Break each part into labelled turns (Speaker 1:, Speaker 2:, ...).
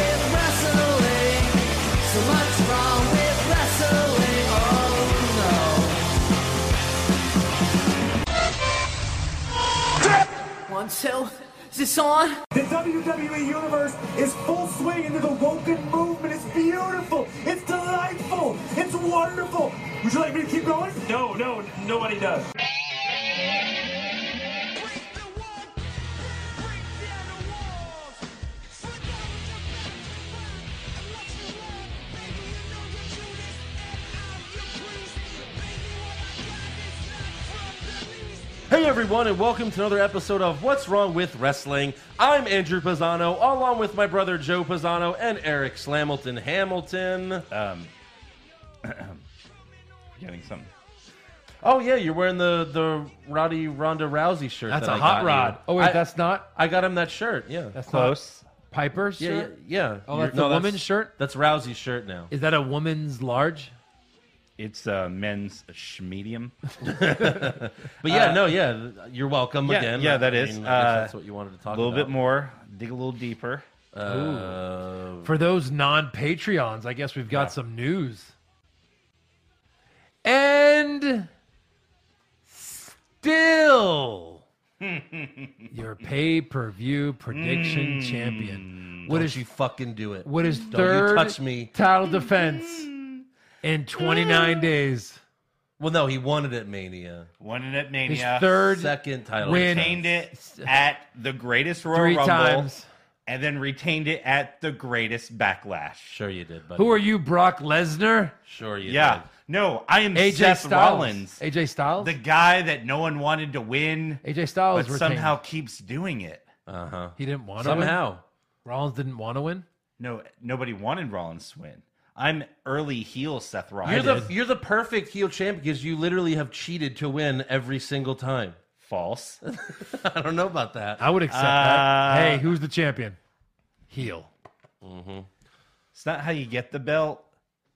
Speaker 1: Oh, So, is this on?
Speaker 2: The WWE Universe is full swing into the Woken movement. It's beautiful. It's delightful. It's wonderful. Would you like me to keep going?
Speaker 3: No, no, nobody does.
Speaker 4: Hey everyone, and welcome to another episode of What's Wrong with Wrestling. I'm Andrew Pisano, along with my brother Joe Pisano and Eric Slamilton Hamilton.
Speaker 5: Um,
Speaker 6: Getting something.
Speaker 4: Oh yeah, you're wearing the the Roddy Ronda Rousey shirt.
Speaker 5: That's
Speaker 4: that
Speaker 5: a
Speaker 4: I got
Speaker 5: hot
Speaker 4: you.
Speaker 5: rod. Oh wait,
Speaker 4: I-
Speaker 5: that's not.
Speaker 4: I got him that shirt. Yeah,
Speaker 5: That's
Speaker 6: Close.
Speaker 5: Not Piper's
Speaker 4: yeah, yeah,
Speaker 5: shirt.
Speaker 4: yeah.
Speaker 5: Oh,
Speaker 4: You're-
Speaker 5: that's the
Speaker 4: no,
Speaker 5: woman's shirt.
Speaker 4: That's Rousey's shirt now.
Speaker 5: Is that a woman's large?
Speaker 6: It's uh, men's sh- medium.
Speaker 4: But
Speaker 5: uh,
Speaker 4: yeah, no, yeah. You're welcome
Speaker 6: yeah,
Speaker 4: again.
Speaker 6: yeah,
Speaker 4: I
Speaker 6: that
Speaker 4: mean,
Speaker 6: is,
Speaker 4: I guess
Speaker 6: uh,
Speaker 4: that's what you wanted to
Speaker 6: A
Speaker 4: talk
Speaker 6: little
Speaker 4: about.
Speaker 6: bit more. Dig a little deeper.
Speaker 4: Uh,
Speaker 5: For those non Patreons, I guess we've got some news. And still, your pay per view prediction champion. What
Speaker 4: what
Speaker 5: is
Speaker 4: is Hmm. you fucking do it?
Speaker 5: what is
Speaker 4: Don't you
Speaker 5: third
Speaker 4: touch me. Hmm.
Speaker 5: title defense in 29 days?
Speaker 4: Well, no, he won it at Mania.
Speaker 6: Won it at
Speaker 5: His
Speaker 6: Mania.
Speaker 5: third
Speaker 4: Second title.
Speaker 5: Win.
Speaker 4: defense.
Speaker 6: Retained it at the greatest Royal
Speaker 5: three
Speaker 6: Rumble.
Speaker 5: times.
Speaker 6: And then retained it at the greatest Backlash.
Speaker 4: Sure you did, buddy.
Speaker 5: Who are you, Brock Lesnar?
Speaker 4: Sure you
Speaker 6: Yeah.
Speaker 4: did.
Speaker 6: No, I am
Speaker 5: AJ
Speaker 6: Seth
Speaker 5: Styles.
Speaker 6: Rollins.
Speaker 5: AJ Styles.
Speaker 6: The guy that no one wanted to win,
Speaker 5: AJ Styles
Speaker 6: but
Speaker 5: retained.
Speaker 6: somehow keeps doing it.
Speaker 4: Uh huh.
Speaker 5: he didn't want to win.
Speaker 4: Somehow.
Speaker 5: Rollins didn't want to win.
Speaker 6: No, nobody wanted Rollins to win. I'm early heel Seth
Speaker 4: You're
Speaker 6: Rollins.
Speaker 4: the you're the perfect heel champ because you literally have cheated to win every single time.
Speaker 6: False.
Speaker 4: I don't know about that.
Speaker 5: I would accept
Speaker 6: Uh,
Speaker 5: that. Hey, who's the champion? Heel.
Speaker 6: It's not how you get the belt,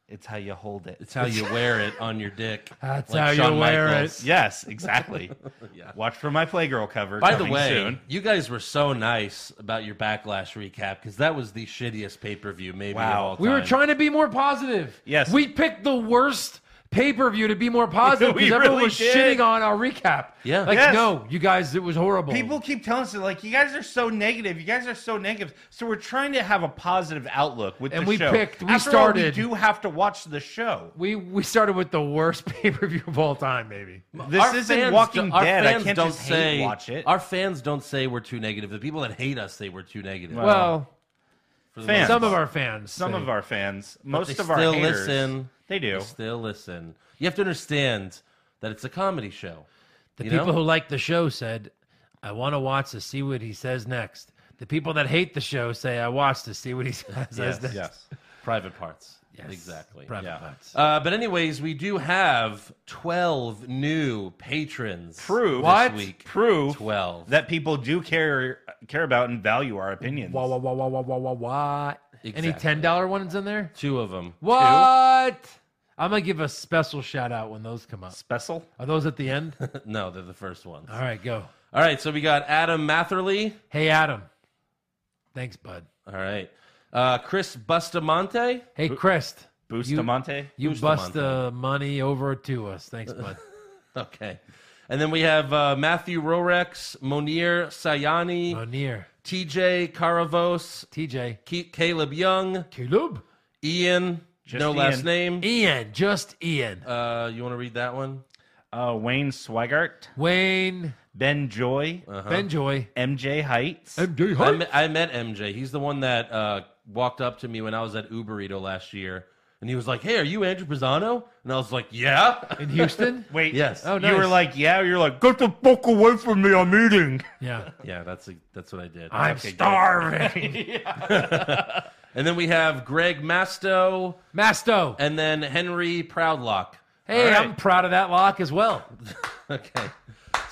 Speaker 6: it's how you hold it.
Speaker 4: It's how you wear it on your dick.
Speaker 5: That's
Speaker 4: like
Speaker 5: how you
Speaker 4: Shawn
Speaker 5: wear
Speaker 4: Michaels.
Speaker 5: it.
Speaker 6: Yes, exactly. Watch for my Playgirl cover.
Speaker 4: By the
Speaker 6: coming
Speaker 4: way,
Speaker 6: soon.
Speaker 4: you guys were so nice about your backlash recap because that was the shittiest pay per view maybe of
Speaker 6: Wow.
Speaker 4: all time.
Speaker 5: We were trying to be more positive.
Speaker 6: Yes.
Speaker 5: We picked the worst pay per view to be more positive
Speaker 6: We
Speaker 5: because everyone
Speaker 6: really
Speaker 5: was
Speaker 6: did.
Speaker 5: shitting on our recap.
Speaker 4: Yeah.
Speaker 5: Like,
Speaker 6: Yes.
Speaker 5: no, you guys, it was horrible.
Speaker 6: people keep telling us they're like, you guys are so negative. You guys are so negative. So we're trying to have a positive outlook with
Speaker 5: And
Speaker 6: the
Speaker 5: we
Speaker 6: show.
Speaker 5: picked- we
Speaker 6: After All, we
Speaker 5: started-
Speaker 6: do have to watch the show.
Speaker 5: we we started with the worst pay per view of all time, maybe.
Speaker 6: This
Speaker 4: Our
Speaker 6: isn't
Speaker 4: fans
Speaker 6: Walking
Speaker 4: do- our
Speaker 6: Dead. I
Speaker 4: fans
Speaker 6: can't
Speaker 4: don't
Speaker 6: just hate
Speaker 4: say,
Speaker 6: watch it.
Speaker 4: Our fans don't say we're too negative. The people that hate us say we're too negative.
Speaker 5: Well,
Speaker 4: For the
Speaker 6: fans.
Speaker 4: most
Speaker 5: some
Speaker 4: part.
Speaker 5: of our fans.
Speaker 6: Some
Speaker 5: say-
Speaker 6: of our fans, most
Speaker 4: they
Speaker 6: of our
Speaker 4: still
Speaker 6: haters,
Speaker 4: listen.
Speaker 6: They do.
Speaker 4: They still listen. You have to understand that it's a comedy show.
Speaker 5: The
Speaker 4: you
Speaker 5: people
Speaker 4: know?
Speaker 5: who like the show said, I want to watch to see what he says next. The people that hate the show say, I watch to see what he says
Speaker 4: Yes.
Speaker 5: next.
Speaker 6: Yes.
Speaker 4: Private parts.
Speaker 5: Yes.
Speaker 4: Exactly.
Speaker 5: Private
Speaker 6: Yeah.
Speaker 5: parts.
Speaker 4: Uh, but anyways, we do have twelve new patrons.
Speaker 6: Prove
Speaker 4: What?
Speaker 6: this week. Prove
Speaker 4: 12.
Speaker 6: that people do care care about and value our opinions.
Speaker 5: Wah, wah, wah, wah, wah, wah, wah, wah. Any
Speaker 4: Exactly.
Speaker 5: $10 ones in there?
Speaker 4: Two of them.
Speaker 5: What? I'm going to give a special shout out when those come up.
Speaker 6: Special.
Speaker 5: Are those at the end? All
Speaker 4: No, they're the first ones. All right.
Speaker 5: right, go.
Speaker 4: so we got Adam Matherly.
Speaker 5: Hey, Adam. Thanks, bud.
Speaker 4: All right. Uh, Chris Bustamante.
Speaker 5: Hey, Chris.
Speaker 6: Bustamante.
Speaker 5: You
Speaker 4: Who's the
Speaker 5: bust
Speaker 4: month
Speaker 5: the money over to us. Thanks, bud.
Speaker 4: Okay. And then we have uh, Matthew Rorex, Monir Sayani,
Speaker 5: Monier.
Speaker 4: TJ Caravos,
Speaker 5: TJ.
Speaker 4: Ke- Caleb Young,
Speaker 5: Caleb.
Speaker 4: Ian,
Speaker 6: Just
Speaker 4: no last
Speaker 6: Ian.
Speaker 4: name.
Speaker 5: Ian. Just Ian.
Speaker 4: Uh, you want to read that one?
Speaker 6: Uh, Wayne Swigart.
Speaker 5: Wayne.
Speaker 6: Ben Joy.
Speaker 4: Uh.
Speaker 5: Benjoy.
Speaker 6: MJ Heights.
Speaker 5: MJ
Speaker 4: I met, I met MJ. He's the one that uh, walked up to me when I was at Uberito last year, and he was like, "Hey, are you Andrew Pisano?" And I was like, "Yeah."
Speaker 5: in Houston.
Speaker 6: Wait.
Speaker 4: Yes.
Speaker 5: Oh,
Speaker 6: You were
Speaker 5: nice.
Speaker 6: like, yeah. You're like, get the fuck away from me. I'm eating.
Speaker 5: yeah,
Speaker 4: Yeah, that's that's what I did.
Speaker 5: I'm
Speaker 4: "Oh, Okay, good.
Speaker 5: starving.
Speaker 4: And then we have Greg Masto,
Speaker 5: Masto.
Speaker 4: and then Henry Proudlock.
Speaker 5: Hey,
Speaker 6: All right.
Speaker 5: I'm proud of that lock as well.
Speaker 4: Okay.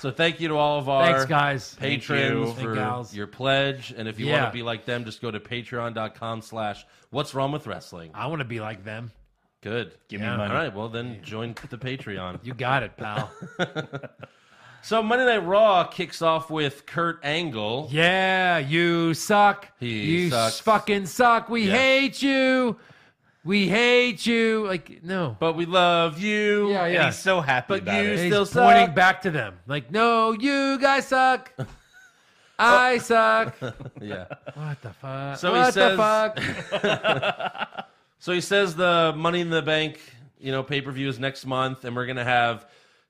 Speaker 4: So thank you to all of our
Speaker 5: Thanks, guys.
Speaker 4: patrons
Speaker 6: Thank
Speaker 5: you.
Speaker 4: for
Speaker 5: Hey, gals.
Speaker 4: your pledge. And if you
Speaker 5: Yeah.
Speaker 4: want to be like them, just go to patreon.com slash what's wrong with wrestling.
Speaker 5: I want to be like them.
Speaker 4: Good.
Speaker 6: Give me
Speaker 5: Yeah.
Speaker 4: All
Speaker 6: money.
Speaker 4: right. Well, then join the Patreon.
Speaker 5: You got it, pal.
Speaker 4: So Monday Night Raw kicks off with Kurt Angle.
Speaker 5: yeah, you suck.
Speaker 4: He
Speaker 5: you
Speaker 4: sucks.
Speaker 5: fucking suck. We
Speaker 4: Yeah.
Speaker 5: hate you. We hate you. Like no.
Speaker 4: But we love you.
Speaker 5: yeah,
Speaker 6: And
Speaker 5: yeah.
Speaker 6: he's so happy
Speaker 4: But
Speaker 6: about
Speaker 4: you
Speaker 6: it.
Speaker 5: And
Speaker 4: still
Speaker 5: he's pointing
Speaker 4: suck.
Speaker 5: back to them. Like no, you guys suck. I suck.
Speaker 4: Yeah.
Speaker 5: What the fuck?
Speaker 4: So he
Speaker 5: what
Speaker 4: says-
Speaker 5: the fuck?
Speaker 4: So he says the Money in the Bank, you know, pay per view is next month, and we're gonna have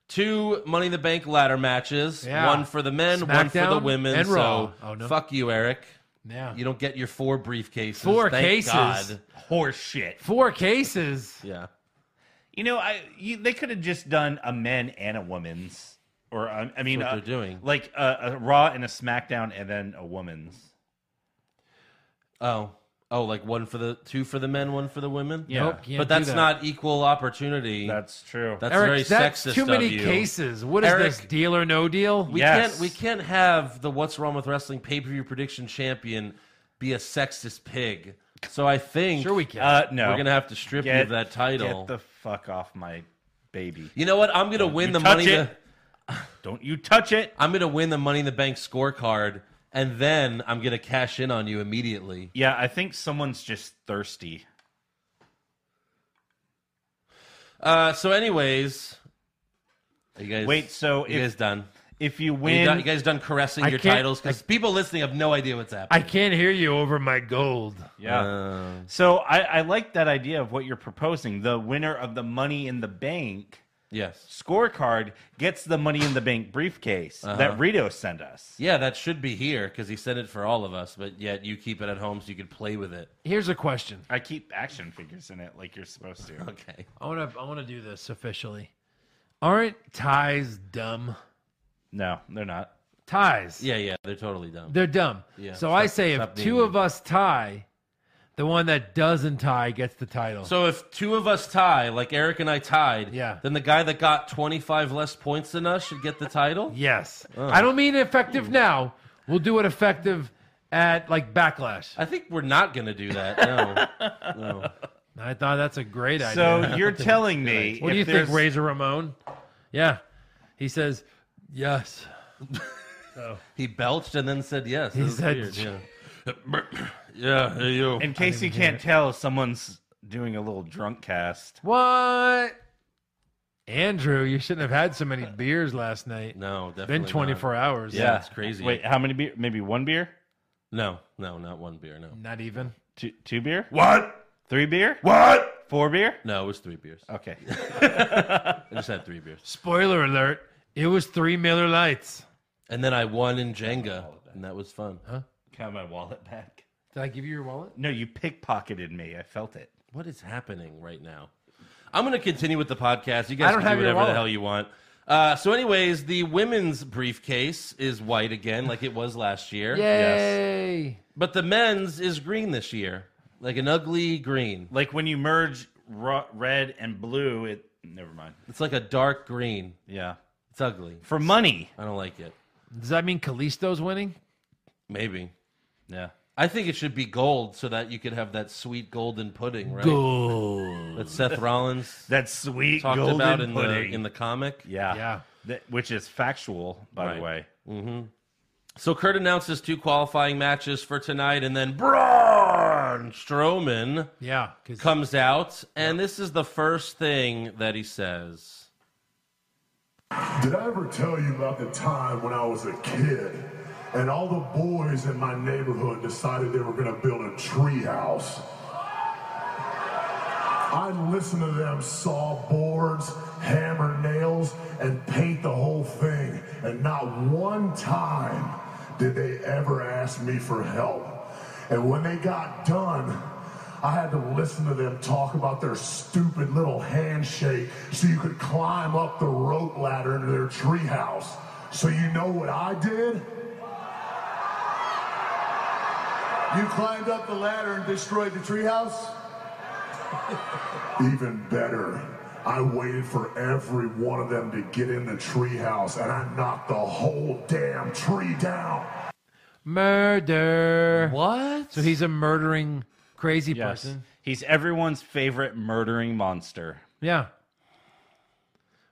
Speaker 4: two Money in the Bank ladder matches,
Speaker 5: Yeah.
Speaker 4: one for the men, one for the
Speaker 5: SmackDown
Speaker 4: women.
Speaker 5: and
Speaker 4: so
Speaker 5: Raw. Oh, no.
Speaker 4: fuck you, Eric.
Speaker 5: Yeah.
Speaker 4: You don't get your four briefcases.
Speaker 5: Four
Speaker 4: Thank
Speaker 5: cases.
Speaker 4: God.
Speaker 6: Horse shit.
Speaker 5: Four cases.
Speaker 4: Yeah.
Speaker 6: You know, I you, they could have just done a men and a women's, or um, I mean,
Speaker 4: what
Speaker 6: uh,
Speaker 4: they're doing.
Speaker 6: like a, a Raw and a SmackDown, and then a woman's.
Speaker 4: Oh. Oh, like one for the two for the men, one for the women.
Speaker 6: Yeah.
Speaker 5: Nope. can't
Speaker 4: but
Speaker 5: do
Speaker 4: that's
Speaker 5: that.
Speaker 4: not equal opportunity.
Speaker 6: That's true.
Speaker 4: that's
Speaker 5: Eric,
Speaker 4: very
Speaker 5: that's
Speaker 4: sexist
Speaker 5: too many
Speaker 4: of you.
Speaker 5: cases. What is
Speaker 4: Eric-
Speaker 5: this deal or no deal?
Speaker 4: We
Speaker 6: Yes.
Speaker 4: can't we can't have the what's wrong with wrestling pay per view prediction champion be a sexist pig. So I think
Speaker 5: sure we can.
Speaker 6: uh, no,
Speaker 4: We're gonna have to strip you of that title.
Speaker 6: Get the fuck off my baby!
Speaker 4: you know what? I'm gonna win
Speaker 6: you
Speaker 4: the
Speaker 6: touch
Speaker 4: money.
Speaker 6: it.
Speaker 4: in The,
Speaker 6: Don't you touch it!
Speaker 4: I'm gonna win the money in the bank scorecard, and then I'm gonna cash in on you immediately.
Speaker 6: Yeah, I think someone's just thirsty.
Speaker 4: Uh, so, anyways, are you guys
Speaker 6: Wait, so
Speaker 4: you
Speaker 6: if-
Speaker 4: guys done?
Speaker 6: If you
Speaker 4: Are you
Speaker 6: win,
Speaker 4: done? You guys done caressing
Speaker 5: I
Speaker 4: your
Speaker 5: can't-
Speaker 4: titles because people listening have no idea what's
Speaker 5: I
Speaker 4: happening.
Speaker 5: can't hear you over my gold.
Speaker 6: yeah.
Speaker 4: Uh,
Speaker 6: so I, I like that idea of what you're proposing. The winner of the Money in the Bank
Speaker 4: yes.
Speaker 6: scorecard gets the Money in the Bank briefcase
Speaker 4: Uh-huh.
Speaker 6: that Rito sent us.
Speaker 4: Yeah, that should be here because he sent it for all of us, but yet you keep it at home so you could play with it.
Speaker 5: Here's a question.
Speaker 6: I keep action figures in it like you're supposed to.
Speaker 4: Okay.
Speaker 5: I want to. I want to do this officially. Aren't ties dumb?
Speaker 6: No, they're not.
Speaker 5: Ties.
Speaker 4: Yeah, yeah, they're totally dumb.
Speaker 5: They're dumb.
Speaker 4: Yeah,
Speaker 5: so I
Speaker 4: stop-
Speaker 5: say if
Speaker 4: stop being
Speaker 5: two
Speaker 4: mean.
Speaker 5: of us tie, the one that doesn't tie gets the title.
Speaker 4: So if two of us tie, like Eric and I tied,
Speaker 5: Yeah.
Speaker 4: then the guy that got 25 less points than us should get the title?
Speaker 5: yes. I don't mean effective now. We'll do it effective at like backlash.
Speaker 4: I think we're not going to do that. No. no.
Speaker 5: I thought that's a great idea.
Speaker 6: So you're telling me.
Speaker 5: What
Speaker 6: if
Speaker 5: do you think,
Speaker 6: there's-
Speaker 5: Razor Ramon? Yeah. He says, yes.
Speaker 4: He belched and then said yes.
Speaker 5: He
Speaker 4: It was
Speaker 5: said-
Speaker 4: weird, Yeah. yeah, hey, you.
Speaker 6: In case you can't tell, someone's doing a little drunk cast.
Speaker 5: What? Andrew, you shouldn't have had so many beers last night.
Speaker 4: no, definitely.
Speaker 5: Been 24
Speaker 4: not.
Speaker 5: hours.
Speaker 4: Yeah, it's crazy.
Speaker 6: Wait, how many beer? Maybe one beer?
Speaker 4: No, no, not one beer. No.
Speaker 5: Not even.
Speaker 6: Two, two beer?
Speaker 4: What?
Speaker 6: Three beer?
Speaker 4: What?
Speaker 6: Four beer?
Speaker 4: No, it was three beers.
Speaker 6: Okay.
Speaker 4: I just had three beers.
Speaker 5: Spoiler alert. It was three Miller Lights.
Speaker 4: And then I won in Jenga, and that was fun. Huh?
Speaker 6: Can I have my wallet back?
Speaker 5: Did I give you your wallet?
Speaker 6: No, you pickpocketed me. I felt it.
Speaker 4: What is happening right now? I'm going to continue with the podcast. You guys
Speaker 5: I don't
Speaker 4: can
Speaker 5: have
Speaker 4: do
Speaker 5: your
Speaker 4: whatever the
Speaker 5: wallet.
Speaker 4: hell you want. Uh, so, anyways, the women's briefcase is white again, like it was last year.
Speaker 5: Yay.
Speaker 4: But the men's is green this year, like an ugly green.
Speaker 6: Like when you merge ro- red and blue, it. Never mind.
Speaker 4: It's like a dark green.
Speaker 6: Yeah.
Speaker 4: It's ugly.
Speaker 6: For money.
Speaker 4: I don't like it.
Speaker 5: Does that mean Kalisto's winning?
Speaker 4: Maybe.
Speaker 6: Yeah.
Speaker 4: I think it should be gold so that you could have that sweet golden pudding, right?
Speaker 5: Gold.
Speaker 4: That Seth Rollins
Speaker 6: That sweet
Speaker 4: talked
Speaker 6: golden
Speaker 4: about in the,
Speaker 6: pudding.
Speaker 4: in the comic.
Speaker 6: yeah.
Speaker 5: Yeah.
Speaker 6: That- which is factual, by
Speaker 4: Right.
Speaker 6: the way.
Speaker 4: So Kurt announces two qualifying matches for tonight, and then Braun Strowman
Speaker 5: Yeah. 'cause-
Speaker 4: comes out, and this is the first thing that he says.
Speaker 1: Did I ever tell you about the time when I was a kid and all the boys in my neighborhood decided they were going to build a tree house? I'd listen to them saw boards, hammer nails, and paint the whole thing, and not one time did they ever ask me for help. And when they got done, I had to listen to them talk about their stupid little handshake so you could climb up the rope ladder into their treehouse. So you know what I did? You climbed up the ladder and destroyed the treehouse? Even better, I waited for every one of them to get in the treehouse and I knocked the whole damn tree down.
Speaker 5: Murder.
Speaker 4: What?
Speaker 5: So he's a murdering crazy
Speaker 6: Yes.
Speaker 5: person.
Speaker 6: He's everyone's favorite murdering monster.
Speaker 5: Yeah.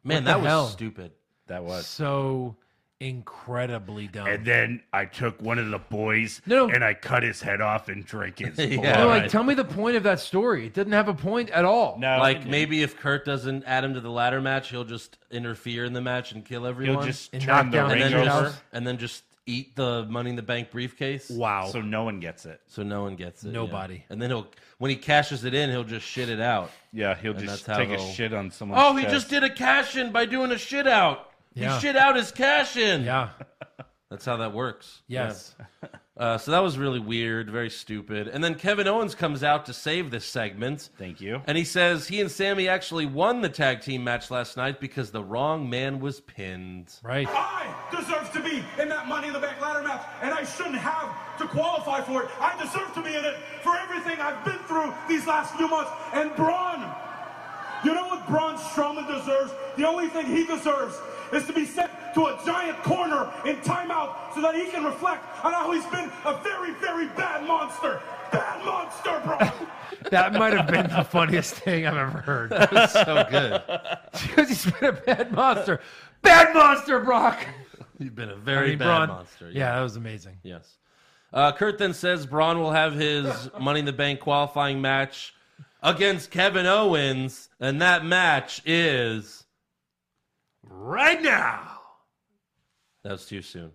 Speaker 4: man,
Speaker 5: the
Speaker 4: that was
Speaker 5: hell?
Speaker 4: stupid.
Speaker 6: That was.
Speaker 5: So incredibly dumb.
Speaker 6: then I took one of the boys
Speaker 5: No. and
Speaker 6: I cut his head off and drank his
Speaker 4: Yeah,
Speaker 5: No,
Speaker 4: blood.
Speaker 5: like,
Speaker 4: right.
Speaker 5: tell me the point of that story. It didn't have a point at all.
Speaker 6: No,
Speaker 4: like maybe if Kurt doesn't add him to the ladder match, he'll just interfere in the match and kill everyone,
Speaker 6: he'll just
Speaker 5: And knock
Speaker 6: turn the
Speaker 5: down
Speaker 4: and
Speaker 6: ring
Speaker 4: then
Speaker 5: Andrews.
Speaker 6: over.
Speaker 4: just, and then just eat the Money in the Bank briefcase.
Speaker 5: Wow.
Speaker 6: So no one gets it.
Speaker 4: So no one gets it. yeah.
Speaker 5: Nobody.
Speaker 4: And then he'll when he cashes it in, he'll just shit it out.
Speaker 6: Yeah, he'll
Speaker 4: And
Speaker 6: just
Speaker 4: that's how
Speaker 6: take a
Speaker 4: they'll-
Speaker 6: shit on someone.
Speaker 4: Oh, he just did a cash in by doing a shit out.
Speaker 5: Yeah.
Speaker 4: He shit out his cash in.
Speaker 5: yeah.
Speaker 4: That's how that works.
Speaker 5: Yes.
Speaker 4: Yeah. Uh, so that was really weird, very stupid. And then Kevin Owens comes out to save this segment.
Speaker 6: Thank you.
Speaker 4: And he says he and Sammy actually won the tag team match last night because the wrong man was pinned.
Speaker 5: Right.
Speaker 7: I deserve to be in that Money in the Bank ladder match, and I shouldn't have to qualify for it. I deserve to be in it for everything I've been through these last few months. And Braun, you know what Braun Strowman deserves? The only thing he deserves is to be sent to a giant corner in timeout so that he can reflect on how he's been a very, very bad monster. Bad monster, Braun!
Speaker 5: That might have been the funniest thing I've ever heard. That was so good. He's been a bad monster. Bad monster, Brock.
Speaker 4: You've been a very
Speaker 5: I mean,
Speaker 4: bad
Speaker 5: Braun-
Speaker 4: monster.
Speaker 5: Yeah, that was amazing.
Speaker 4: Yes. Uh, Kurt then says Braun will have his Money in the Bank qualifying match against Kevin Owens, and that match is
Speaker 5: Right now.
Speaker 4: that was too soon.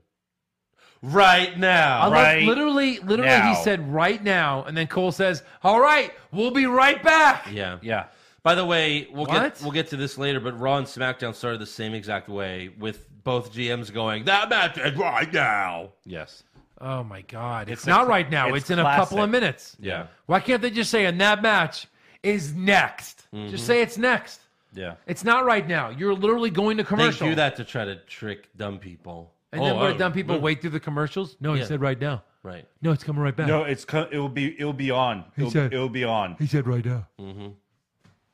Speaker 4: Right now,
Speaker 6: Right
Speaker 5: literally, literally,
Speaker 6: now.
Speaker 5: he said right now, and then Cole says, "All right, we'll be right back."
Speaker 4: yeah,
Speaker 6: Yeah.
Speaker 4: By the way, we'll
Speaker 5: What?
Speaker 4: get we'll get to this later, but Raw and SmackDown started the same exact way with both GMs going that match is right now.
Speaker 6: Yes.
Speaker 5: Oh my God! It's,
Speaker 6: It's a
Speaker 5: not
Speaker 6: cl-
Speaker 5: right now. It's,
Speaker 6: it's
Speaker 5: in a couple of
Speaker 6: classic.
Speaker 5: minutes.
Speaker 4: Yeah.
Speaker 5: Why can't they just say, "And that match is next"?
Speaker 4: Mm-hmm.
Speaker 5: Just say it's next.
Speaker 6: Yeah.
Speaker 5: It's not right now. You're literally going to
Speaker 4: They
Speaker 5: commercial.
Speaker 4: do that to try to trick dumb people.
Speaker 5: and
Speaker 4: Oh,
Speaker 5: then
Speaker 4: I
Speaker 5: what?
Speaker 4: don't
Speaker 5: Dumb
Speaker 4: know.
Speaker 5: people wait through the commercials. No,
Speaker 4: Yeah.
Speaker 5: he said right now.
Speaker 4: Right.
Speaker 5: No, it's coming right back.
Speaker 6: No, it's co- it will be it will be on. It'll,
Speaker 5: said-
Speaker 6: it'll be on
Speaker 5: He said right now.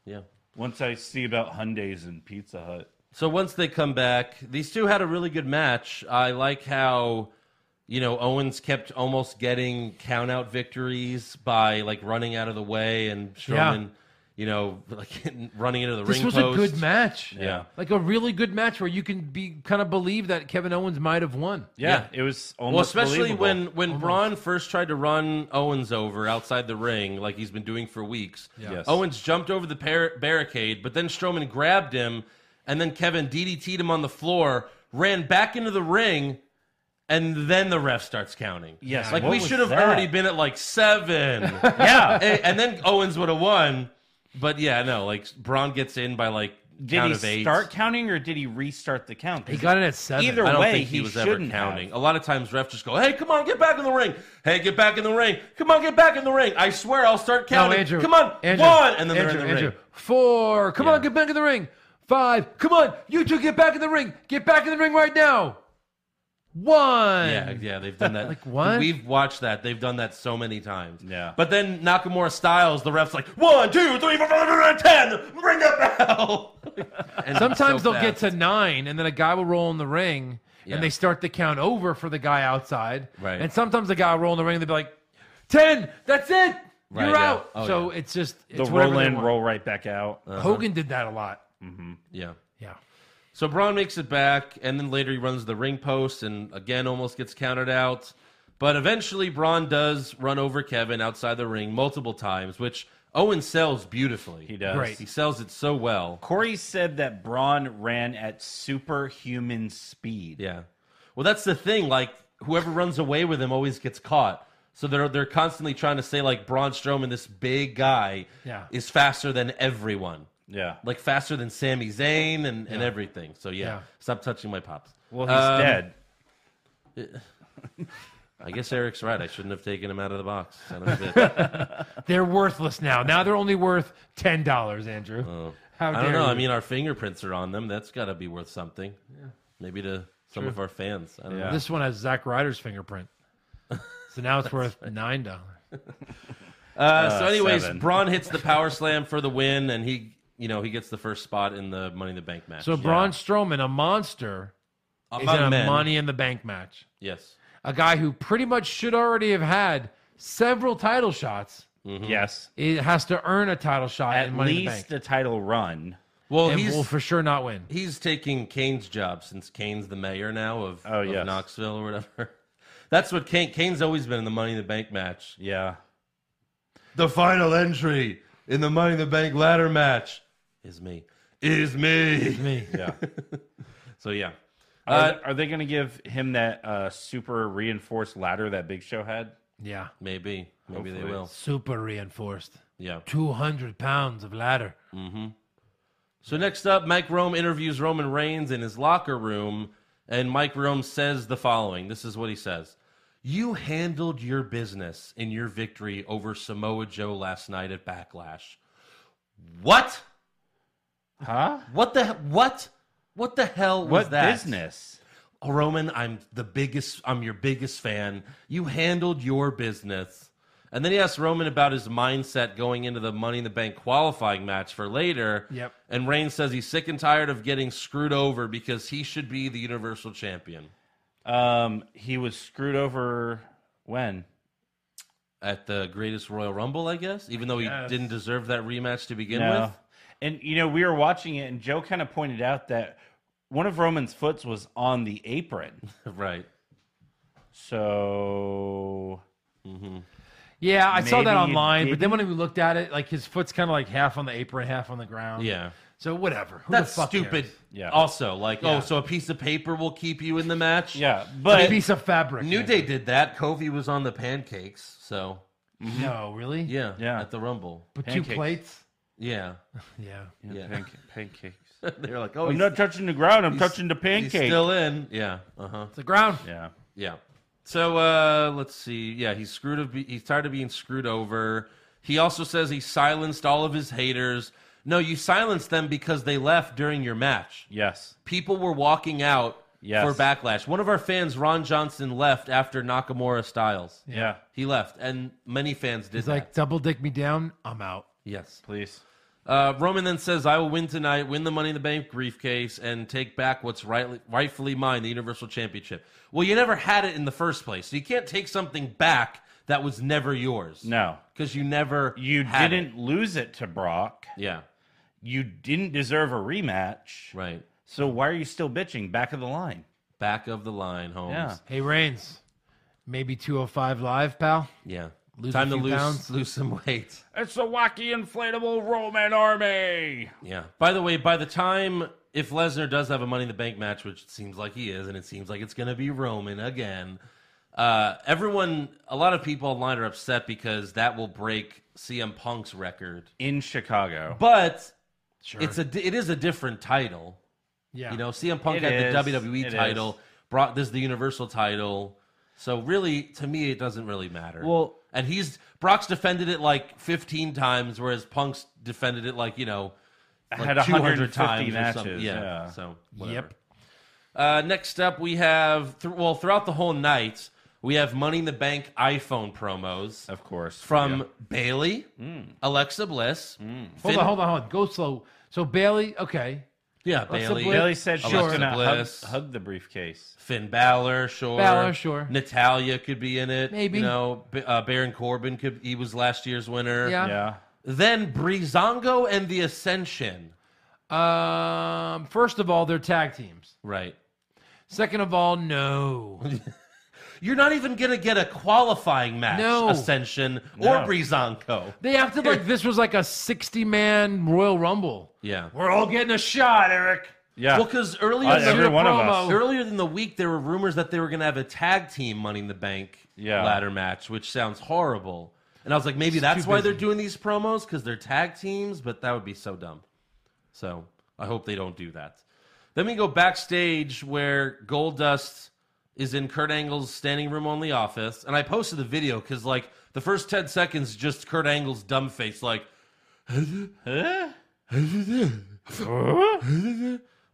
Speaker 4: Yeah.
Speaker 6: once I see about Hyundai's and Pizza Hut.
Speaker 4: So once they come back, these two had a really good match. I like how, you know, Owens kept almost getting count out victories by like running out of the way and Strowman, you know, like running into the
Speaker 5: This
Speaker 4: ring
Speaker 5: was
Speaker 4: post.
Speaker 5: a good match.
Speaker 4: Yeah.
Speaker 5: Like a really good match where you can be kind of believe that Kevin Owens might have won.
Speaker 6: Yeah, it was almost
Speaker 4: Well, especially
Speaker 6: believable.
Speaker 4: when when Braun first tried to run Owens over outside the ring, like he's been doing for weeks.
Speaker 6: Yes.
Speaker 4: Owens jumped over the par- barricade, but then Strowman grabbed him, and then Kevin DDT'd him on the floor, ran back into the ring, and then the ref starts counting.
Speaker 6: Yes,
Speaker 4: like
Speaker 6: what
Speaker 4: we
Speaker 6: was
Speaker 4: should have
Speaker 6: that?
Speaker 4: already been at like seven, and,
Speaker 6: yeah,
Speaker 4: and then Owens would have won. But yeah, no, like Braun gets in by like
Speaker 6: did
Speaker 4: count
Speaker 6: he
Speaker 4: of eight.
Speaker 6: start counting or did he restart the count?
Speaker 5: He got it at seven.
Speaker 6: Either
Speaker 4: I don't
Speaker 6: way,
Speaker 4: think he,
Speaker 6: he
Speaker 4: was ever
Speaker 6: shouldn't have.
Speaker 4: counting. A lot of times, refs just go, "Hey, come on, get back in the ring. Hey, get back in the ring. Come on, get back in the ring. I swear, I'll start
Speaker 5: No,
Speaker 4: counting.
Speaker 5: Andrew.
Speaker 4: come on,
Speaker 5: Andrew,
Speaker 4: one, and then
Speaker 5: Andrew,
Speaker 4: they're in the
Speaker 5: Andrew,
Speaker 4: ring.
Speaker 5: Four. Come on,
Speaker 4: Yeah.
Speaker 5: get back in the ring. Five. Come on, you two get back in the ring. Get back in the ring right now. One.
Speaker 4: Yeah, yeah, they've done that.
Speaker 5: Like, what?
Speaker 4: We've watched that. They've done that so many times.
Speaker 6: Yeah.
Speaker 4: But then Nakamura Styles, the refs like one, two, three, four, five, six, seven, ten. Ring the bell. And it's
Speaker 5: Sometimes
Speaker 4: so
Speaker 5: they'll
Speaker 4: fast.
Speaker 5: get to nine, and then a guy will roll in the ring,
Speaker 4: Yeah.
Speaker 5: and they start the count over for the guy outside.
Speaker 4: Right.
Speaker 5: And sometimes the guy will roll in the ring, and they'll be like, ten. That's it.
Speaker 4: Right,
Speaker 5: You're
Speaker 4: yeah.
Speaker 5: out.
Speaker 4: Oh,
Speaker 5: so
Speaker 4: yeah. Uh-huh.
Speaker 5: it's just
Speaker 6: the
Speaker 5: it's whatever
Speaker 6: roll
Speaker 5: they
Speaker 6: in,
Speaker 5: want. Uh,
Speaker 6: roll right back out.
Speaker 5: Hogan did that a lot.
Speaker 4: yeah.
Speaker 5: Yeah.
Speaker 4: So Braun makes it back, and then later he runs the ring post and again almost gets counted out. But eventually Braun does run over Kevin outside the ring multiple times, which Owen sells beautifully.
Speaker 6: he does.
Speaker 5: Great.
Speaker 4: He sells it so well.
Speaker 6: Corey said that Braun ran at superhuman speed.
Speaker 4: Yeah. Well, that's the thing. Like whoever runs away with him always gets caught. So they're they're constantly trying to say like Braun Strowman, this big guy,
Speaker 5: Yeah.
Speaker 4: is faster than everyone,
Speaker 6: Yeah.
Speaker 4: like faster than Sami Zayn and, and everything. So yeah,
Speaker 5: Yeah.
Speaker 4: stop touching my pops.
Speaker 6: Well, he's
Speaker 4: Um,
Speaker 6: dead.
Speaker 4: I guess Eric's right. I shouldn't have taken him out of the box. Son of a bitch.
Speaker 5: They're worthless now. Now they're only worth ten dollars, Andrew. How dare
Speaker 4: Oh. I don't know.
Speaker 5: You?
Speaker 4: I mean, our fingerprints are on them. That's got to be worth something. Maybe to some of our fans. I don't know.
Speaker 5: this one has Zack Ryder's fingerprint, so now it's worth nine dollars.
Speaker 4: Uh, so, anyways,
Speaker 6: seven.
Speaker 4: Braun hits the power slam for the win, and he, you know, he gets the first spot in the Money in the Bank match.
Speaker 5: So Braun Strowman, a monster,
Speaker 4: Among
Speaker 5: is in a
Speaker 4: men.
Speaker 5: Money in the Bank match.
Speaker 4: Yes.
Speaker 5: A guy who pretty much should already have had several title shots.
Speaker 6: Yes.
Speaker 5: It has to earn a title shot
Speaker 6: Mm-hmm. At
Speaker 5: in Money in the
Speaker 6: least
Speaker 5: Bank,
Speaker 6: the title run.
Speaker 4: Well,
Speaker 5: and
Speaker 4: he's
Speaker 5: will for sure not win.
Speaker 4: he's taking Kane's job since Kane's the mayor now of,
Speaker 6: Oh,
Speaker 4: of
Speaker 6: yes.
Speaker 4: Knoxville or whatever. That's what Kane Kane's always been in the Money in the Bank match.
Speaker 6: Yeah.
Speaker 4: The final entry in the Money in the Bank ladder match is me. Is me.
Speaker 5: Me,
Speaker 6: Yeah.
Speaker 4: So yeah.
Speaker 6: Are,
Speaker 4: Uh,
Speaker 6: are they going to give him that uh, super reinforced ladder that Big Show had?
Speaker 5: Yeah.
Speaker 4: Maybe. Maybe they
Speaker 6: Hopefully.
Speaker 4: will.
Speaker 5: Super reinforced.
Speaker 4: Yeah.
Speaker 5: 200 pounds of ladder.
Speaker 4: So next up, Mike Rome interviews Roman Reigns in his locker room, and Mike Rome says the following. This is what he says. You handled your business in your victory over Samoa Joe last night at Backlash. What?
Speaker 6: Huh?
Speaker 4: What the what? What the hell was
Speaker 6: What
Speaker 4: that?
Speaker 6: business?
Speaker 4: Oh, Roman, I'm the biggest I'm your biggest fan. You handled your business. And then he asks Roman about his mindset going into the Money in the Bank qualifying match for later.
Speaker 5: Yep.
Speaker 4: And Reigns says he's sick and tired of getting screwed over because he should be the Universal Champion
Speaker 6: Um, he was screwed over when?
Speaker 4: at the Greatest Royal Rumble, I guess, even though he
Speaker 5: guess.
Speaker 4: didn't deserve that rematch to begin
Speaker 6: No.
Speaker 4: with.
Speaker 6: And you know, we were watching it, and Joe kind of pointed out that one of Roman's foots was on the apron.
Speaker 4: Right.
Speaker 6: So
Speaker 5: Yeah, I saw that
Speaker 6: Maybe you
Speaker 5: online, but then
Speaker 6: didn't?
Speaker 5: when we looked at it, like his foot's kind of like half on the apron, half on the ground.
Speaker 4: Yeah.
Speaker 5: So whatever. Um, Who the
Speaker 4: That's
Speaker 5: fuck cares?
Speaker 4: stupid.
Speaker 6: Yeah.
Speaker 4: Also, like, oh, so a piece of paper will keep you in the match?
Speaker 6: yeah, but
Speaker 5: Piece of fabric.
Speaker 4: New
Speaker 5: man.
Speaker 4: Day did that. Kofi was on the pancakes, so
Speaker 5: No, really?
Speaker 4: yeah,
Speaker 6: Yeah.
Speaker 4: at the Rumble,
Speaker 5: But two
Speaker 6: Pancakes.
Speaker 5: plates.
Speaker 4: yeah,
Speaker 5: Yeah.
Speaker 4: yeah.
Speaker 6: Panca- pancakes.
Speaker 4: they were like, oh,
Speaker 6: I'm
Speaker 4: he's,
Speaker 6: not touching the ground. I'm
Speaker 4: he's-
Speaker 6: touching the
Speaker 4: he's
Speaker 6: pancake.
Speaker 4: still in, yeah, uh huh,
Speaker 5: It's the ground.
Speaker 6: yeah.
Speaker 4: yeah. So uh, let's see, yeah, he's screwed. Of be- he's tired of being screwed over. He also says he silenced all of his haters. No, you silenced them because they left during your match.
Speaker 6: Yes.
Speaker 4: People were walking out
Speaker 6: Yes.
Speaker 4: for backlash. One of our fans, Ron Johnson, left after Nakamura Styles.
Speaker 6: Yeah.
Speaker 4: He left, and many fans did.
Speaker 5: It's like double dick me down. I'm out.
Speaker 4: yes.
Speaker 6: Please.
Speaker 4: Uh, Roman then says, "I will win tonight, win the Money in the Bank briefcase, and take back what's rightly, rightfully mine, the Universal Championship." Well, you never had it in the first place, so you can't take something back that was never yours.
Speaker 6: No.
Speaker 4: because you never
Speaker 6: You
Speaker 4: had
Speaker 6: didn't lose it to Brock.
Speaker 4: It. Yeah,
Speaker 6: You didn't deserve a rematch.
Speaker 4: right.
Speaker 6: So why are you still bitching? Back of the line.
Speaker 4: Back of the line, Holmes.
Speaker 6: Yeah.
Speaker 5: Hey, Reigns. Maybe 205 live, pal.
Speaker 4: yeah.
Speaker 5: Lose
Speaker 4: Time
Speaker 5: a
Speaker 4: to
Speaker 5: few
Speaker 4: lose
Speaker 5: pounds.
Speaker 4: lose some weight.
Speaker 6: It's the wacky inflatable Roman army.
Speaker 4: Yeah. By the way, by the time if Lesnar does have a Money in the Bank match, which it seems like he is, and it seems like it's going to be Roman again, uh, everyone, a lot of people online are upset because that will break CM Punk's record.
Speaker 6: In Chicago.
Speaker 4: But
Speaker 5: Sure.
Speaker 4: it's a di- it is a different title.
Speaker 5: yeah.
Speaker 4: You know, CM Punk
Speaker 6: It
Speaker 4: had
Speaker 6: is.
Speaker 4: the WWE
Speaker 6: It
Speaker 4: title,
Speaker 6: is.
Speaker 4: brought this is the Universal title. So really, to me, it doesn't really matter.
Speaker 6: Well-
Speaker 4: and he's Brock's defended it like 15 times, whereas Punk's defended it like you know like
Speaker 6: had
Speaker 4: 200
Speaker 6: 150
Speaker 4: times or
Speaker 6: matches.
Speaker 4: something.
Speaker 6: yeah.
Speaker 4: Yeah. So whatever.
Speaker 5: Yep.
Speaker 4: Uh, next up, we have th- well throughout the whole night we have Money in the Bank iPhone promos
Speaker 6: Of course.
Speaker 4: from
Speaker 6: Yeah. Mm.
Speaker 4: Bailey, Alexa Bliss.
Speaker 5: Hold
Speaker 4: Finn-
Speaker 5: on, hold on, hold on. Go slow. So Bailey, okay.
Speaker 4: Yeah,
Speaker 5: Alexa
Speaker 4: Bailey.
Speaker 5: Bliss.
Speaker 6: Bailey said she's
Speaker 4: Alexa
Speaker 6: going to hug,
Speaker 4: Bliss.
Speaker 6: hug the briefcase.
Speaker 4: Finn Balor, sure.
Speaker 5: Balor, sure.
Speaker 4: Natalia could be in it.
Speaker 5: Maybe.
Speaker 4: You know, B- uh, Baron Corbin could. He was last year's winner.
Speaker 5: Yeah.
Speaker 6: Yeah.
Speaker 4: Then Breezango and the Ascension.
Speaker 5: Um, first of all, they're tag teams.
Speaker 4: Right.
Speaker 5: Second of all, no.
Speaker 4: You're not even gonna get a qualifying match.
Speaker 5: No.
Speaker 4: Ascension or
Speaker 6: No.
Speaker 4: Breezango.
Speaker 5: They acted like this was like a 60 man Royal Rumble.
Speaker 4: Yeah.
Speaker 5: We're all getting a shot, Eric.
Speaker 6: Yeah.
Speaker 4: Well, because earlier,
Speaker 6: Uh,
Speaker 4: in
Speaker 6: every
Speaker 4: the,
Speaker 6: one of
Speaker 5: promo.
Speaker 6: us.
Speaker 4: earlier in the week, there were rumors that they were gonna have a tag team Money in the Bank
Speaker 6: Yeah.
Speaker 4: ladder match, which sounds horrible. And I was like, maybe that's
Speaker 5: too
Speaker 4: why
Speaker 5: busy.
Speaker 4: they're doing these promos because they're tag teams, but that would be so dumb. So I hope they don't do that. Then we go backstage where Goldust is in Kurt Angle's standing room only office, and I posted the video because like the first ten seconds, just Kurt Angle's dumb face, like,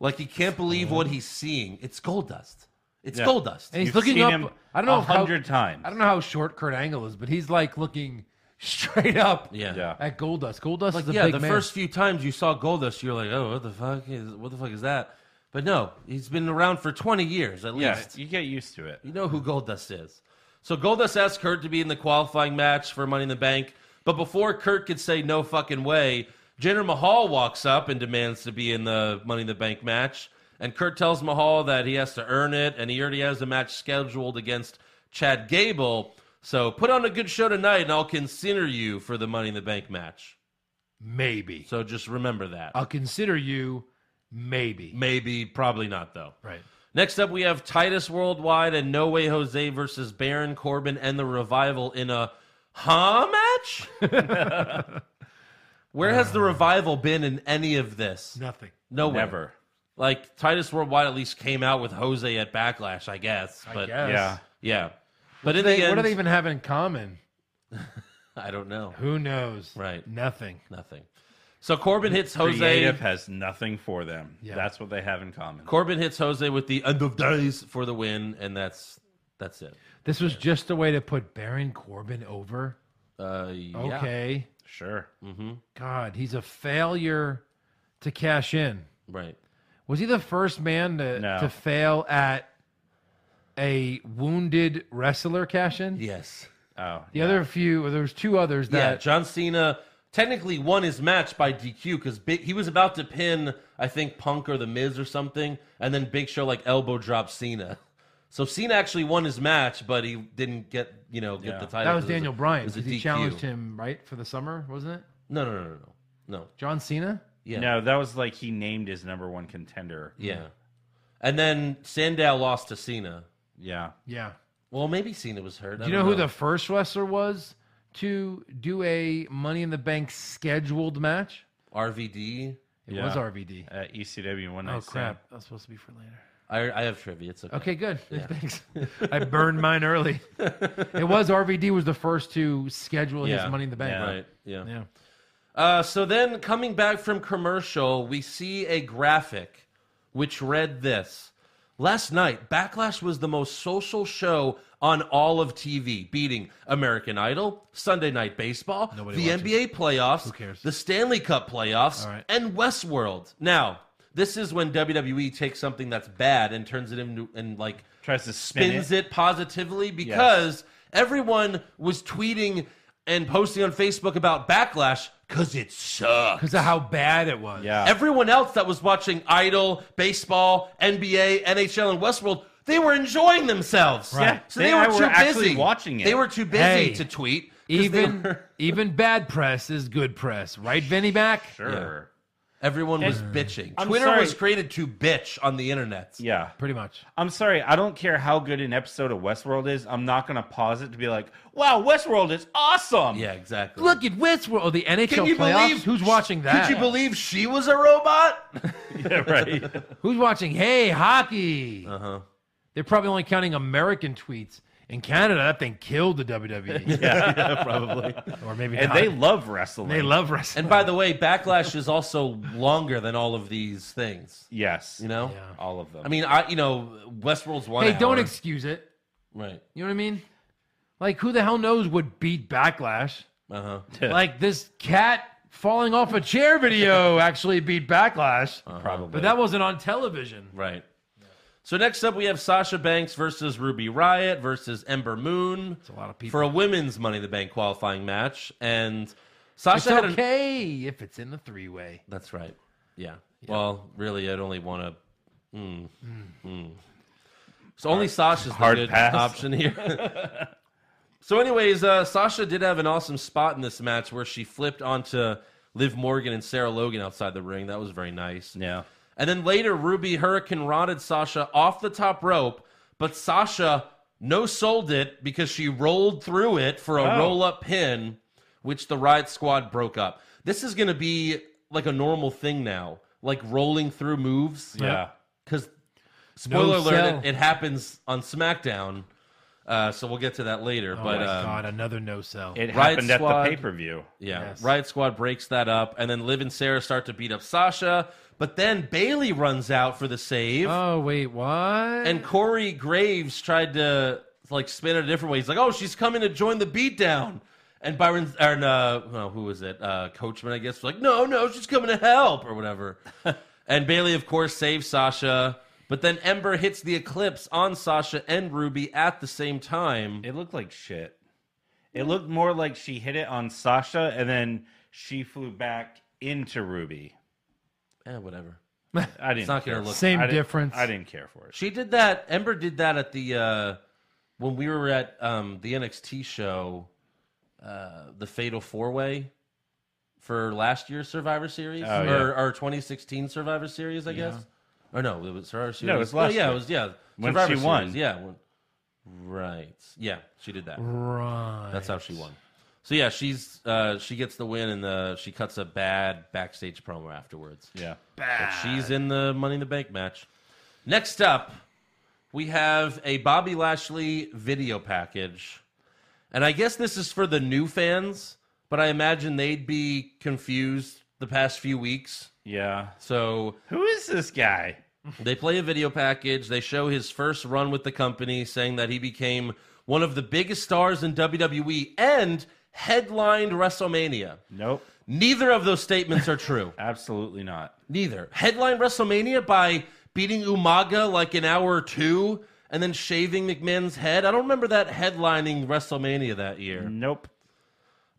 Speaker 4: like he can't believe what he's seeing. It's Goldust. It's
Speaker 6: Yeah.
Speaker 4: Goldust.
Speaker 5: And he's
Speaker 6: You've
Speaker 5: looking
Speaker 6: seen
Speaker 5: up.
Speaker 6: him
Speaker 5: I don't know
Speaker 6: a
Speaker 5: how-
Speaker 6: hundred times.
Speaker 5: I don't know how short Kurt Angle is, but he's like looking straight up
Speaker 4: yeah.
Speaker 6: Yeah.
Speaker 5: at Goldust. Goldust is a
Speaker 4: yeah,
Speaker 5: big
Speaker 4: the
Speaker 5: man.
Speaker 4: first few times you saw Goldust, you're like, oh, what the fuck is what the fuck is that? But no, he's been around for 20 years at
Speaker 6: Yeah.
Speaker 4: least.
Speaker 6: You get used to it.
Speaker 4: You know who Goldust is. So Goldust asked Kurt to be in the qualifying match for Money in the Bank, but before Kurt could say no fucking way, Jinder Mahal walks up and demands to be in the Money in the Bank match, and Kurt tells Mahal that he has to earn it, and he already has a match scheduled against Chad Gable. So put on a good show tonight, and I'll consider you for the Money in the Bank match.
Speaker 5: Maybe.
Speaker 4: So just remember that.
Speaker 5: I'll consider you maybe.
Speaker 4: Maybe, probably not though.
Speaker 5: Right.
Speaker 4: Next up, we have Titus Worldwide and No Way Jose versus Baron Corbin and the Revival in a huh match. Where has
Speaker 5: Uh.
Speaker 4: the Revival been in any of this?
Speaker 5: Nothing.
Speaker 4: Nowhere.
Speaker 6: Never.
Speaker 4: Like Titus Worldwide at least came out with Jose at Backlash, I guess. But
Speaker 5: I guess.
Speaker 6: Yeah.
Speaker 4: yeah, but in
Speaker 5: They-
Speaker 4: the end,
Speaker 5: what do they even have in common?
Speaker 4: I don't know.
Speaker 5: Who knows?
Speaker 4: Right.
Speaker 5: Nothing.
Speaker 4: Nothing. So Corbin hits Jose.
Speaker 6: Creative has nothing for them.
Speaker 5: Yeah.
Speaker 6: That's what they have in common.
Speaker 4: Corbin hits Jose with the end of days for the win, and that's that's it.
Speaker 5: This was just a way to put Baron Corbin over.
Speaker 4: Uh, yeah.
Speaker 5: Okay.
Speaker 6: sure.
Speaker 5: God, he's a failure to cash in.
Speaker 4: Right.
Speaker 5: Was he the first man to,
Speaker 6: No.
Speaker 5: to fail at a wounded wrestler cash in?
Speaker 4: Yes.
Speaker 6: Oh,
Speaker 5: The other few, well, there was two others
Speaker 4: Yeah.
Speaker 5: that
Speaker 4: John Cena technically won his match by DQ because he was about to pin, I think, Punk or The Miz or something, and then Big Show like elbow dropped Cena. So Cena actually won his match, but he didn't get you know get
Speaker 6: Yeah.
Speaker 4: the title.
Speaker 5: that was
Speaker 4: 'cause it
Speaker 5: Daniel
Speaker 4: a- it
Speaker 5: Bryan
Speaker 4: was a
Speaker 5: because he
Speaker 4: DQ.
Speaker 5: challenged him Hmm. right for the summer, wasn't it?
Speaker 4: No, no, no, no, no. No.
Speaker 5: John Cena.
Speaker 4: Yeah.
Speaker 6: No, that was like he named his number one contender.
Speaker 4: Yeah. And then Sandow lost to Cena.
Speaker 6: Yeah.
Speaker 5: Yeah.
Speaker 4: Well, maybe Cena was hurt. I
Speaker 5: Do you know,
Speaker 4: don't
Speaker 5: who the first wrestler was to do a Money in the Bank scheduled match?
Speaker 4: RVD?
Speaker 5: It
Speaker 6: Yeah.
Speaker 5: was RVD.
Speaker 6: Uh, ECW one night.
Speaker 5: Oh
Speaker 6: stand.
Speaker 5: crap! That's supposed to be for later.
Speaker 4: I, I have trivia. It's okay.
Speaker 5: Okay, good. Thanks. I burned mine early. it was RVD was the first to schedule
Speaker 4: Yeah.
Speaker 5: his Money in the Bank.
Speaker 6: Yeah.
Speaker 4: Right. Yeah.
Speaker 5: Yeah.
Speaker 4: Uh, so then, coming back from commercial, we see a graphic which read this Last night, Backlash was the most social show on all of TV, beating American Idol, Sunday Night Baseball,
Speaker 5: Nobody
Speaker 4: the
Speaker 5: watches.
Speaker 4: NBA playoffs,
Speaker 5: Who cares?
Speaker 4: the Stanley Cup playoffs,
Speaker 5: All right.
Speaker 4: and Westworld. Now, this is when WWE takes something that's bad and turns it into and like
Speaker 6: Tries to spin
Speaker 4: spins it positively because everyone was tweeting and posting on Facebook about backlash because it sucks.
Speaker 5: Because of how bad it was.
Speaker 6: Yeah.
Speaker 4: Everyone else that was watching Idol, baseball, NBA, NHL, and Westworld, they were enjoying themselves.
Speaker 5: Right. Yeah,
Speaker 4: so they,
Speaker 6: they
Speaker 4: were
Speaker 6: were
Speaker 4: too
Speaker 6: actually
Speaker 4: busy
Speaker 6: watching it.
Speaker 4: They were too busy
Speaker 5: Hey,
Speaker 4: to tweet. 'cause they
Speaker 5: Even
Speaker 4: were-
Speaker 5: even bad press is good press, right, Vinny Mac?
Speaker 6: Sure.
Speaker 4: everyone was bitching.
Speaker 6: I'm
Speaker 4: Twitter
Speaker 6: sorry.
Speaker 4: was created to bitch on the internet.
Speaker 6: Yeah.
Speaker 5: Pretty much.
Speaker 6: I'm sorry. I don't care how good an episode of Westworld is. I'm not going to pause it to be like, wow, Westworld is awesome.
Speaker 4: Yeah, exactly.
Speaker 5: Look at Westworld, oh, the NHL playoffs. Who's watching that?
Speaker 4: Could you believe she was a robot?
Speaker 6: Yeah, right.
Speaker 5: Who's watching? Hey, hockey. Uh
Speaker 4: Uh-huh.
Speaker 5: huh. They're probably only counting American tweets. In Canada, that thing killed the WWE,
Speaker 4: yeah, probably.
Speaker 5: or maybe
Speaker 6: and
Speaker 5: not.
Speaker 6: they love wrestling.
Speaker 5: they love wrestling.
Speaker 4: And by the way, Backlash is also longer than all of these things.
Speaker 6: Yes.
Speaker 4: You know,
Speaker 5: Yeah.
Speaker 6: All of them.
Speaker 4: I mean, I you know, Westworld's one.
Speaker 5: hey, don't
Speaker 4: hour.
Speaker 5: excuse it.
Speaker 4: right.
Speaker 5: You know what I mean? Like, who the hell knows would beat Backlash?
Speaker 4: Uh huh.
Speaker 5: like this cat falling off a chair video actually beat Backlash,
Speaker 4: Uh-huh.
Speaker 6: probably.
Speaker 5: but that wasn't on television.
Speaker 4: Right. So next up, we have Sasha Banks versus Ruby Riot versus Ember Moon. It's a
Speaker 5: lot of people.
Speaker 4: for a women's Money in the Bank qualifying match, and Sasha
Speaker 5: It's
Speaker 4: had an-
Speaker 5: okay if it's in the three way.
Speaker 4: That's right. Yeah. Well, really, I'd only want to. Mm. Mm. So only Sasha's the
Speaker 6: Hmm. hard
Speaker 4: good
Speaker 6: pass.
Speaker 4: option here. so, anyways, uh, Sasha did have an awesome spot in this match where she flipped onto Liv Morgan and Sarah Logan outside the ring. That was very nice.
Speaker 6: yeah.
Speaker 4: And then later, Ruby Hurricane rotted Sasha off the top rope, but Sasha no sold it because she rolled through it for a
Speaker 5: Oh.
Speaker 4: roll up pin, which the Riot Squad broke up. This is going to be like a normal thing now, like rolling through moves.
Speaker 6: Yeah.
Speaker 4: Because, spoiler
Speaker 5: No
Speaker 4: alert,
Speaker 5: sell.
Speaker 4: it, it happens on SmackDown. Uh, so we'll get to that later.
Speaker 5: Oh
Speaker 4: but
Speaker 5: my
Speaker 4: um,
Speaker 5: god, another no sell.
Speaker 6: It
Speaker 4: Riot
Speaker 6: happened
Speaker 4: Squad-
Speaker 6: at the pay per view.
Speaker 4: yeah,
Speaker 5: Yes.
Speaker 4: Riot Squad breaks that up, and then Liv and Sarah start to beat up Sasha. But then Bailey runs out for the save.
Speaker 5: oh wait, what?
Speaker 4: And Corey Graves tried to like spin it a different way. He's like, "Oh, she's coming to join the beatdown." And Byron and uh, well, who was it? Uh, Coachman, I guess. Was like, "No, no, she's coming to help" or whatever. and Bailey, of course, saves Sasha. But then Ember hits the eclipse on Sasha and Ruby at the same time.
Speaker 6: It looked like shit. It looked more like she hit it on Sasha and then she flew back into Ruby.
Speaker 4: Eh, whatever.
Speaker 6: I didn't.
Speaker 4: It's not gonna
Speaker 6: care.
Speaker 4: look.
Speaker 5: Same
Speaker 6: I didn't-
Speaker 5: difference.
Speaker 6: I didn't care for it.
Speaker 4: She did that. Ember did that at the uh, when we were at um, the NXT show, uh, the Fatal Four Way for last year's Survivor Series
Speaker 6: Oh,
Speaker 4: or
Speaker 6: yeah.
Speaker 4: our 2016 Survivor Series, I guess. Or no, it was her. She
Speaker 6: No, it
Speaker 4: was,
Speaker 6: was last
Speaker 4: oh, yeah, it
Speaker 6: year.
Speaker 4: was yeah.
Speaker 6: When
Speaker 4: Survivor
Speaker 6: she
Speaker 4: Series,
Speaker 6: won.
Speaker 4: yeah. when- right. Yeah, she did that.
Speaker 5: Right.
Speaker 4: That's how she won. So yeah, she's uh, she gets the win and the she cuts a bad backstage promo afterwards.
Speaker 6: Yeah.
Speaker 4: But she's in the Money in the Bank match. Next up, we have a Bobby Lashley video package. And I guess this is for the new fans, but I imagine they'd be confused the past few weeks.
Speaker 6: Yeah.
Speaker 4: So
Speaker 6: Who is this guy?
Speaker 4: they play a video package. They show his first run with the company, saying that he became one of the biggest stars in WWE and headlined WrestleMania.
Speaker 6: Nope.
Speaker 4: Neither of those statements are true.
Speaker 6: Absolutely not.
Speaker 4: Neither. Headline WrestleMania by beating Umaga like an hour or two and then shaving McMahon's head. I don't remember that headlining WrestleMania that year.
Speaker 6: Nope.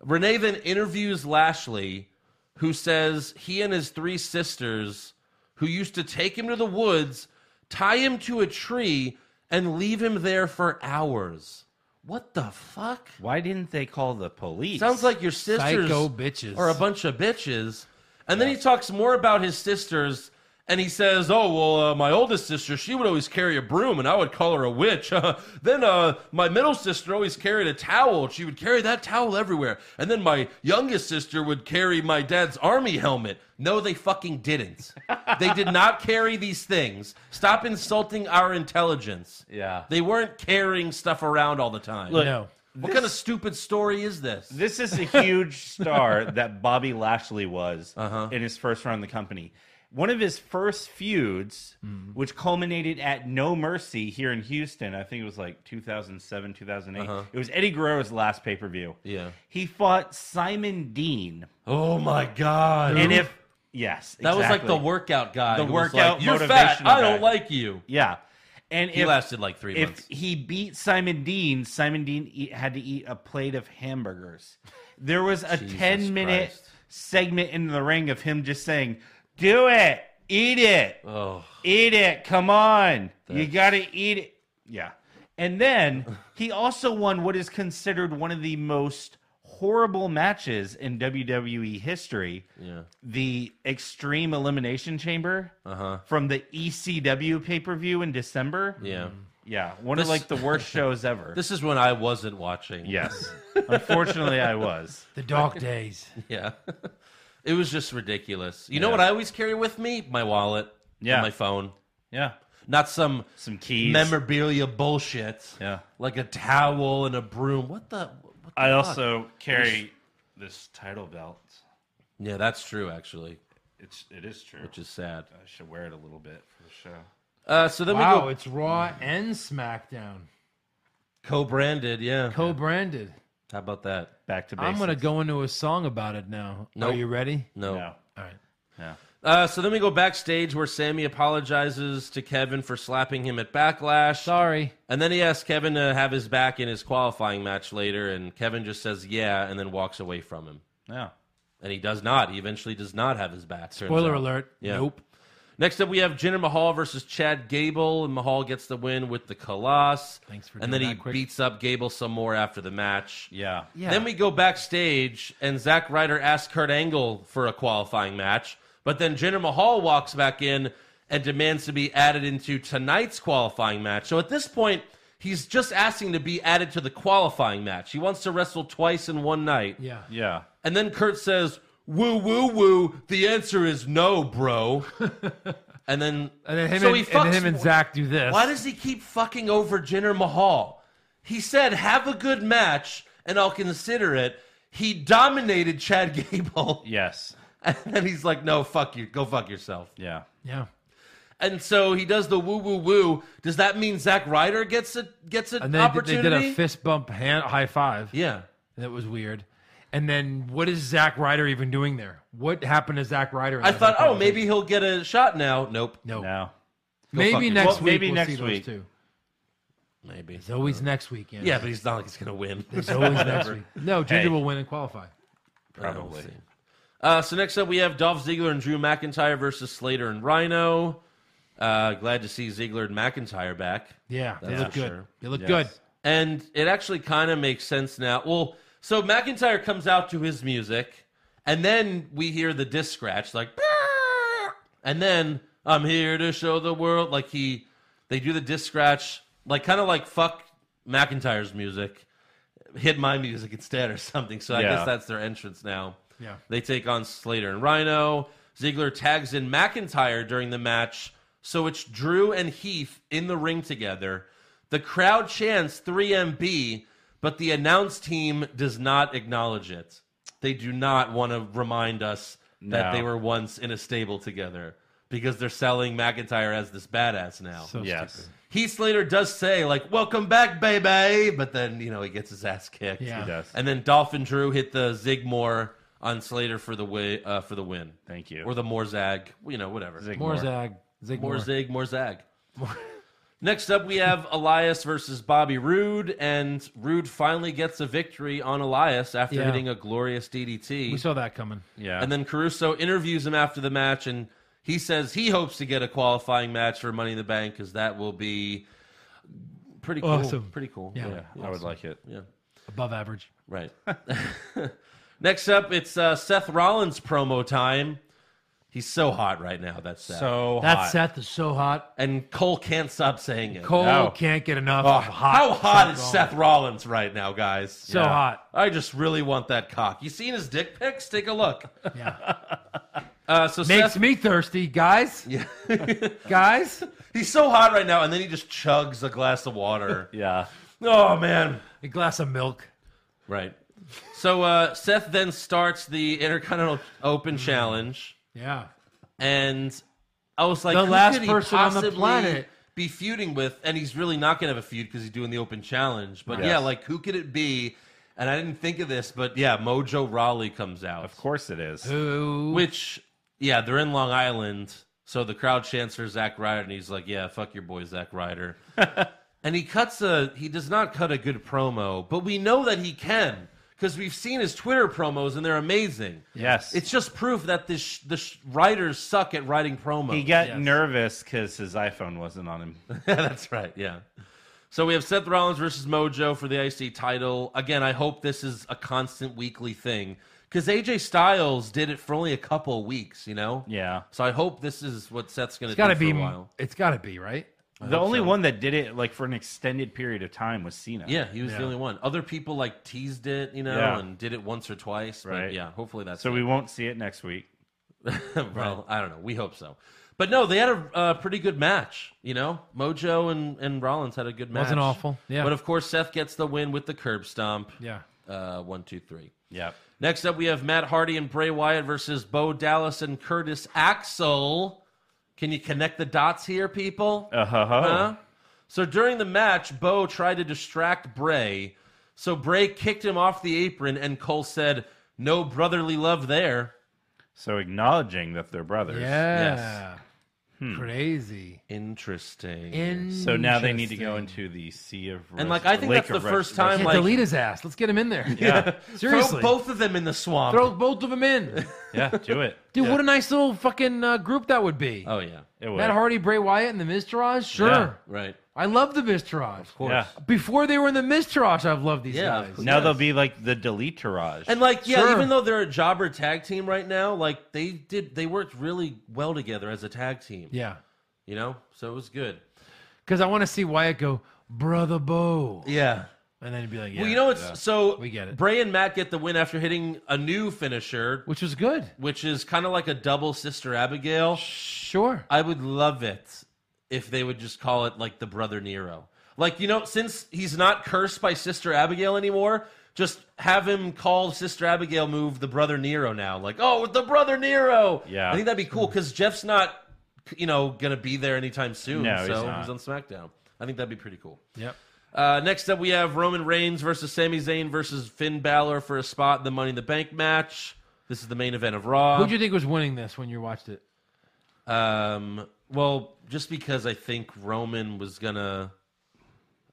Speaker 4: Renee then interviews Lashley, who says he and his three sisters, who used to take him to the woods, tie him to a tree, and leave him there for hours. What the fuck?
Speaker 6: Why didn't they call the police?
Speaker 4: Sounds like your sisters
Speaker 5: Psycho bitches.
Speaker 4: are a bunch of bitches. And then he talks more about his sisters, and he says, "Oh well, uh, my oldest sister, she would always carry a broom, and I would call her a witch. then uh, my middle sister always carried a towel; she would carry that towel everywhere. And then my youngest sister would carry my dad's army helmet. No, they fucking didn't. they did not carry these things. Stop insulting our intelligence.
Speaker 6: Yeah.
Speaker 4: they weren't carrying stuff around all the time.
Speaker 6: Look,
Speaker 5: No.
Speaker 4: what kind of stupid story is this?
Speaker 6: This is a huge star that Bobby Lashley was
Speaker 4: Uh-huh.
Speaker 6: in his first run in the company. One of his first feuds,
Speaker 4: Mm-hmm.
Speaker 6: which culminated at No Mercy here in Houston, I think it was like 2007, 2008. It was Eddie Guerrero's last pay per view.
Speaker 4: Uh-huh. Yeah.
Speaker 6: He fought Simon Dean.
Speaker 4: Oh my god!
Speaker 6: And if, yes.
Speaker 4: that was like the
Speaker 6: exactly.
Speaker 4: workout guy,
Speaker 6: The
Speaker 4: who was
Speaker 6: workout
Speaker 4: like, You're fat. I
Speaker 6: motivational
Speaker 4: don't
Speaker 6: guy."
Speaker 4: like you.
Speaker 6: Yeah. And
Speaker 4: He
Speaker 6: if,
Speaker 4: lasted like three
Speaker 6: if
Speaker 4: months.
Speaker 6: he beat Simon Dean, Simon Dean eat, had to eat a plate of hamburgers. There was a
Speaker 4: Jesus
Speaker 6: 10 minute
Speaker 4: Christ.
Speaker 6: segment in the ring of him just saying, Do it, eat it,
Speaker 4: Oh,
Speaker 6: eat it, come on, you gotta eat it. Yeah. And then he also won what is considered one of the most horrible matches in WWE history
Speaker 4: yeah.
Speaker 6: the Extreme Elimination Chamber
Speaker 4: Uh-huh.
Speaker 6: from the E ECW pay per view in December.
Speaker 4: Yeah.
Speaker 6: Yeah, one
Speaker 4: This-
Speaker 6: of like the worst shows ever.
Speaker 4: This is when I wasn't watching.
Speaker 6: yes, unfortunately, I was.
Speaker 5: the dog days.
Speaker 4: Yeah. it was just ridiculous. You know what I always carry with me? My wallet. and
Speaker 6: Yeah.
Speaker 4: my phone.
Speaker 6: Yeah,
Speaker 4: Not some
Speaker 6: some keys.
Speaker 4: memorabilia bullshit.
Speaker 6: Yeah.
Speaker 4: Like a towel and a broom. What the? What the
Speaker 6: I
Speaker 4: fuck?
Speaker 6: also carry this title belt.
Speaker 4: Yeah, that's true. Actually,
Speaker 6: It's it is true.
Speaker 4: which is sad.
Speaker 6: I should wear it a little bit for the show.
Speaker 4: Uh, so then we
Speaker 5: Wow,
Speaker 4: go
Speaker 5: it's Raw and SmackDown
Speaker 4: co-branded. Yeah.
Speaker 5: co-branded.
Speaker 4: How about that?
Speaker 6: Back to basics.
Speaker 5: I'm gonna go into a song about it now.
Speaker 4: Nope.
Speaker 5: Are you ready?
Speaker 6: No.
Speaker 5: All right.
Speaker 4: Uh, so then we go backstage where Sammy apologizes to Kevin for slapping him at Backlash.
Speaker 5: Sorry.
Speaker 4: And then he asks Kevin to have his back in his qualifying match later, and Kevin just says yeah and then walks away from him.
Speaker 6: No.
Speaker 4: And he does not. He eventually does not have his back. turns
Speaker 5: Spoiler
Speaker 4: out.
Speaker 5: alert.
Speaker 4: Yeah.
Speaker 5: Nope.
Speaker 4: Next up, we have Jinder Mahal versus Chad Gable, and Mahal gets the win with the Colossus.
Speaker 5: Thanks for
Speaker 4: And
Speaker 5: doing
Speaker 4: then he
Speaker 5: that quick.
Speaker 4: beats up Gable some more after the match.
Speaker 6: Yeah.
Speaker 5: Yeah.
Speaker 4: Then we go backstage, and Zack Ryder asks Kurt Angle for a qualifying match, but then Jinder Mahal walks back in and demands to be added into tonight's qualifying match. So at this point, he's just asking to be added to the qualifying match. He wants to wrestle twice in one night.
Speaker 5: Yeah.
Speaker 6: Yeah.
Speaker 4: And then Kurt says, "Woo, woo, woo." The answer is no, bro. and then,
Speaker 5: And then him,
Speaker 4: so
Speaker 5: and,
Speaker 4: he
Speaker 5: and then
Speaker 4: fucks
Speaker 5: him and Zach do this.
Speaker 4: why does he keep fucking over Jinder Mahal? He said, "Have a good match, and I'll consider it." He dominated Chad Gable,
Speaker 6: Yes.
Speaker 4: and then he's like, "No, fuck you, go fuck yourself."
Speaker 6: Yeah.
Speaker 5: yeah.
Speaker 4: And so he does the woo woo woo. Does that mean Zack Ryder gets a gets an
Speaker 5: And then they did-
Speaker 4: opportunity?
Speaker 5: they did a fist bump hand, high five.
Speaker 4: yeah,
Speaker 5: That was weird. And then what is Zack Ryder even doing there? What happened to Zack Ryder? in
Speaker 4: I
Speaker 5: that
Speaker 4: thought,
Speaker 5: whole
Speaker 4: oh, maybe he'll get a shot now. Nope,
Speaker 5: No.
Speaker 6: No.
Speaker 4: fuck
Speaker 5: Maybe
Speaker 4: yourself.
Speaker 5: next
Speaker 6: Well,
Speaker 5: week.
Speaker 6: maybe
Speaker 5: we'll
Speaker 6: next
Speaker 5: see those
Speaker 6: week.
Speaker 5: two.
Speaker 4: maybe.
Speaker 5: It's always next week. Yeah.
Speaker 4: Yeah, but he's not like he's gonna win.
Speaker 5: It's always next week. No, Ginger
Speaker 6: Hey.
Speaker 5: will win and qualify.
Speaker 4: Probably. Uh, so next up, we have Dolph Ziggler and Drew McIntyre versus Slater and Rhino. Uh, glad to see Ziggler and McIntyre back.
Speaker 5: Yeah, they
Speaker 4: That's
Speaker 5: look
Speaker 4: for
Speaker 5: good.
Speaker 4: sure.
Speaker 5: They look
Speaker 6: Yes.
Speaker 5: good.
Speaker 4: And it actually kind of makes sense now. Well, so McIntyre comes out to his music, and then we hear the disc scratch, like, "Brrr!" and then I'm here to show the world. Like he, they do the disc scratch, like kind of like fuck McIntyre's music, hit my music instead or something. So I
Speaker 6: Yeah.
Speaker 4: guess that's their entrance now.
Speaker 5: Yeah.
Speaker 4: They take on Slater and Rhino. Ziggler tags in McIntyre during the match, so it's Drew and Heath in the ring together. The crowd chants 3MB, but the announce team does not acknowledge it. They do not want to remind us that
Speaker 6: No.
Speaker 4: they were once in a stable together because they're selling McIntyre as this badass now.
Speaker 5: So
Speaker 6: Yes.
Speaker 4: Heath Slater does say like "Welcome back, baby," but then you know he gets his ass kicked.
Speaker 5: Yeah. He
Speaker 6: does.
Speaker 4: And then Dolphin Drew hit the Zigmore on Slater for the way uh, for the win.
Speaker 6: Thank you.
Speaker 4: Or the Morzag, you know, whatever.
Speaker 6: Zig
Speaker 5: More
Speaker 6: Moore.
Speaker 5: Zag. Zig
Speaker 4: More
Speaker 5: More.
Speaker 4: zig, more zag. Next up, we have Elias versus Bobby Roode, and Roode finally gets a victory on Elias after
Speaker 5: Yeah.
Speaker 4: hitting a glorious DDT.
Speaker 5: We saw that coming.
Speaker 6: Yeah.
Speaker 4: And then Caruso interviews him after the match, and he says he hopes to get a qualifying match for Money in the Bank because that will be pretty cool.
Speaker 5: Awesome.
Speaker 4: Pretty cool.
Speaker 5: Yeah.
Speaker 4: yeah.
Speaker 6: I would like it.
Speaker 4: yeah.
Speaker 5: Above average.
Speaker 4: Right. Next up, it's uh, Seth Rollins promo time. He's so hot right now. That's Seth.
Speaker 6: So
Speaker 5: That
Speaker 6: hot.
Speaker 5: Seth is so hot.
Speaker 4: and Cole can't stop saying it.
Speaker 5: Cole
Speaker 6: No.
Speaker 5: can't get enough.
Speaker 4: Oh,
Speaker 5: of hot
Speaker 4: how hot is
Speaker 5: Rollins.
Speaker 4: Seth Rollins right now, guys?
Speaker 5: So
Speaker 6: Yeah.
Speaker 5: hot.
Speaker 4: I just really want that cock. You seen his dick pics? Take a look.
Speaker 5: Yeah.
Speaker 4: Uh, so
Speaker 5: Makes
Speaker 4: Seth,
Speaker 5: me thirsty, guys. Yeah. guys.
Speaker 4: he's so hot right now, and then he just chugs a glass of water.
Speaker 6: yeah.
Speaker 4: oh man,
Speaker 5: A glass of milk.
Speaker 4: right. So uh, Seth then starts the Intercontinental
Speaker 5: Mm.
Speaker 4: Open challenge,
Speaker 5: Yeah.
Speaker 4: and I was like,
Speaker 5: The
Speaker 4: who
Speaker 5: last
Speaker 4: could he
Speaker 5: person on the
Speaker 4: possibly
Speaker 5: planet.
Speaker 4: be feuding with, and he's really not gonna have a feud because he's doing the Open challenge. But
Speaker 6: Yes.
Speaker 4: yeah, like who could it be? And I didn't think of this, but yeah, Mojo Raleigh comes out.
Speaker 6: Of course it is.
Speaker 5: Ooh.
Speaker 4: Which, yeah, they're in Long Island, so the crowd chants for Zack Ryder, and he's like, "Yeah, fuck your boy, Zack Ryder." and he cuts a. He does not cut a good promo, but we know that he can because we've seen his Twitter promos, and they're amazing.
Speaker 6: Yes.
Speaker 4: It's just proof that this sh- the sh- writers suck at writing promos.
Speaker 6: he got
Speaker 5: Yes.
Speaker 6: nervous because his iPhone wasn't on him.
Speaker 4: That's right. Yeah. So we have Seth Rollins versus Mojo for the IC title. Again, I hope this is a constant weekly thing because AJ Styles did it for only a couple of weeks. You know.
Speaker 6: Yeah.
Speaker 4: So I hope this is what Seth's going to
Speaker 5: It's gotta
Speaker 4: do
Speaker 5: be.
Speaker 4: for a while.
Speaker 5: It's gotta be right.
Speaker 6: the only
Speaker 4: so.
Speaker 6: one that did it like for an extended period of time was Cena.
Speaker 4: Yeah, he was
Speaker 5: Yeah.
Speaker 4: the only one. Other people like teased it, you know,
Speaker 6: Yeah.
Speaker 4: and did it once or twice.
Speaker 6: Right.
Speaker 4: But yeah, hopefully that's
Speaker 6: So we won't see it next week.
Speaker 4: well. I don't know. We hope so. But no, they had a uh, pretty good match. You know, Mojo and, and Rollins had a good match.
Speaker 5: Wasn't awful. Yeah.
Speaker 4: But of course, Seth gets the win with the curb stomp.
Speaker 5: Yeah.
Speaker 4: Uh, one, two, three.
Speaker 6: Yep.
Speaker 4: Next up, we have Matt Hardy and Bray Wyatt versus Bo Dallas and Curtis Axel. Can you connect the dots here, people?
Speaker 6: Uh huh.
Speaker 4: Huh? So during the match, Bo tried to distract Bray. So Bray kicked him off the apron, and Cole said, No brotherly love there.
Speaker 6: So acknowledging that they're brothers.
Speaker 5: Yeah. Crazy.
Speaker 4: Interesting.
Speaker 6: So now they need to go
Speaker 5: Interesting.
Speaker 6: into the sea of
Speaker 4: And, like, I think that's the first time,
Speaker 5: Yeah,
Speaker 4: like-
Speaker 5: delete his ass. Let's get him in there.
Speaker 6: yeah,
Speaker 5: Seriously.
Speaker 4: Throw both of them in the swamp.
Speaker 5: Throw both of them in.
Speaker 6: yeah, do it.
Speaker 5: Dude, what a nice little fucking uh, group that would be.
Speaker 4: oh, yeah.
Speaker 6: It would.
Speaker 5: Matt Hardy, Bray Wyatt, and the Miztourage? Sure.
Speaker 6: Yeah.
Speaker 4: Right.
Speaker 5: I love the Miztourage. Of
Speaker 4: course.
Speaker 6: Yeah.
Speaker 5: Before they were in the Miztourage, I've loved these
Speaker 4: Yeah, of
Speaker 5: guys.
Speaker 4: course.
Speaker 6: Now
Speaker 4: Yes.
Speaker 6: they'll be like the delete tirage.
Speaker 4: And like, yeah,
Speaker 5: Sure.
Speaker 4: even though they're a jobber tag team right now, like they did, they worked really well together as a tag team.
Speaker 5: Yeah.
Speaker 4: You know, so it was good.
Speaker 5: Because I want to see Wyatt go, Brother Bo.
Speaker 4: Yeah.
Speaker 5: And then he'd be like, yeah.
Speaker 4: Well, you know, it's so
Speaker 5: We get it.
Speaker 4: Bray and Matt get the win after hitting a new finisher,
Speaker 5: Which was good.
Speaker 4: which is kind of like a double Sister Abigail.
Speaker 5: Sure.
Speaker 4: I would love it if they would just call it like the brother Nero. Like, you know, since he's not cursed by Sister Abigail anymore, just have him call Sister Abigail move the brother Nero now. Like, oh, the brother Nero.
Speaker 6: Yeah.
Speaker 4: I think that'd be cool because Jeff's not, you know, going to be there anytime soon.
Speaker 6: No, he's
Speaker 4: so
Speaker 6: not.
Speaker 4: he's on SmackDown. I think that'd be pretty cool.
Speaker 5: Yep.
Speaker 4: Uh, next up, we have Roman Reigns versus Sami Zayn versus Finn Balor for a spot in the Money in the Bank match. This is the main event of Raw.
Speaker 5: Who'd you think was winning this when you watched it?
Speaker 4: Um, well, just because I think Roman was gonna,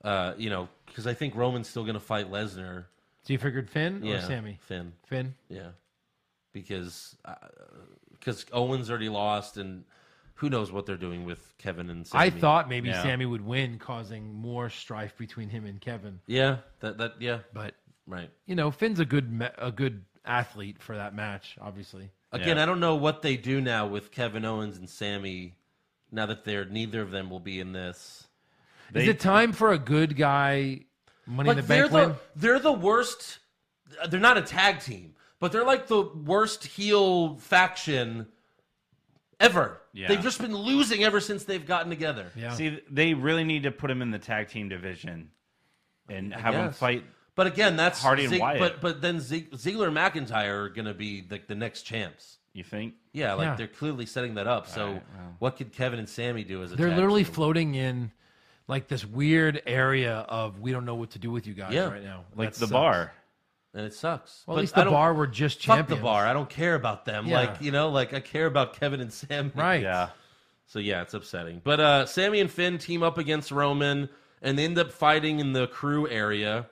Speaker 4: uh, you know, because I think Roman's still gonna fight Lesnar.
Speaker 5: So you figured Finn
Speaker 4: Yeah,
Speaker 5: or Sammy?
Speaker 4: Finn.
Speaker 5: Finn.
Speaker 4: Yeah, because because Owens already lost, and who knows what they're doing with Kevin and Sammy.
Speaker 5: I thought maybe
Speaker 6: Yeah.
Speaker 5: Sammy would win, causing more strife between him and Kevin.
Speaker 4: yeah, that that yeah,
Speaker 5: But
Speaker 4: right.
Speaker 5: you know, Finn's a good ma- a good athlete for that match, obviously.
Speaker 4: Again,
Speaker 6: Yeah.
Speaker 4: I don't know what they do now with Kevin Owens and Sammy Now that they're neither of them will be in this.
Speaker 5: Is it time for a good guy Money in
Speaker 4: Like,
Speaker 5: the
Speaker 4: they're
Speaker 5: Bank win?
Speaker 4: the they're the worst. They're not a tag team, but they're like the worst heel faction ever.
Speaker 6: Yeah.
Speaker 4: They've just been losing ever since they've gotten together.
Speaker 5: Yeah.
Speaker 6: See, they really need to put him in the tag team division and have him
Speaker 4: guess.
Speaker 6: fight.
Speaker 4: But again, that's
Speaker 6: Hardy and
Speaker 4: Zig-
Speaker 6: Wyatt.
Speaker 4: But but then Zig- Ziggler and McIntyre are going to be like the next champs.
Speaker 6: You think?
Speaker 4: Yeah, like
Speaker 5: Yeah.
Speaker 4: they're clearly setting that up. So what could Kevin and Sammy do as a?
Speaker 5: They're
Speaker 4: tag
Speaker 5: literally
Speaker 4: team?
Speaker 5: floating in like this weird area of we don't know what to do with you guys
Speaker 4: Yeah.
Speaker 5: right now.
Speaker 6: Like
Speaker 5: That
Speaker 6: the
Speaker 5: sucks.
Speaker 6: bar.
Speaker 4: and it sucks.
Speaker 5: Well,
Speaker 4: But
Speaker 5: at least
Speaker 4: I
Speaker 5: the
Speaker 4: don't-
Speaker 5: bar were just
Speaker 4: Fuck
Speaker 5: champions.
Speaker 4: the bar. I don't care about them.
Speaker 5: Yeah.
Speaker 4: Like you know, like I care about Kevin and Sammy.
Speaker 5: Right.
Speaker 6: Yeah.
Speaker 4: So yeah, it's upsetting. But uh, Sammy and Finn team up against Roman and they end up fighting in the crew area.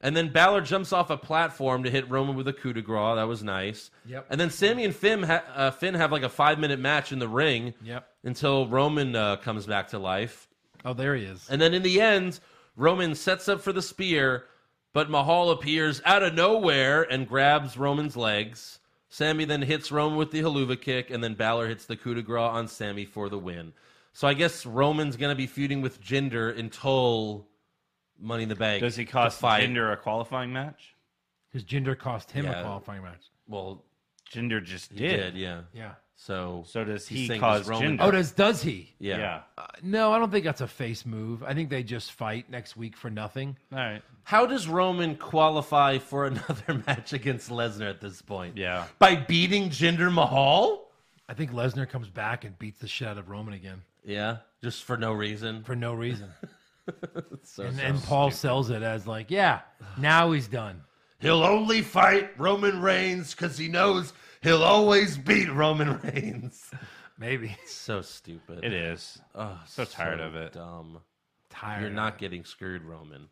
Speaker 4: And then Balor jumps off a platform to hit Roman with a coup de grace. That was nice.
Speaker 5: Yep.
Speaker 4: And then Sammy and Finn, ha- uh, Finn have like a five minute match in the ring.
Speaker 5: Yep.
Speaker 4: Until Roman uh, comes back to life.
Speaker 5: Oh, there he is.
Speaker 4: And then in the end, Roman sets up for the spear, but Mahal appears out of nowhere and grabs Roman's legs. Sammy then hits Roman with the haluva kick, and then Balor hits the coup de grace on Sammy for the win. So I guess Roman's going to be feuding with Jinder until Money in the Bank.
Speaker 6: Does he
Speaker 4: to
Speaker 6: cost
Speaker 4: fight.
Speaker 6: Jinder a qualifying match?
Speaker 5: Because Jinder cost him
Speaker 4: Yeah.
Speaker 5: a qualifying match.
Speaker 4: Well,
Speaker 6: Jinder just
Speaker 4: he
Speaker 6: did.
Speaker 4: did, yeah.
Speaker 5: Yeah.
Speaker 4: So,
Speaker 6: So does
Speaker 4: he's
Speaker 6: he
Speaker 4: saying,
Speaker 6: cause
Speaker 4: Roman-
Speaker 6: Jinder?
Speaker 5: Oh, does does he?
Speaker 4: Yeah.
Speaker 6: yeah.
Speaker 5: No, I don't think that's a face move. I think they just fight next week for nothing.
Speaker 6: All right.
Speaker 4: How does Roman qualify for another match against Lesnar at this point?
Speaker 6: Yeah.
Speaker 4: By beating Jinder Mahal?
Speaker 5: I think Lesnar comes back and beats the shit out of Roman again
Speaker 4: Yeah, just for no reason.
Speaker 5: for no reason.
Speaker 4: So
Speaker 5: and, and Paul sells it as like, yeah, now he's done.
Speaker 4: He'll only fight Roman Reigns because he knows he'll always beat Roman Reigns.
Speaker 5: Maybe
Speaker 4: So stupid.
Speaker 6: It is.
Speaker 4: Oh,
Speaker 6: So tired of it.
Speaker 4: Dumb.
Speaker 5: tired.
Speaker 4: You're not getting screwed, Roman.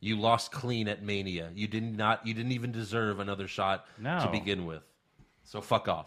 Speaker 4: You lost clean at Mania. You did not. You didn't even deserve another shot to
Speaker 6: No.
Speaker 4: begin with. So fuck off.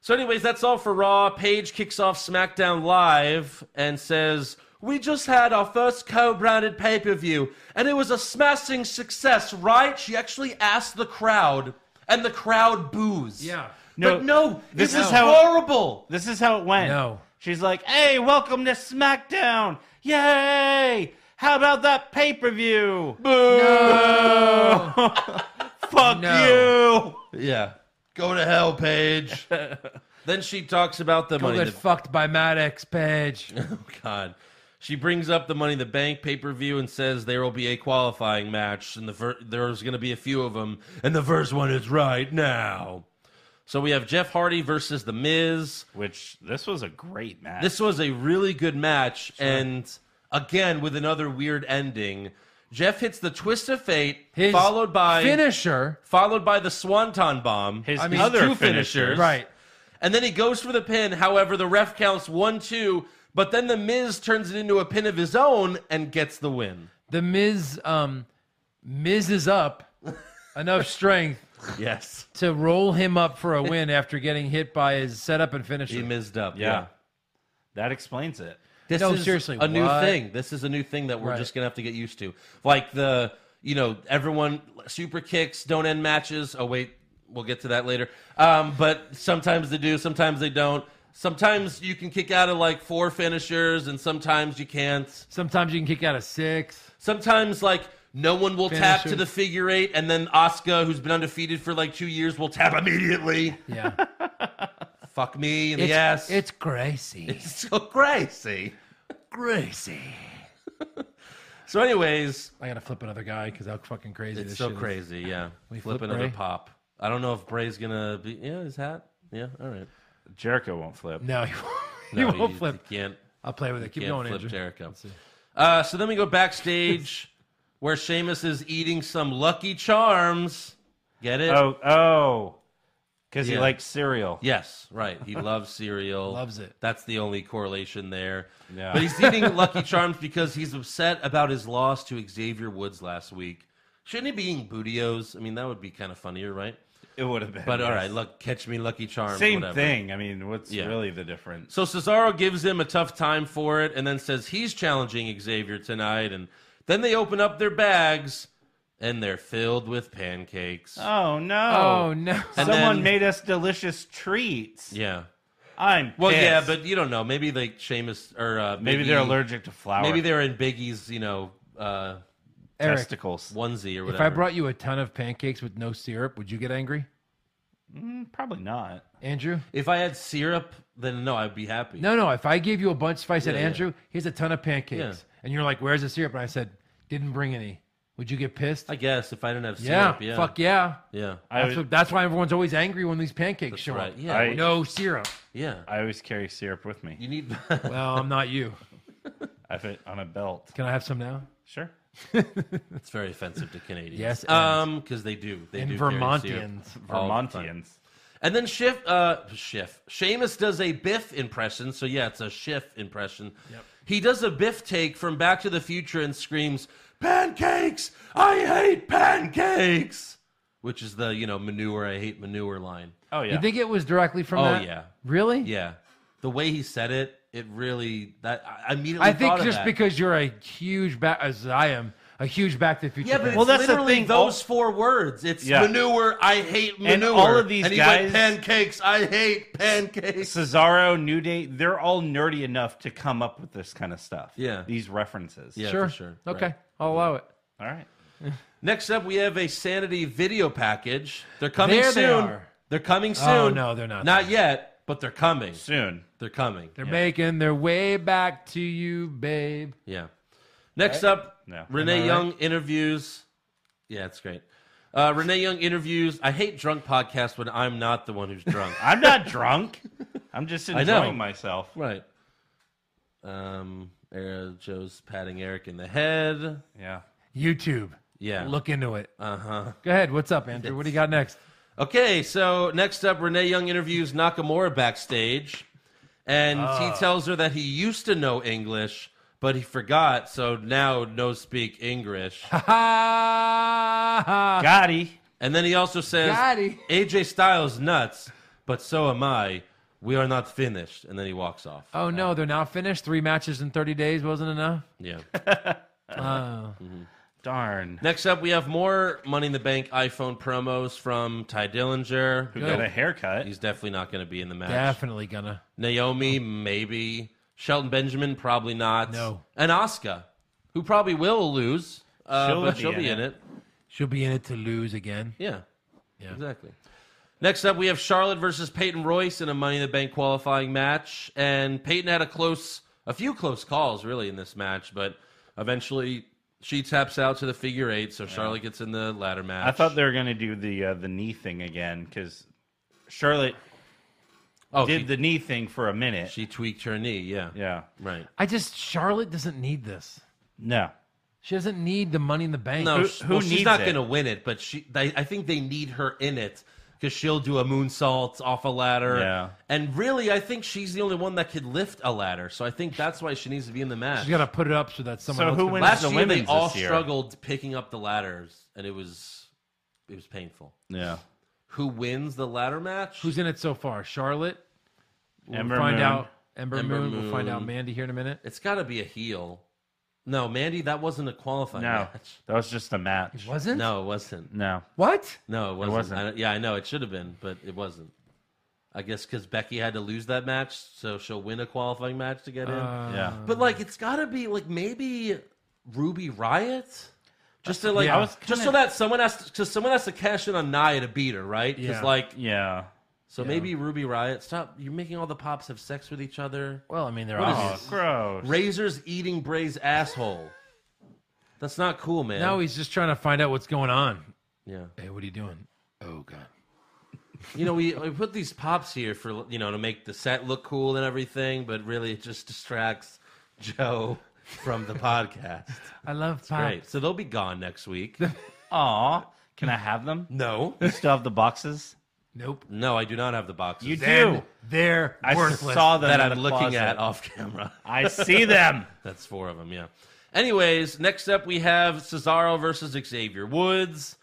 Speaker 4: So, anyways, that's all for Raw. Paige kicks off SmackDown Live and says, "We just had our first co-branded pay-per-view, and it was a smashing success, right?" She actually asked the crowd, and the crowd boos.
Speaker 5: Yeah.
Speaker 4: No,
Speaker 6: No,
Speaker 4: but no,
Speaker 6: this
Speaker 4: this is
Speaker 6: is how-
Speaker 4: horrible.
Speaker 6: This is how it went.
Speaker 5: No.
Speaker 6: She's like, hey, welcome to SmackDown. Yay. How about that pay per view? Fuck
Speaker 5: No.
Speaker 6: you.
Speaker 4: Yeah. Go to hell, Paige. then she talks about the money.
Speaker 5: Don't
Speaker 4: in
Speaker 5: get
Speaker 4: the-
Speaker 5: fucked by Maddox Page.
Speaker 4: Oh God. She brings up the Money in the Bank pay per view and says there will be a qualifying match, and the fir- there's going to be a few of them, and the first one is right now. So we have Jeff Hardy versus The Miz.
Speaker 6: Which, this was a great match.
Speaker 4: This was a really good match, and again with another weird ending. Jeff hits the twist of fate,
Speaker 5: His
Speaker 4: followed by
Speaker 5: finisher.
Speaker 4: followed by the swanton bomb.
Speaker 6: His
Speaker 4: I
Speaker 6: other
Speaker 4: two
Speaker 6: finishers.
Speaker 5: Right.
Speaker 4: and then he goes for the pin. However, the ref counts one, two, but then the Miz turns it into a pin of his own and gets the win.
Speaker 5: The Miz um Miz is up enough strength
Speaker 4: Yes.
Speaker 5: to roll him up for a win after getting hit by his setup and
Speaker 4: He
Speaker 5: finisher.
Speaker 4: mizzed up.
Speaker 6: yeah. That explains it.
Speaker 4: This
Speaker 5: No,
Speaker 4: is
Speaker 5: seriously,
Speaker 4: a new
Speaker 5: what?
Speaker 4: thing. This is a new thing that we're
Speaker 5: Right.
Speaker 4: just gonna have to get used to. Like the you know everyone super kicks don't end matches. Oh wait, we'll get to that later. Um, but sometimes they do, sometimes they don't. Sometimes you can kick out of like four finishers, and sometimes you can't.
Speaker 5: Sometimes you can kick out a six.
Speaker 4: Sometimes like no one will tap to
Speaker 5: Finishers.
Speaker 4: the figure eight, and then Oscar, who's been undefeated for like two years, will tap immediately.
Speaker 5: Yeah.
Speaker 4: Fuck me in
Speaker 5: It's,
Speaker 4: the ass.
Speaker 5: It's crazy.
Speaker 4: It's so crazy.
Speaker 5: crazy.
Speaker 4: So, anyways,
Speaker 5: I gotta flip another guy because how fucking crazy
Speaker 4: It's
Speaker 5: this
Speaker 4: so
Speaker 5: shit is.
Speaker 4: crazy, yeah.
Speaker 5: We
Speaker 4: flip,
Speaker 5: flip
Speaker 4: another
Speaker 5: Bray?
Speaker 4: pop. I don't know if Bray's gonna be yeah, his hat. Yeah, all right.
Speaker 6: Jericho won't flip.
Speaker 5: No, he won't, he won't flip.
Speaker 4: can't
Speaker 5: I'll play with it. Keep
Speaker 4: can't
Speaker 5: going,
Speaker 4: flip
Speaker 5: Andrew.
Speaker 4: Jericho. Uh, so then we go backstage where Sheamus is eating some lucky charms. Get it?
Speaker 6: Oh, oh. Because
Speaker 4: Yeah.
Speaker 6: he likes cereal.
Speaker 4: Yes, right. He loves cereal.
Speaker 5: Loves it.
Speaker 4: That's the only correlation there.
Speaker 6: Yeah.
Speaker 4: But he's eating Lucky Charms because he's upset about his loss to Xavier Woods last week. Shouldn't he be eating Bootios? I mean, that would be kind of funnier, right?
Speaker 6: It would have been.
Speaker 4: But all
Speaker 6: yes.
Speaker 4: right, look, catch me Lucky Charms.
Speaker 6: Same
Speaker 4: whatever.
Speaker 6: thing. I mean, what's
Speaker 4: Yeah.
Speaker 6: really the difference?
Speaker 4: So Cesaro gives him a tough time for it and then says he's challenging Xavier tonight. And then they open up their bags and they're filled with pancakes.
Speaker 6: Oh, no.
Speaker 5: Oh no.
Speaker 4: And
Speaker 6: Someone
Speaker 4: then-
Speaker 6: made us delicious treats.
Speaker 4: Yeah.
Speaker 6: I'm
Speaker 4: Well, yeah,
Speaker 6: pissed.
Speaker 4: but you don't know. Maybe like Seamus or uh,
Speaker 6: maybe they're
Speaker 4: Biggie-
Speaker 6: allergic to flour.
Speaker 4: Maybe they're in Biggie's, you know, uh,
Speaker 5: Eric,
Speaker 6: testicles.
Speaker 4: onesie or
Speaker 5: if
Speaker 4: whatever.
Speaker 5: I brought you a ton of pancakes with no syrup, would you get angry,
Speaker 6: Mm, Probably not.
Speaker 5: Andrew?
Speaker 4: If I had syrup, then no, I'd be happy.
Speaker 5: No, no. If I gave you a bunch, if I said,
Speaker 4: Yeah, yeah.
Speaker 5: Andrew, here's a ton of pancakes,
Speaker 4: Yeah.
Speaker 5: and you're like, where's the syrup? And I said, didn't bring any. Would you get pissed?
Speaker 4: I guess if I didn't have
Speaker 5: yeah,
Speaker 4: syrup, yeah,
Speaker 5: Fuck yeah.
Speaker 4: yeah,
Speaker 6: I
Speaker 5: That's,
Speaker 6: would-
Speaker 5: what, that's why everyone's always angry when these pancakes
Speaker 4: that's
Speaker 5: show
Speaker 4: right.
Speaker 5: up.
Speaker 4: Yeah,
Speaker 6: I-
Speaker 4: well,
Speaker 5: No syrup.
Speaker 4: yeah.
Speaker 6: I always carry syrup with me.
Speaker 4: You need.
Speaker 5: Well, I'm not you.
Speaker 6: I have it on a belt.
Speaker 5: Can I have some now?
Speaker 6: Sure.
Speaker 4: It's very offensive to Canadians.
Speaker 5: Yes, and-
Speaker 4: um, because they do. They
Speaker 5: And
Speaker 4: do carry syrup
Speaker 5: Vermontians.
Speaker 4: all the time.
Speaker 6: Vermontians.
Speaker 4: And then Schiff, uh, Schiff, Seamus does a Biff impression. So yeah, it's a Schiff impression. He does a Biff take from Back to the Future and screams, "Pancakes! I hate pancakes!" Which is the you know manure. I hate manure line.
Speaker 6: Oh yeah.
Speaker 5: You think it was directly from
Speaker 4: Oh,
Speaker 5: that?
Speaker 4: yeah.
Speaker 5: Really?
Speaker 4: Yeah, the way he said it, it really that I- I immediately.
Speaker 5: I think
Speaker 4: thought of
Speaker 5: just
Speaker 4: that.
Speaker 5: because you're a huge back, as I am, a huge Back to the Future
Speaker 4: Yeah, but
Speaker 5: fan.
Speaker 6: Well,
Speaker 4: it's
Speaker 6: that's the
Speaker 4: literally
Speaker 6: thing.
Speaker 4: Those four words. It's
Speaker 6: Yeah.
Speaker 4: manure. I hate manure.
Speaker 6: And all of these
Speaker 4: and he
Speaker 6: guys-
Speaker 4: went, pancakes. I hate pancakes.
Speaker 6: Cesaro, New Day, they're all nerdy enough to come up with this kind of stuff.
Speaker 4: Yeah.
Speaker 6: These references.
Speaker 4: Yeah,
Speaker 5: sure.
Speaker 4: for sure. Right.
Speaker 5: Okay, I'll allow it.
Speaker 6: All right.
Speaker 4: Next up, we have a Sanity video package. They're coming
Speaker 5: There
Speaker 4: soon.
Speaker 5: they are.
Speaker 4: are coming soon.
Speaker 5: Oh, no, they're not.
Speaker 4: Not yet, but they're coming.
Speaker 6: Soon.
Speaker 4: They're coming.
Speaker 5: They're making their way back to you, babe.
Speaker 4: Yeah. Next up,
Speaker 6: No.
Speaker 4: Renee
Speaker 5: Am I
Speaker 4: Young interviews. Yeah, it's great. Uh, Renee Young interviews. I hate drunk podcasts when I'm not the one who's drunk.
Speaker 6: I'm not drunk. I'm just enjoying
Speaker 4: know.
Speaker 6: myself.
Speaker 4: right. Um, uh, Joe's patting Eric in the head.
Speaker 6: Yeah.
Speaker 5: YouTube.
Speaker 4: Yeah. Uh-huh.
Speaker 5: Look into it. Uh huh. Go ahead. What's up, Andrew? What do you got next?
Speaker 4: Okay, so next up, Renee Young interviews Nakamura backstage, and
Speaker 5: Ah.
Speaker 4: he tells her that he used to know English, but he forgot, so now knows speak English.
Speaker 5: Ha
Speaker 6: Gotti.
Speaker 4: and then he also says,
Speaker 5: Got it.
Speaker 4: AJ Styles nuts, but so am I. We are not finished. And then he walks off.
Speaker 5: Oh no, they're not finished. Three matches in 30 days wasn't enough.
Speaker 4: Yeah.
Speaker 6: Darn.
Speaker 4: next up, we have more Money in the Bank iPhone promos from Ty Dillinger.
Speaker 6: Who got a haircut?
Speaker 4: He's definitely not going to be in the match.
Speaker 5: Definitely gonna.
Speaker 4: Naomi, maybe. Shelton Benjamin, probably not.
Speaker 5: No.
Speaker 4: And Asuka, who probably will lose, uh,
Speaker 6: She'll
Speaker 4: but
Speaker 6: be
Speaker 4: she'll
Speaker 6: in
Speaker 4: be in
Speaker 6: it.
Speaker 4: it.
Speaker 5: She'll be in it to lose again.
Speaker 4: Yeah. Yeah. Exactly. Next up, we have Charlotte versus Peyton Royce in a Money in the Bank qualifying match. And Peyton had a close, a few close calls, really, in this match, but eventually she taps out to the figure eight, so Charlotte gets in the ladder match.
Speaker 6: I thought they were going to do the uh, the knee thing again because Charlotte
Speaker 4: oh,
Speaker 6: did
Speaker 4: she,
Speaker 6: the knee thing for a minute.
Speaker 4: she tweaked her knee. Yeah.
Speaker 6: yeah.
Speaker 4: Right.
Speaker 5: I just Charlotte doesn't need this.
Speaker 6: No.
Speaker 5: She doesn't need the money in the bank.
Speaker 4: No,
Speaker 6: Who-
Speaker 4: sh-
Speaker 6: who
Speaker 4: well, she's
Speaker 6: needs
Speaker 4: not
Speaker 6: it?
Speaker 4: going to win it, but she. They, I think they need her in it because she'll do a moonsault off a ladder.
Speaker 6: Yeah.
Speaker 4: And really, I think she's the only one that could lift a ladder. So I think that's why she needs to be in the match.
Speaker 5: She's got to put it up so that someone
Speaker 6: So
Speaker 5: else
Speaker 6: who
Speaker 5: can-
Speaker 6: wins?
Speaker 4: Last
Speaker 6: the
Speaker 4: year they
Speaker 6: women's
Speaker 4: all
Speaker 6: this year.
Speaker 4: struggled picking up the ladders, and it was it was painful.
Speaker 6: Yeah.
Speaker 4: Who wins the ladder match?
Speaker 5: Who's in it so far? Charlotte.
Speaker 6: Ember
Speaker 5: find
Speaker 6: Moon.
Speaker 5: out. Ember,
Speaker 4: Ember
Speaker 5: Moon. We'll find
Speaker 4: Moon.
Speaker 5: out. Mandy here in a minute.
Speaker 4: it's got to be a heel. No, Mandy, that wasn't a qualifying
Speaker 6: No.
Speaker 4: match.
Speaker 6: That was just a match.
Speaker 5: Wasn't?
Speaker 4: No, it wasn't.
Speaker 6: No.
Speaker 5: What?
Speaker 4: No, it wasn't.
Speaker 6: wasn't.
Speaker 4: I don't- yeah, I know it should have been, but it wasn't. I guess because Becky had to lose that match, so she'll win a qualifying match to get in.
Speaker 5: Uh,
Speaker 6: Yeah.
Speaker 4: but like, it's got to be like maybe Ruby Riot, just to like,
Speaker 5: Yeah. I was
Speaker 4: just so that someone has to, because someone has to cash in on Nia to beat her, right? Because
Speaker 5: Yeah.
Speaker 4: like,
Speaker 6: Yeah.
Speaker 4: so maybe Ruby Riot. Stop! You're making all the pops have sex with each other.
Speaker 5: Well, I mean, they're
Speaker 4: is
Speaker 5: all.
Speaker 6: Oh, gross.
Speaker 4: Razor's eating Bray's asshole. That's not cool, man.
Speaker 5: Now he's just trying to find out what's going on.
Speaker 4: yeah.
Speaker 5: Hey, what are you doing? Oh God.
Speaker 4: you know, we, we put these pops here for you know to make the set look cool and everything, but really it just distracts Joe from the podcast.
Speaker 5: I love
Speaker 6: Uh,
Speaker 5: pop.
Speaker 4: Right, so they'll be gone next week.
Speaker 6: Aw. Can I have them?
Speaker 4: No,
Speaker 6: You still have the boxes?
Speaker 5: Nope.
Speaker 4: no, I do not have the boxes
Speaker 6: You
Speaker 5: Then
Speaker 6: do.
Speaker 5: They're
Speaker 6: I
Speaker 5: worthless.
Speaker 6: saw them
Speaker 4: that
Speaker 6: in
Speaker 4: I'm
Speaker 6: the
Speaker 4: looking
Speaker 6: closet.
Speaker 4: at off camera.
Speaker 6: I see them.
Speaker 4: That's four of them, yeah. Anyways, next up we have Cesaro versus Xavier Woods.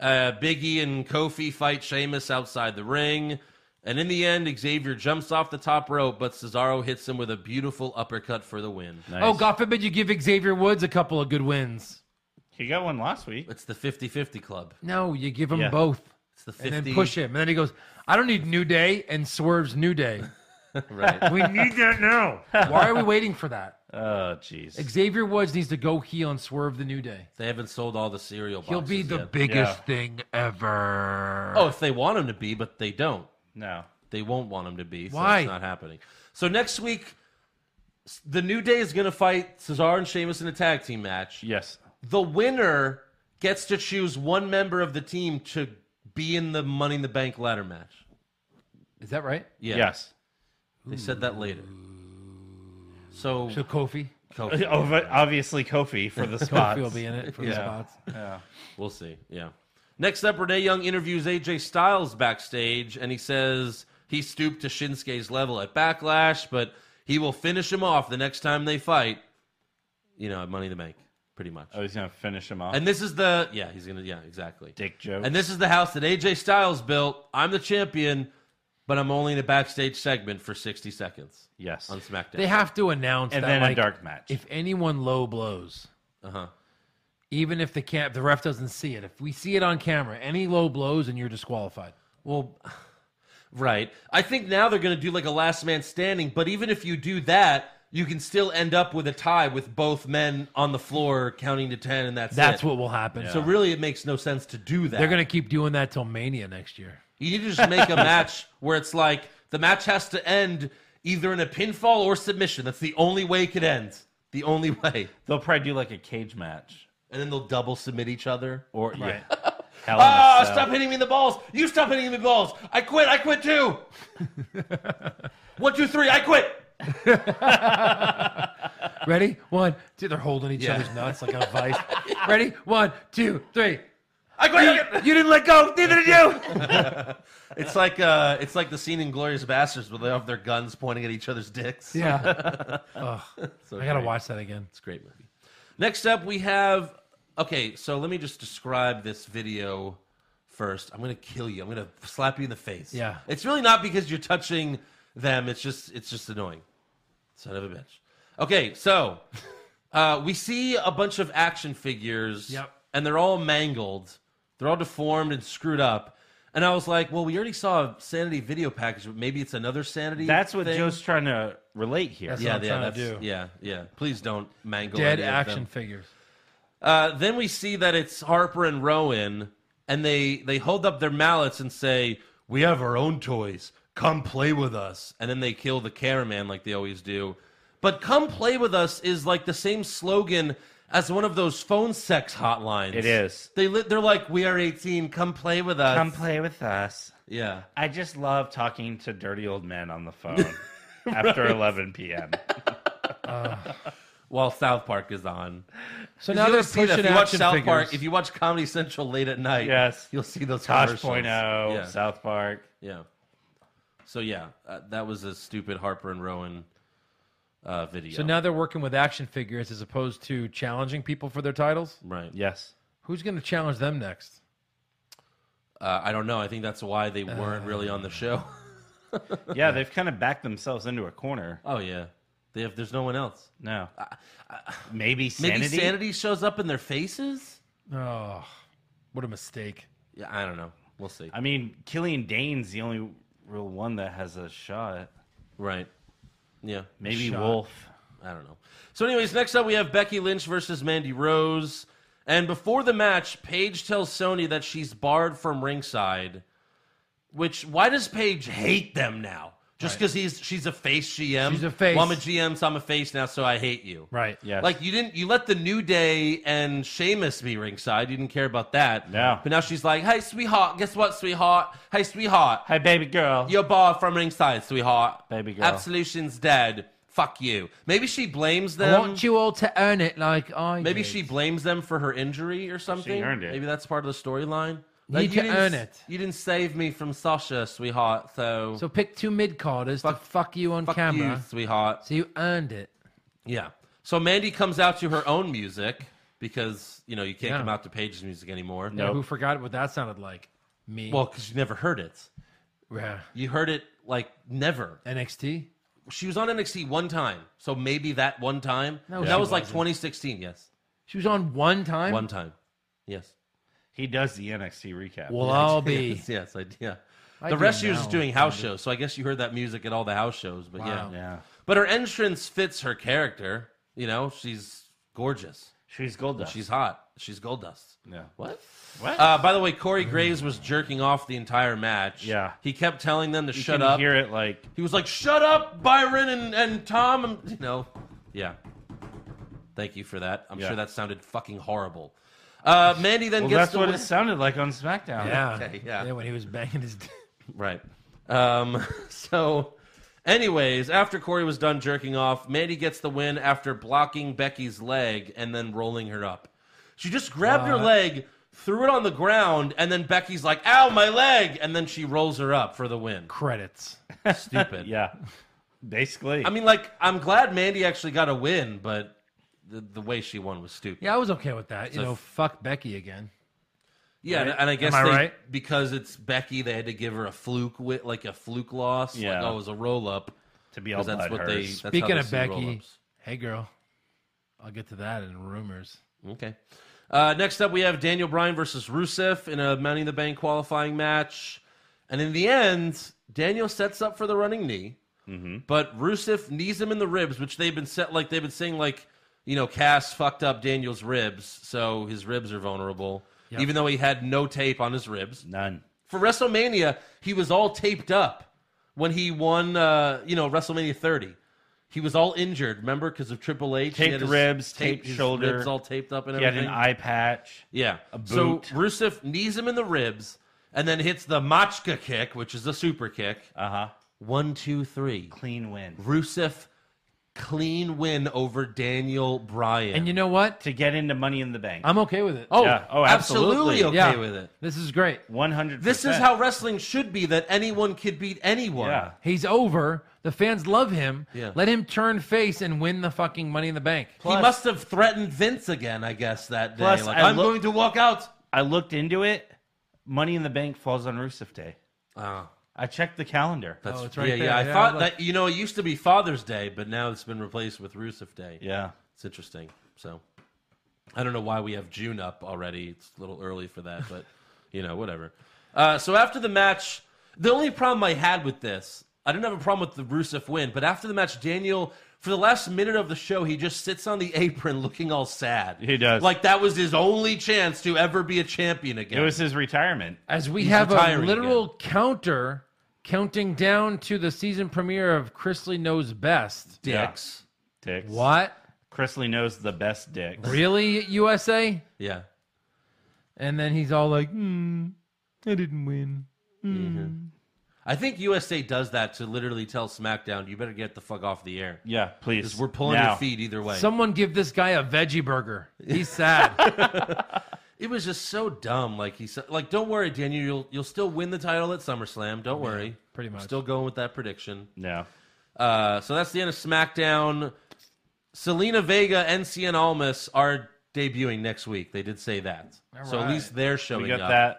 Speaker 4: Uh, Biggie and Kofi fight Sheamus outside the ring. And in the end, Xavier jumps off the top rope, but Cesaro hits him with a beautiful uppercut for the win.
Speaker 5: Oh God forbid you give Xavier Woods a couple of good wins.
Speaker 6: He got one last week.
Speaker 4: It's the 50 50 club.
Speaker 5: No, you give him
Speaker 6: Yeah.
Speaker 5: both
Speaker 4: It's the 50.
Speaker 5: and then push him, and then he goes, "I don't need New Day," and swerves New Day.
Speaker 4: right.
Speaker 5: We need that now. Why are we waiting for that?
Speaker 6: Oh, jeez.
Speaker 5: Xavier Woods needs to go heel and swerve the New Day.
Speaker 4: They haven't sold all the cereal boxes.
Speaker 5: He'll be the
Speaker 4: yet.
Speaker 5: biggest
Speaker 6: Yeah.
Speaker 5: thing ever.
Speaker 4: Oh, if they want him to be, but they don't.
Speaker 6: no.
Speaker 4: They won't want him to be. So
Speaker 5: Why?
Speaker 4: It's not happening. So next week, s- the New Day is going to fight Cesaro and Sheamus in a tag team match.
Speaker 6: Yes.
Speaker 4: The winner gets to choose one member of the team to be in the Money in the Bank ladder match.
Speaker 5: Is that right?
Speaker 4: Yeah.
Speaker 6: Yes.
Speaker 4: They said that later. So,
Speaker 5: So Kofi,
Speaker 4: Kofi.
Speaker 5: Oh,
Speaker 6: Ov- Obviously, Kofi for the
Speaker 5: Kofi
Speaker 6: spots.
Speaker 5: will be in it for the spots.
Speaker 4: We'll see. Yeah. Next up, Renee Young interviews AJ Styles backstage, and he says he stooped to Shinsuke's level at Backlash, but he will finish him off the next time they fight. You know, at Money in the Bank, pretty much.
Speaker 6: Oh, he's gonna finish him off.
Speaker 4: And this is the yeah, he's gonna yeah, exactly.
Speaker 6: Dick jokes.
Speaker 4: And this is the house that AJ Styles built. I'm the champion, but I'm only in a backstage segment for 60 seconds
Speaker 6: yes.
Speaker 4: on SmackDown.
Speaker 5: They have to announce
Speaker 6: And
Speaker 5: that,
Speaker 6: then
Speaker 5: like,
Speaker 6: a dark match.
Speaker 5: If anyone low blows,
Speaker 4: Uh-huh.
Speaker 5: even if the camp the ref doesn't see it, if we see it on camera, any low blows and you're disqualified.
Speaker 4: Well, right. I think now they're going to do like a last man standing, but even if you do that, you can still end up with a tie with both men on the floor counting to 10, and that's
Speaker 5: That's
Speaker 4: it.
Speaker 5: what will happen.
Speaker 4: So,
Speaker 5: So
Speaker 4: really, it makes no sense to do that.
Speaker 5: they're gonna keep doing that till Mania next year.
Speaker 4: You need to just make a match where it's like the match has to end either in a pinfall or submission. That's the only way it could end. The only way.
Speaker 6: They'll probably do like a cage match
Speaker 4: And then they'll double submit each other.
Speaker 6: or yeah. Hell in a
Speaker 4: Ah,
Speaker 6: Cell.
Speaker 4: stop hitting me in the balls. You stop hitting me in the balls. I quit. I quit too. One, two, three. I quit.
Speaker 5: Ready? One, two. They're holding each
Speaker 4: Yeah.
Speaker 5: other's nuts like a vice. Ready? One, two, three.
Speaker 4: I quit. I quit.
Speaker 5: You, you didn't let go. Neither did you.
Speaker 4: It's like uh, it's like the scene in Glorious Bastards where they have their guns pointing at each other's dicks.
Speaker 5: Yeah. Ugh.
Speaker 4: So
Speaker 5: I gotta
Speaker 4: great.
Speaker 5: watch that again.
Speaker 4: It's a great movie. Next up, we have. Okay, so let me just describe this video first. I'm gonna kill you. I'm gonna slap you in the face.
Speaker 5: Yeah.
Speaker 4: It's really not because you're touching them. It's just it's just annoying. Son of a bitch. Okay, so uh, we see a bunch of action figures.
Speaker 5: Yep.
Speaker 4: And they're all mangled. They're all deformed and screwed up. And I was like, well, we already saw a sanity video package, but maybe it's another sanity.
Speaker 6: That's what
Speaker 4: thing.
Speaker 6: Joe's trying to relate here.
Speaker 5: That's
Speaker 4: Yeah,
Speaker 5: what I'm
Speaker 4: yeah,
Speaker 5: trying to
Speaker 4: that's-
Speaker 5: do.
Speaker 4: yeah, yeah. Please don't mangle
Speaker 5: Dead
Speaker 4: any of
Speaker 5: action
Speaker 4: them.
Speaker 5: figures.
Speaker 4: Uh, then we see that it's Harper and Rowan, and they they hold up their mallets and say, "We have our own toys. Come play with us." And then they kill the cameraman like they always do. But "Come play with us" is like the same slogan as one of those phone sex hotlines.
Speaker 6: It is.
Speaker 4: They li- they're like, "We are 18. Come play with us."
Speaker 6: Come play with us.
Speaker 4: yeah.
Speaker 6: I just love talking to dirty old men on the phone after 11 p.m.
Speaker 4: While South Park is on,
Speaker 5: So now they're
Speaker 4: You'll see
Speaker 5: pushing
Speaker 4: that if you watch
Speaker 5: action
Speaker 4: South
Speaker 5: figures.
Speaker 4: Park, if you watch Comedy Central late at night,
Speaker 6: Yes.
Speaker 4: you'll see those
Speaker 6: Tosh
Speaker 4: commercials.
Speaker 6: Point oh,
Speaker 4: Yeah.
Speaker 6: South Park.
Speaker 4: Yeah. So yeah, uh, that was a stupid Harper and Rowan uh, video.
Speaker 5: so now they're working with action figures as opposed to challenging people for their titles.
Speaker 4: right?
Speaker 6: Yes.
Speaker 5: Who's gonna challenge them next?
Speaker 4: Uh, I don't know. I think that's why they weren't really on the show.
Speaker 6: Yeah, they've kind of backed themselves into a corner.
Speaker 4: oh yeah, they have. There's no one else.
Speaker 6: No. maybe sanity.
Speaker 4: Maybe sanity shows up in their faces.
Speaker 5: Oh, what a mistake.
Speaker 4: Yeah, I don't know. We'll see.
Speaker 6: I mean, Killian Dane's the only real one that has a shot.
Speaker 4: right? Yeah.
Speaker 6: Maybe
Speaker 5: Shot.
Speaker 6: Wolf.
Speaker 4: I don't know. So, anyways, next up we have Becky Lynch versus Mandy Rose. And before the match, Paige tells Sony that she's barred from ringside. Which why does Paige hate them now? Just because he's she's a face GM.
Speaker 5: She's a face.
Speaker 4: Well, I'm a GM, so I'm a face now, so I hate you.
Speaker 5: Right.
Speaker 6: Yes.
Speaker 4: Like you didn't you let the New Day and Sheamus be ringside. You didn't care about that.
Speaker 6: No.
Speaker 4: But now she's like, Hey sweetheart, guess what, sweetheart? Hey sweetheart,
Speaker 6: Hi, baby girl.
Speaker 4: you're barred from ringside, sweetheart.
Speaker 6: Baby girl.
Speaker 4: Absolution's dead. Fuck you. Maybe she blames
Speaker 5: I
Speaker 4: them.
Speaker 5: want you all to earn it like I
Speaker 4: Um, Maybe
Speaker 5: did.
Speaker 4: she blames them for her injury or something.
Speaker 6: earned it.
Speaker 4: Maybe that's part of the storyline.
Speaker 5: Need to
Speaker 4: didn't-
Speaker 5: earn it.
Speaker 4: You didn't save me from Sasha, sweetheart. So,
Speaker 5: So pick two mid carders to
Speaker 4: Fuck-
Speaker 5: fuck you on
Speaker 4: fuck
Speaker 5: camera.
Speaker 4: you, sweetheart.
Speaker 5: So you earned it.
Speaker 4: Yeah. So Mandy comes out to her own music because you know you can't
Speaker 5: Yeah.
Speaker 4: come out to Paige's music anymore.
Speaker 5: Yeah,
Speaker 6: Nope.
Speaker 5: Who forgot what that sounded like? Me.
Speaker 4: Well, because you never heard it.
Speaker 5: yeah.
Speaker 4: You heard it like never.
Speaker 5: NXT.
Speaker 4: She was on NXT one time, so maybe that one time.
Speaker 5: No,
Speaker 4: that
Speaker 5: she
Speaker 4: was like
Speaker 5: wasn't.
Speaker 4: 2016. Yes,
Speaker 5: She was on one time.
Speaker 4: one time. Yes.
Speaker 6: He does the NXT recap.
Speaker 5: We'll all be.
Speaker 4: Yes, yes, I, yeah.
Speaker 5: I
Speaker 4: the
Speaker 5: do
Speaker 4: rest of you was
Speaker 5: now,
Speaker 4: just doing house shows, so I guess you heard that music at all the house shows. But
Speaker 5: Wow.
Speaker 4: yeah,
Speaker 6: Yeah.
Speaker 4: but her entrance fits her character. You know, she's gorgeous.
Speaker 6: She's gold dust.
Speaker 4: She's hot. She's gold dust.
Speaker 6: Yeah.
Speaker 4: What?
Speaker 6: What?
Speaker 4: Uh, by the way, Corey Graves was jerking off the entire match.
Speaker 6: Yeah.
Speaker 4: He kept telling them to
Speaker 6: you
Speaker 4: shut
Speaker 6: can
Speaker 4: up.
Speaker 6: hear it like
Speaker 4: He was like, "Shut up, Byron and and Tom." and- You know, yeah. Thank you for that. I'm
Speaker 6: Yeah.
Speaker 4: sure that sounded fucking horrible. Uh, Mandy then
Speaker 6: well,
Speaker 4: gets
Speaker 6: that's
Speaker 4: the
Speaker 6: what
Speaker 4: win.
Speaker 6: it sounded like on SmackDown.
Speaker 5: Yeah.
Speaker 4: Okay, yeah.
Speaker 5: When he was banging his. d-
Speaker 4: Right. Um, so, anyways, after Corey was done jerking off, Mandy gets the win after blocking Becky's leg and then rolling her up. She just grabbed her
Speaker 5: What?
Speaker 4: leg, threw it on the ground, and then Becky's like, ow, my leg! And then she rolls her up for the win.
Speaker 5: Credits.
Speaker 4: Stupid.
Speaker 6: Yeah. Basically.
Speaker 4: I mean, like, I'm glad Mandy actually got a win, but the, the way she won was stupid.
Speaker 5: Yeah, I was okay with that. You
Speaker 4: So
Speaker 5: know,
Speaker 4: f-
Speaker 5: fuck Becky again.
Speaker 4: Yeah, and- and I guess
Speaker 5: I
Speaker 4: they,
Speaker 5: right?
Speaker 4: because it's Becky, they had to give her a fluke, with, like a fluke loss.
Speaker 6: Yeah.
Speaker 4: Like, oh, it was a roll up.
Speaker 6: to be all
Speaker 4: Because that's
Speaker 6: blood
Speaker 4: what they.
Speaker 6: hers.
Speaker 4: That's
Speaker 5: Speaking
Speaker 4: how they
Speaker 5: of
Speaker 4: see
Speaker 5: Becky,
Speaker 4: roll-ups.
Speaker 5: hey girl, I'll get to that in rumors.
Speaker 4: Okay. Uh, next up, we have Daniel Bryan versus Rusev in a Money in the Bank qualifying match. And in the end, Daniel sets up for the running knee, but Rusev knees him in the ribs, which they've been set like they've been saying like, you know, Cass fucked up Daniel's ribs, so his ribs are vulnerable. Even though he had no tape on his ribs
Speaker 6: None.
Speaker 4: for WrestleMania, he was all taped up when he won. Uh, you know, WrestleMania 30. He was all injured. Remember, because of Triple H, He
Speaker 6: Taped
Speaker 4: had his
Speaker 6: ribs, taped
Speaker 4: his
Speaker 6: shoulder.
Speaker 4: ribs all taped up and
Speaker 6: He had
Speaker 4: everything.
Speaker 6: an eye patch.
Speaker 4: Yeah.
Speaker 6: A
Speaker 4: So
Speaker 6: boot.
Speaker 4: Rusev knees him in the ribs and then hits the Machka kick, which is a super kick.
Speaker 6: Uh huh.
Speaker 4: One, two, three.
Speaker 6: Clean win.
Speaker 4: Rusev clean win over Daniel Bryan.
Speaker 5: And you know what?
Speaker 6: To get into Money in the Bank.
Speaker 5: I'm okay with it.
Speaker 4: oh,
Speaker 6: Yeah. Oh,
Speaker 4: absolutely.
Speaker 6: absolutely.
Speaker 4: okay
Speaker 5: Yeah.
Speaker 4: with it.
Speaker 5: This is great.
Speaker 6: 100%.
Speaker 4: This is how wrestling should be that anyone could beat anyone.
Speaker 6: Yeah.
Speaker 5: He's over. The fans love him.
Speaker 4: Yeah.
Speaker 5: Let him turn face and win the fucking money in the bank.
Speaker 4: he
Speaker 6: Plus-
Speaker 4: must have threatened Vince again, I guess, that day.
Speaker 6: Plus,
Speaker 4: like,
Speaker 6: I
Speaker 4: I'm
Speaker 6: look-
Speaker 4: going to walk out.
Speaker 6: I looked into it. Money in the Bank falls on Rusev Day.
Speaker 4: Oh,
Speaker 6: I checked the calendar.
Speaker 4: that's
Speaker 5: Oh, it's right
Speaker 4: yeah,
Speaker 5: there.
Speaker 4: yeah. I
Speaker 5: Yeah,
Speaker 4: thought
Speaker 5: look.
Speaker 4: that you know it used to be Father's Day, but now it's been replaced with Rusev Day.
Speaker 6: yeah.
Speaker 4: It's interesting. So I don't know why we have June up already. It's a little early for that, but you know, whatever. Uh, so after the match, the only problem I had with this, I didn't have a problem with the Rusev win, but after the match, Daniel, for the last minute of the show, he just sits on the apron looking all sad.
Speaker 6: He does.
Speaker 4: Like that was his only chance to ever be a champion again.
Speaker 6: It was his retirement.
Speaker 5: As we
Speaker 4: He's
Speaker 5: have a
Speaker 4: retiring
Speaker 5: literal counter counting down to the season premiere of Chrisley Knows Best.
Speaker 4: dicks.
Speaker 6: Dicks.
Speaker 5: What?
Speaker 6: Chrisley knows the best dicks.
Speaker 5: Really, USA?
Speaker 4: Yeah.
Speaker 5: And then he's all like, hmm, I didn't win.
Speaker 4: Mm-hmm. I think USA does that to literally tell SmackDown, you better get the fuck off the air.
Speaker 6: Yeah, please.
Speaker 4: Because we're pulling
Speaker 6: now.
Speaker 4: your feet either way.
Speaker 5: Someone give this guy a veggie burger. He's sad.
Speaker 4: It was just so dumb. Like he said, like don't worry, Daniel, you'll you'll still win the title at SummerSlam. Don't worry.
Speaker 5: pretty
Speaker 4: I'm
Speaker 5: much.
Speaker 4: still going with that prediction.
Speaker 6: No.
Speaker 4: Uh, so that's the end of SmackDown. Selena Vega and Cien Almas are debuting next week. They did say that. so at
Speaker 5: right.
Speaker 4: least they're showing
Speaker 6: We got
Speaker 4: up.
Speaker 6: that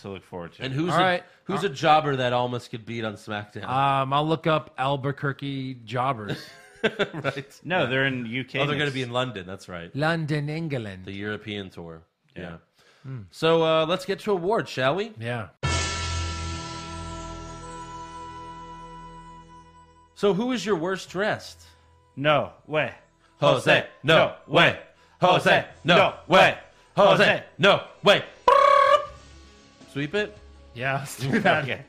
Speaker 6: to look forward to.
Speaker 4: And who's
Speaker 5: All
Speaker 4: a,
Speaker 5: right. Uh,
Speaker 4: who's a jobber that Almas could beat on SmackDown?
Speaker 5: um, I'll look up Albuquerque jobbers.
Speaker 4: right.
Speaker 6: no, they're in UK.
Speaker 4: Oh, they're going to
Speaker 6: next.
Speaker 4: be in London. That's right.
Speaker 5: London,
Speaker 4: The
Speaker 5: England.
Speaker 4: European tour. Yeah.
Speaker 6: Yeah.
Speaker 4: So uh, let's get to awards, shall we?
Speaker 5: Hmm. Yeah.
Speaker 4: So who is your worst dressed?
Speaker 6: No way.
Speaker 4: Jose, no way. Jose, no way. Jose, no way. Sweep it.
Speaker 5: Yeah. let's do that.
Speaker 6: Okay.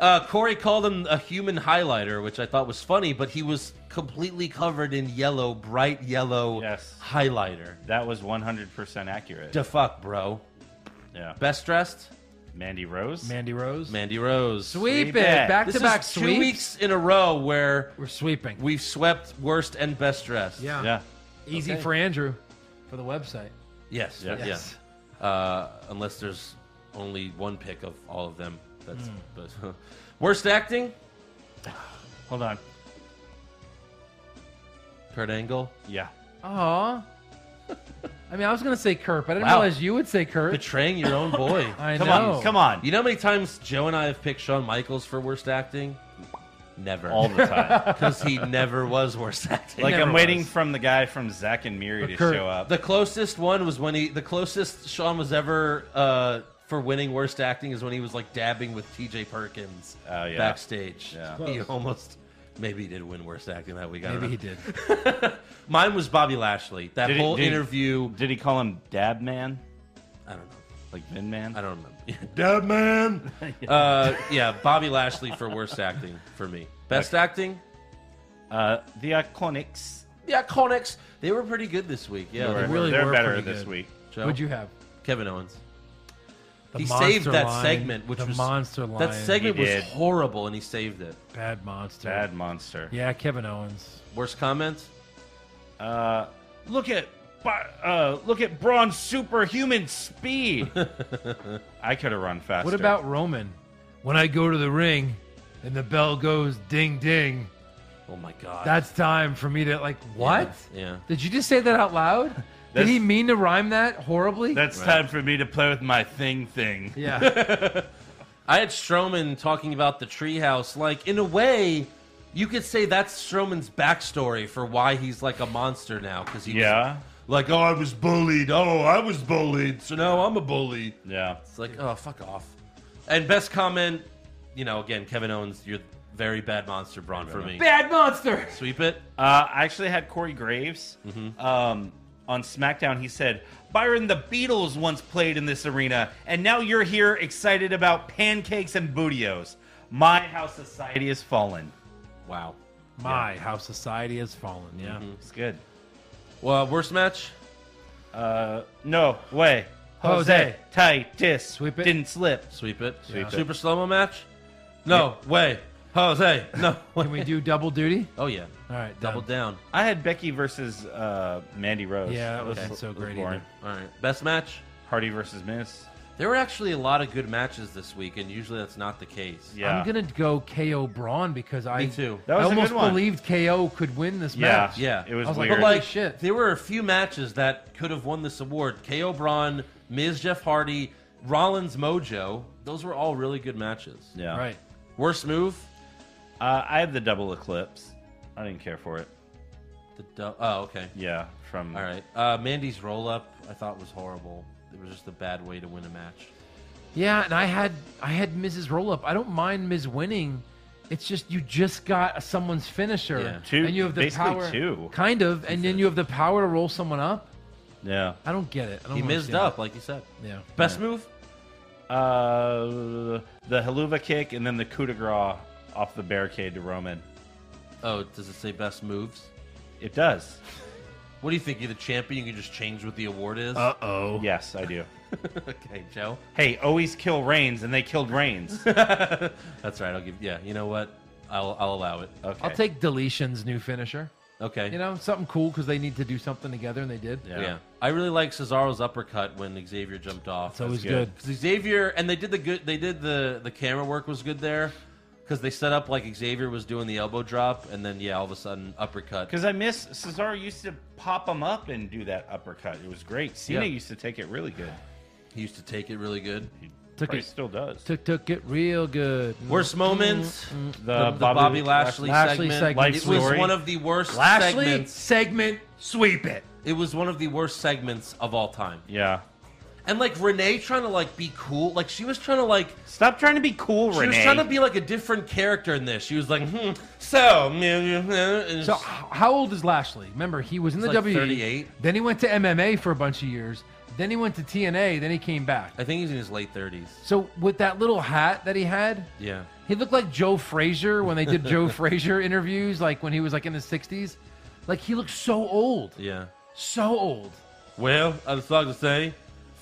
Speaker 4: Uh, Corey called him a human highlighter, which I thought was funny, but he was completely covered in yellow, bright yellow
Speaker 6: Yes.
Speaker 4: highlighter.
Speaker 6: That was 100% accurate.
Speaker 4: Da fuck, bro.
Speaker 6: yeah.
Speaker 4: Best dressed?
Speaker 6: Mandy Rose.
Speaker 5: Mandy Rose.
Speaker 4: Mandy Rose.
Speaker 5: Sweep
Speaker 6: Sweep
Speaker 5: it.
Speaker 6: it.
Speaker 5: Back
Speaker 4: This
Speaker 5: to back
Speaker 4: is
Speaker 5: sweeps.
Speaker 4: two weeks in a row where
Speaker 5: We're sweeping.
Speaker 4: we've swept worst and best dressed.
Speaker 5: yeah.
Speaker 6: Yeah.
Speaker 5: Easy
Speaker 4: Okay.
Speaker 5: for Andrew for the website.
Speaker 4: Yes.
Speaker 6: Yes.
Speaker 4: Yeah. Uh, unless there's only one pick of all of them. That's
Speaker 5: Hmm.
Speaker 4: but worst acting.
Speaker 6: Hold on.
Speaker 4: Kurt Angle.
Speaker 6: Yeah.
Speaker 5: Aw. I mean, I was going to say Kurt, but I didn't
Speaker 4: Wow.
Speaker 5: realize you would say Kurt.
Speaker 4: Betraying your own boy.
Speaker 5: I
Speaker 6: Come
Speaker 5: know.
Speaker 6: on. Come on.
Speaker 4: You know how many times Joe and I have picked Shawn Michaels for worst acting? Never.
Speaker 6: All the time.
Speaker 4: Because he never was worst acting.
Speaker 6: like,
Speaker 5: never
Speaker 6: I'm waiting
Speaker 5: was.
Speaker 6: from the guy from Zack and Miri
Speaker 5: But
Speaker 6: to
Speaker 5: Kurt,
Speaker 6: show up.
Speaker 4: the closest one was when he, the closest Shawn was ever uh, for winning worst acting is when he was like dabbing with T.J. Perkins
Speaker 6: Oh, yeah.
Speaker 4: backstage.
Speaker 6: Yeah.
Speaker 4: He almost maybe he did win worst acting that week. I don't
Speaker 5: Maybe he
Speaker 4: know.
Speaker 5: did.
Speaker 4: Mine was Bobby Lashley. That
Speaker 6: Did he-
Speaker 4: whole
Speaker 6: did he-
Speaker 4: interview.
Speaker 6: Did he call him Dab Man?
Speaker 4: I don't know.
Speaker 6: Like Vin Man?
Speaker 4: I don't remember. Dead man. uh, yeah, Bobby Lashley for worst acting for me. Best acting.
Speaker 6: Uh, the Iconics.
Speaker 4: Yeah, Conics. They were pretty good this week. Yeah,
Speaker 6: were-
Speaker 4: they were.
Speaker 5: really
Speaker 6: they're
Speaker 5: were
Speaker 6: better
Speaker 5: pretty
Speaker 6: this
Speaker 5: good.
Speaker 6: week.
Speaker 4: Joe.
Speaker 5: Would you have?
Speaker 4: Kevin Owens.
Speaker 5: The
Speaker 4: he
Speaker 5: monster
Speaker 4: saved that
Speaker 5: lion-
Speaker 4: segment, which
Speaker 5: the
Speaker 4: was
Speaker 5: monster lion.
Speaker 4: That segment
Speaker 6: He
Speaker 4: was
Speaker 6: did.
Speaker 4: horrible, and he saved it.
Speaker 5: bad monster.
Speaker 6: Bad Monster.
Speaker 5: Yeah, Kevin Owens.
Speaker 4: Worst comment.
Speaker 6: Uh, look at Ba- uh, look at Braun's superhuman speed. I could have run faster.
Speaker 5: What about Roman? When I go to the ring, and the bell goes ding ding,
Speaker 4: Oh my god.
Speaker 5: that's time for me to like what?
Speaker 4: Yeah.
Speaker 5: Did you just say that out loud? Did
Speaker 6: That's-
Speaker 5: he mean to rhyme that horribly?
Speaker 6: That's time for me to play with my thing thing.
Speaker 5: yeah.
Speaker 4: I had Strowman talking about the treehouse. Like, in a way, you could say that's Strowman's backstory for why he's like a monster now. Because he was
Speaker 6: Yeah.
Speaker 4: like, oh, I was bullied. Oh, I was bullied. So now I'm a bully.
Speaker 6: Yeah.
Speaker 4: It's like, oh, fuck off. And best comment, you know, again, Kevin Owens, you're very bad monster, Braun, for me.
Speaker 5: bad monster.
Speaker 4: Sweep it.
Speaker 6: Uh, I actually had Corey Graves
Speaker 4: Mm-hmm.
Speaker 6: um, on SmackDown. He said, Byron, the Beatles once played in this arena, and now you're here excited about pancakes and bootios. My how society has fallen.
Speaker 4: Wow.
Speaker 5: My how society has fallen. Yeah.
Speaker 4: Mm.
Speaker 6: It's good.
Speaker 4: Well, worst match?
Speaker 6: Uh, no way.
Speaker 5: Jose.
Speaker 6: Titus
Speaker 5: Sweep it.
Speaker 6: didn't slip.
Speaker 4: Sweep it.
Speaker 5: Sweep it.
Speaker 4: Super slow mo match? No, way. Jose, no.
Speaker 5: Can we do double duty?
Speaker 4: oh, yeah.
Speaker 5: All right.
Speaker 4: Double
Speaker 5: done.
Speaker 4: down.
Speaker 6: I had Becky versus uh, Mandy Rose.
Speaker 5: Yeah, that wasn't
Speaker 6: It
Speaker 5: so
Speaker 6: it
Speaker 5: great
Speaker 6: boring.
Speaker 5: either.
Speaker 4: All right. Best match?
Speaker 6: Hardy versus Miz.
Speaker 4: There were actually a lot of good matches this week, and usually that's not the case.
Speaker 6: Yeah.
Speaker 5: I'm gonna go KO Braun because I
Speaker 4: too.
Speaker 6: That
Speaker 5: I
Speaker 6: was a good
Speaker 5: almost
Speaker 6: one.
Speaker 5: believed KO could win this
Speaker 6: yeah.
Speaker 5: match.
Speaker 4: Yeah.
Speaker 6: It was,
Speaker 5: I was like,
Speaker 6: weird.
Speaker 4: But
Speaker 5: Holy
Speaker 4: like,
Speaker 5: shit.
Speaker 4: there were a few matches that could have won this award: KO Braun, Miz, Jeff Hardy, Rollins, Mojo. Those were all really good matches.
Speaker 6: yeah.
Speaker 5: Right.
Speaker 4: Worst move?
Speaker 6: Uh, I had the double eclipse. I didn't care for it.
Speaker 4: The du- oh, okay.
Speaker 6: Yeah, from
Speaker 4: All right. Uh, Mandy's roll up, I thought was horrible. It was just a bad way to win a match.
Speaker 5: Yeah, and I had I had Mrs. Roll up. I don't mind Miz winning. It's just you just got someone's finisher,
Speaker 4: Yeah.
Speaker 6: Two-
Speaker 5: and you have the
Speaker 6: basically
Speaker 5: power,
Speaker 6: two.
Speaker 5: kind of, and then you have the power to roll someone up.
Speaker 6: Yeah.
Speaker 5: I don't get it. I don't
Speaker 4: He missed
Speaker 5: understand
Speaker 4: up, like you said.
Speaker 5: it. Yeah,
Speaker 4: Best move?
Speaker 6: Uh, the haluva kick and then the coup de grace off the barricade to Roman.
Speaker 4: Oh, does it say best moves?
Speaker 6: It does.
Speaker 4: What do you think? You're the champion. You can just change what the award is.
Speaker 5: oh,
Speaker 6: Yes, I do.
Speaker 4: okay, Joe.
Speaker 6: Hey, always kill Reigns, and they killed Reigns.
Speaker 4: That's right. I'll give. Yeah, you know what? I'll I'll allow it.
Speaker 6: Okay.
Speaker 5: I'll take Deletion's new finisher.
Speaker 4: Okay.
Speaker 5: Uh, You know, something cool because they need to do something together, and they did.
Speaker 6: Yeah.
Speaker 4: Yeah. I really like Cesaro's uppercut when Xavier jumped off.
Speaker 5: it's always
Speaker 6: That's good.
Speaker 5: good.
Speaker 4: 'Cause Xavier and they did the good. They did the the camera work was good there because they set up like Xavier was doing the elbow drop and then yeah, all of a sudden uppercut.
Speaker 6: Because I miss Cesaro used to pop him up and do that uppercut. It was great. Cena
Speaker 4: Yeah.
Speaker 6: used to take it really good.
Speaker 4: He used to take it really good.
Speaker 6: He
Speaker 5: Took
Speaker 6: probably
Speaker 5: it.
Speaker 6: still does.
Speaker 5: Took took it real good. Mm.
Speaker 4: Worst moment.
Speaker 6: The
Speaker 4: The Bobby, Lashley,
Speaker 5: Lashley
Speaker 4: segment.
Speaker 5: segment.
Speaker 6: Life
Speaker 4: It was
Speaker 6: story.
Speaker 4: one of the worst
Speaker 5: Lashley
Speaker 4: segments.
Speaker 5: segment sweep it.
Speaker 4: It was one of the worst segments of all time.
Speaker 6: Yeah.
Speaker 4: And like Renee trying to like be cool, like she was trying to like
Speaker 6: Stop trying to be cool,
Speaker 4: She
Speaker 6: Renee.
Speaker 4: was trying to be like a different character in this. She was like, hmm, so, and
Speaker 5: So h- how old is Lashley? Remember, he was in the
Speaker 4: like
Speaker 5: WWE.
Speaker 4: 38.
Speaker 5: Then he went to MMA for a bunch of years. Then he went to TNA. Then he came back.
Speaker 4: I think he's in his late 30s.
Speaker 5: So with that little hat that he had,
Speaker 4: Yeah.
Speaker 5: he looked like Joe Frazier when they did Joe Frazier interviews, like when he was like in his sixties. Like he looked so old,
Speaker 4: Yeah.
Speaker 5: so old.
Speaker 4: Well, I just like to say,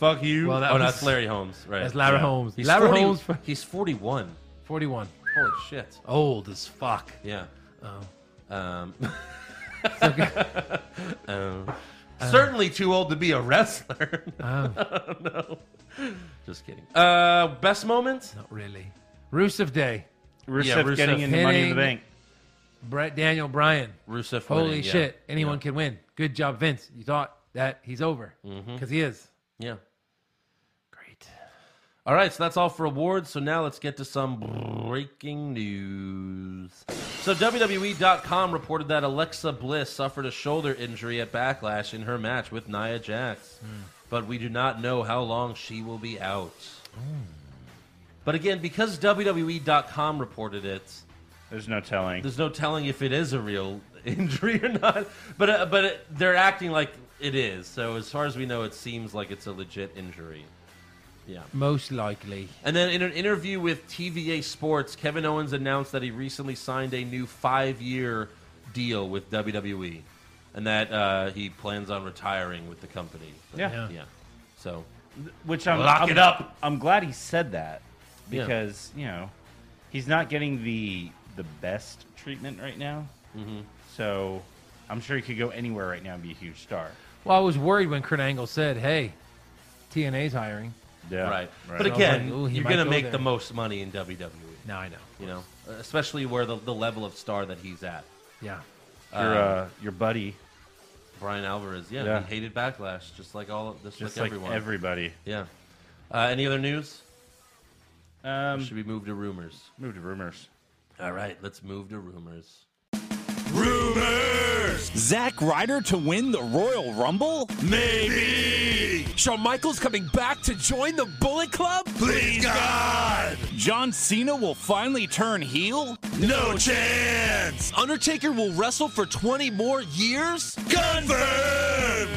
Speaker 4: fuck you.
Speaker 5: Well, that
Speaker 4: oh, no,
Speaker 5: was-
Speaker 4: that's Larry Holmes, right?
Speaker 5: That's Larry
Speaker 6: Yeah.
Speaker 5: Holmes.
Speaker 4: He's,
Speaker 5: Larry
Speaker 4: 40
Speaker 5: Holmes, f-
Speaker 4: he's 41.
Speaker 5: forty-one,
Speaker 4: Holy shit.
Speaker 5: old as fuck.
Speaker 4: Yeah. Oh. Um,
Speaker 5: Okay.
Speaker 4: um, certainly too old to be a wrestler.
Speaker 5: Uh, Oh,
Speaker 4: just kidding. Uh, best moment?
Speaker 5: not really. Rusev Day,
Speaker 6: Rusev,
Speaker 4: Yeah, Rusev
Speaker 6: getting into Money in the
Speaker 5: hitting-
Speaker 6: Bank.
Speaker 5: Brett Daniel Bryan.
Speaker 4: Rusev.
Speaker 5: Holy
Speaker 4: winning, yeah.
Speaker 5: shit! Anyone
Speaker 4: Yeah.
Speaker 5: can win. Good job, Vince. You thought that he's over because
Speaker 4: Mm-hmm.
Speaker 5: he is.
Speaker 4: Yeah.
Speaker 5: Great.
Speaker 4: All right, so that's all for awards. So now let's get to some breaking news. So WWE.com reported that Alexa Bliss suffered a shoulder injury at Backlash in her match with Nia Jax, but we do not know how long she will be out. But again, because WWE.com reported it,
Speaker 6: There's no telling.
Speaker 4: there's no telling if it is a real injury or not. But uh, but it, they're acting like it is. So as far as we know, it seems like it's a legit injury.
Speaker 5: Most likely.
Speaker 4: And then in an interview with TVA Sports, Kevin Owens announced that he recently signed a new five-year deal with WWE, and that uh, he plans on retiring with the company.
Speaker 6: Yeah.
Speaker 4: yeah. So
Speaker 6: Which I'm
Speaker 4: Lock
Speaker 6: I'm-
Speaker 4: it up.
Speaker 6: I'm glad he said that
Speaker 4: Yeah.
Speaker 6: because you know he's not getting the the best treatment right now.
Speaker 4: Mm-hmm.
Speaker 6: So I'm sure he could go anywhere right now and be a huge star.
Speaker 5: Well, I was worried when Kurt Angle said, "Hey, TNA's hiring."
Speaker 4: right.
Speaker 6: Yeah. Right.
Speaker 4: But
Speaker 5: So I was
Speaker 4: again,
Speaker 5: like, ooh, he
Speaker 4: you're
Speaker 5: might
Speaker 4: gonna
Speaker 5: go
Speaker 4: make
Speaker 5: there.
Speaker 4: the most money in WWE.
Speaker 5: No, I know.
Speaker 4: You know, especially where the, the level of star that he's at.
Speaker 5: Yeah.
Speaker 6: your
Speaker 4: um,
Speaker 6: uh, your buddy,
Speaker 4: Brian Alvarez, yeah,
Speaker 6: Yeah.
Speaker 4: he hated backlash, just like all of this,
Speaker 6: just
Speaker 4: like,
Speaker 6: like
Speaker 4: everyone.
Speaker 6: everybody.
Speaker 4: yeah. Uh, any other news? Or
Speaker 6: Um,
Speaker 4: Should we move to rumors?
Speaker 6: move to rumors.
Speaker 4: All right, let's move to rumors.
Speaker 8: Zack Ryder to win the Royal Rumble? Maybe. Shawn Michaels coming back to join the Bullet Club? Please, God. John Cena will finally turn heel? No chance. Undertaker will wrestle for 20 more years? Confirmed.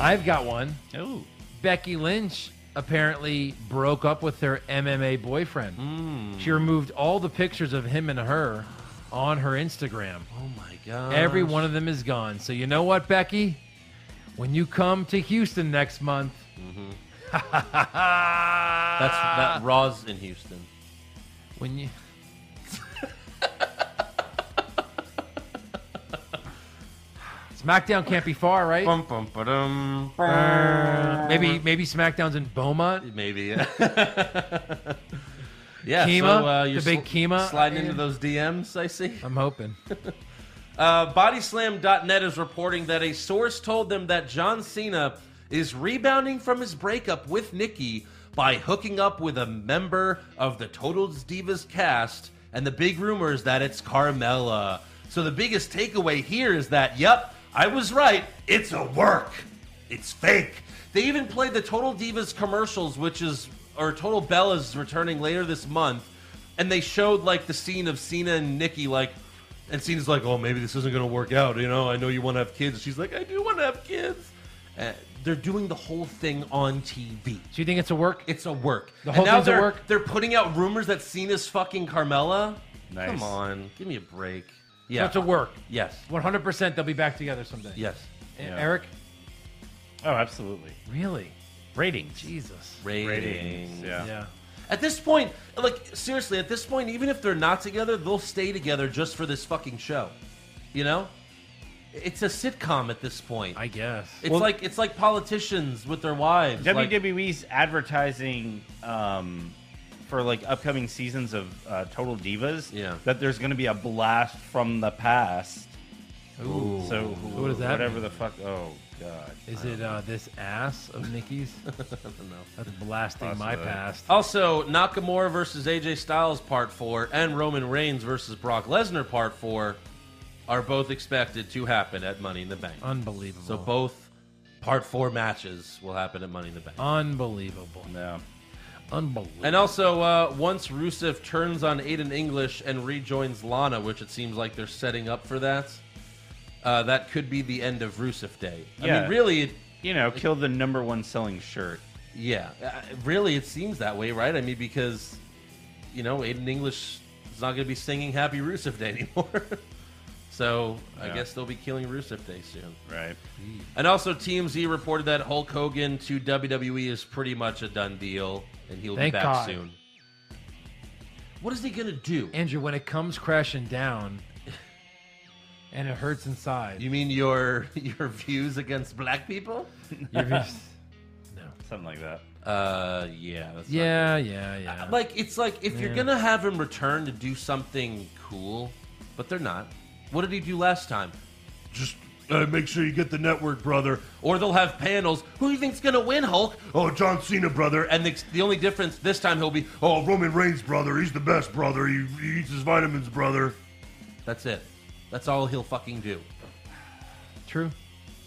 Speaker 5: I've got one.
Speaker 6: Oh,
Speaker 5: Becky Lynch apparently broke up with her MMA boyfriend.
Speaker 4: Hmm.
Speaker 5: She removed all the pictures of him and her on her Instagram.
Speaker 4: Oh my god!
Speaker 5: Every one of them is gone. So you know what, Becky? When you come to Houston next month,
Speaker 4: That's that Raw's in Houston.
Speaker 5: when you SmackDown can't be far, right?
Speaker 4: Bum, bum, ba-dum.
Speaker 5: Maybe maybe SmackDown's in Beaumont.
Speaker 4: Maybe. yeah, yeah
Speaker 5: Kima?
Speaker 4: so uh, you're
Speaker 5: The big Kima?
Speaker 4: sliding into those DMs, I see.
Speaker 5: I'm hoping.
Speaker 4: Uh, Bodyslam.net is reporting that a source told them that John Cena is rebounding from his breakup with Nikki by hooking up with a member of the Total Divas cast, and the big rumor is that it's Carmella. So the biggest takeaway here is that, yep, I was right. It's a work. It's fake. They even played the Total Divas commercials, which is or Total Bellas returning later this month, and they showed like the scene of Cena and Nikki like and Cena's like, oh, maybe this isn't going to work out. You know, I know you want to have kids. She's like, I do want to have kids. Uh, they're doing the whole thing on TV.
Speaker 5: Do you think it's a work?
Speaker 4: It's a work.
Speaker 5: The whole
Speaker 4: and now
Speaker 5: thing's a
Speaker 4: they're,
Speaker 5: work?
Speaker 4: They're putting out rumors that Cena's fucking Carmella.
Speaker 6: Nice.
Speaker 4: Come on. Give me a break.
Speaker 5: So
Speaker 4: Yeah.
Speaker 5: it's a work.
Speaker 4: Yes.
Speaker 5: 100% they'll be back together someday.
Speaker 4: Yes.
Speaker 5: E-
Speaker 6: Yeah.
Speaker 5: Eric,
Speaker 6: oh, absolutely.
Speaker 5: really?
Speaker 6: Ratings.
Speaker 5: Jesus.
Speaker 4: Ratings.
Speaker 6: Yeah.
Speaker 5: Yeah.
Speaker 4: At this point, like, seriously, at this point, even if they're not together, they'll stay together just for this fucking show. You know? It's a sitcom at this point.
Speaker 5: I guess.
Speaker 4: It's like it's like politicians with their wives. like-
Speaker 6: WWE's advertising um, for like upcoming seasons of uh, Total Divas.
Speaker 4: Yeah.
Speaker 6: That there's going to be a blast from the past. Ooh. So
Speaker 5: What does that
Speaker 6: Whatever
Speaker 5: mean?
Speaker 6: the fuck. Oh god.
Speaker 5: Is it uh, this ass of Nikki's? I don't know. That's blasting my
Speaker 6: Possibly.
Speaker 5: past.
Speaker 4: also Nakamura versus AJ Styles Part Four and Roman Reigns versus Brock Lesnar Part Four are both expected to happen at Money in the Bank.
Speaker 5: Unbelievable.
Speaker 4: So both Part Four matches will happen at Money in the Bank.
Speaker 5: Unbelievable.
Speaker 6: No.
Speaker 5: Unbelievable.
Speaker 4: And also, uh, once Rusev turns on Aiden English and rejoins Lana, which it seems like they're setting up for that, uh, that could be the end of Rusev Day. I
Speaker 6: Yeah.
Speaker 4: mean, really, it,
Speaker 6: You know, kill the number one selling shirt.
Speaker 4: Yeah, uh, really, it seems that way, right? I mean, because you know, Aiden English is not going to be singing Happy Rusev Day anymore. so I
Speaker 6: Yeah.
Speaker 4: guess they'll be killing Rusev Day soon.
Speaker 6: Right.
Speaker 4: And also, TMZ reported that Hulk Hogan to WWE is pretty much a done deal, and he'll
Speaker 5: Thank
Speaker 4: be back
Speaker 5: God.
Speaker 4: soon. What is he going to do?
Speaker 5: Andrew, when it comes crashing down and it hurts inside,
Speaker 4: You mean your your views against black people?
Speaker 5: you're just-
Speaker 6: Something like that.
Speaker 4: Uh, yeah, that's not
Speaker 5: yeah, yeah, yeah.
Speaker 4: Like it's like if you're gonna have him return to do something cool, but they're not. What did he do last time? Just uh, make sure you get the network, brother. Or they'll have panels. Who do you think's gonna win, Hulk? Oh, John Cena, brother. And the, the only difference this time he'll be, oh,
Speaker 1: Oh, Roman Reigns, brother. He's the best, brother. He, he eats his vitamins, brother.
Speaker 4: that's it. That's all he'll fucking do.
Speaker 5: True.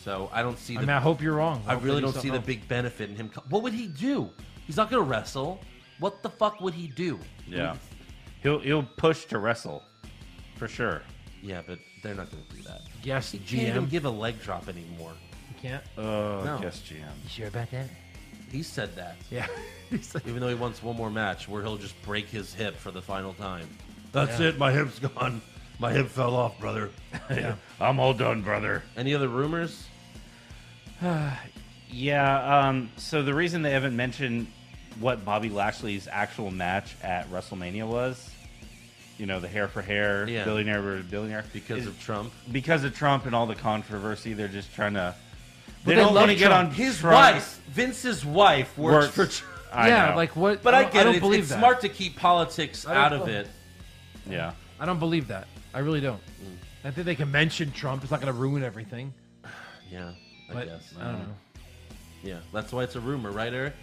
Speaker 4: So I don't see
Speaker 5: I
Speaker 4: the.
Speaker 5: mean, I hope you're wrong.
Speaker 4: I
Speaker 5: hope
Speaker 4: really
Speaker 5: they do
Speaker 4: don't see
Speaker 5: something
Speaker 4: the
Speaker 5: else.
Speaker 4: big benefit in him. co- What would he do? He's not going to wrestle. What the fuck would he do?
Speaker 6: Yeah. He'll he'll push to wrestle, for sure.
Speaker 4: Yeah, but they're not going to do that.
Speaker 5: Yes,
Speaker 4: He can't even
Speaker 5: GM.
Speaker 4: give a leg drop anymore.
Speaker 5: Can't.
Speaker 4: uh,
Speaker 6: Oh,
Speaker 4: No.
Speaker 6: yes, GM.
Speaker 5: You sure about that?
Speaker 4: He said that.
Speaker 5: Yeah. He's like,
Speaker 4: Even though he wants one more match where he'll just break his hip for the final time. That's it. My hip's gone. My hip fell off, brother.
Speaker 6: I'm all done, brother.
Speaker 4: Any other rumors?
Speaker 6: Yeah. Um, so the reason they haven't mentioned what Bobby Lashley's actual match at WrestleMania was, you know, the hair for hair,
Speaker 4: Yeah.
Speaker 6: billionaire for billionaire,
Speaker 4: Because
Speaker 6: is
Speaker 4: of Trump.
Speaker 6: because of Trump and all the controversy. They're just trying to. They,
Speaker 5: they
Speaker 6: don't
Speaker 5: love
Speaker 6: want to get
Speaker 5: Trump.
Speaker 6: on
Speaker 4: His
Speaker 6: Trump's
Speaker 4: wife, Vince's wife, works, for Trump.
Speaker 6: I
Speaker 5: yeah,
Speaker 6: know.
Speaker 5: like what?
Speaker 4: But I,
Speaker 5: don't-
Speaker 4: get
Speaker 5: don't
Speaker 4: it. It's-
Speaker 5: believe
Speaker 4: it's
Speaker 5: that.
Speaker 4: smart to keep politics
Speaker 5: don't
Speaker 4: out of
Speaker 5: believe-
Speaker 4: it.
Speaker 6: yeah.
Speaker 5: I don't believe that. I really don't.
Speaker 4: Mm.
Speaker 5: I think they can mention Trump. It's not going to ruin everything.
Speaker 4: Yeah, I
Speaker 5: But
Speaker 4: guess. Mm.
Speaker 5: I don't know.
Speaker 4: Yeah, that's why it's a rumor, right, Eric?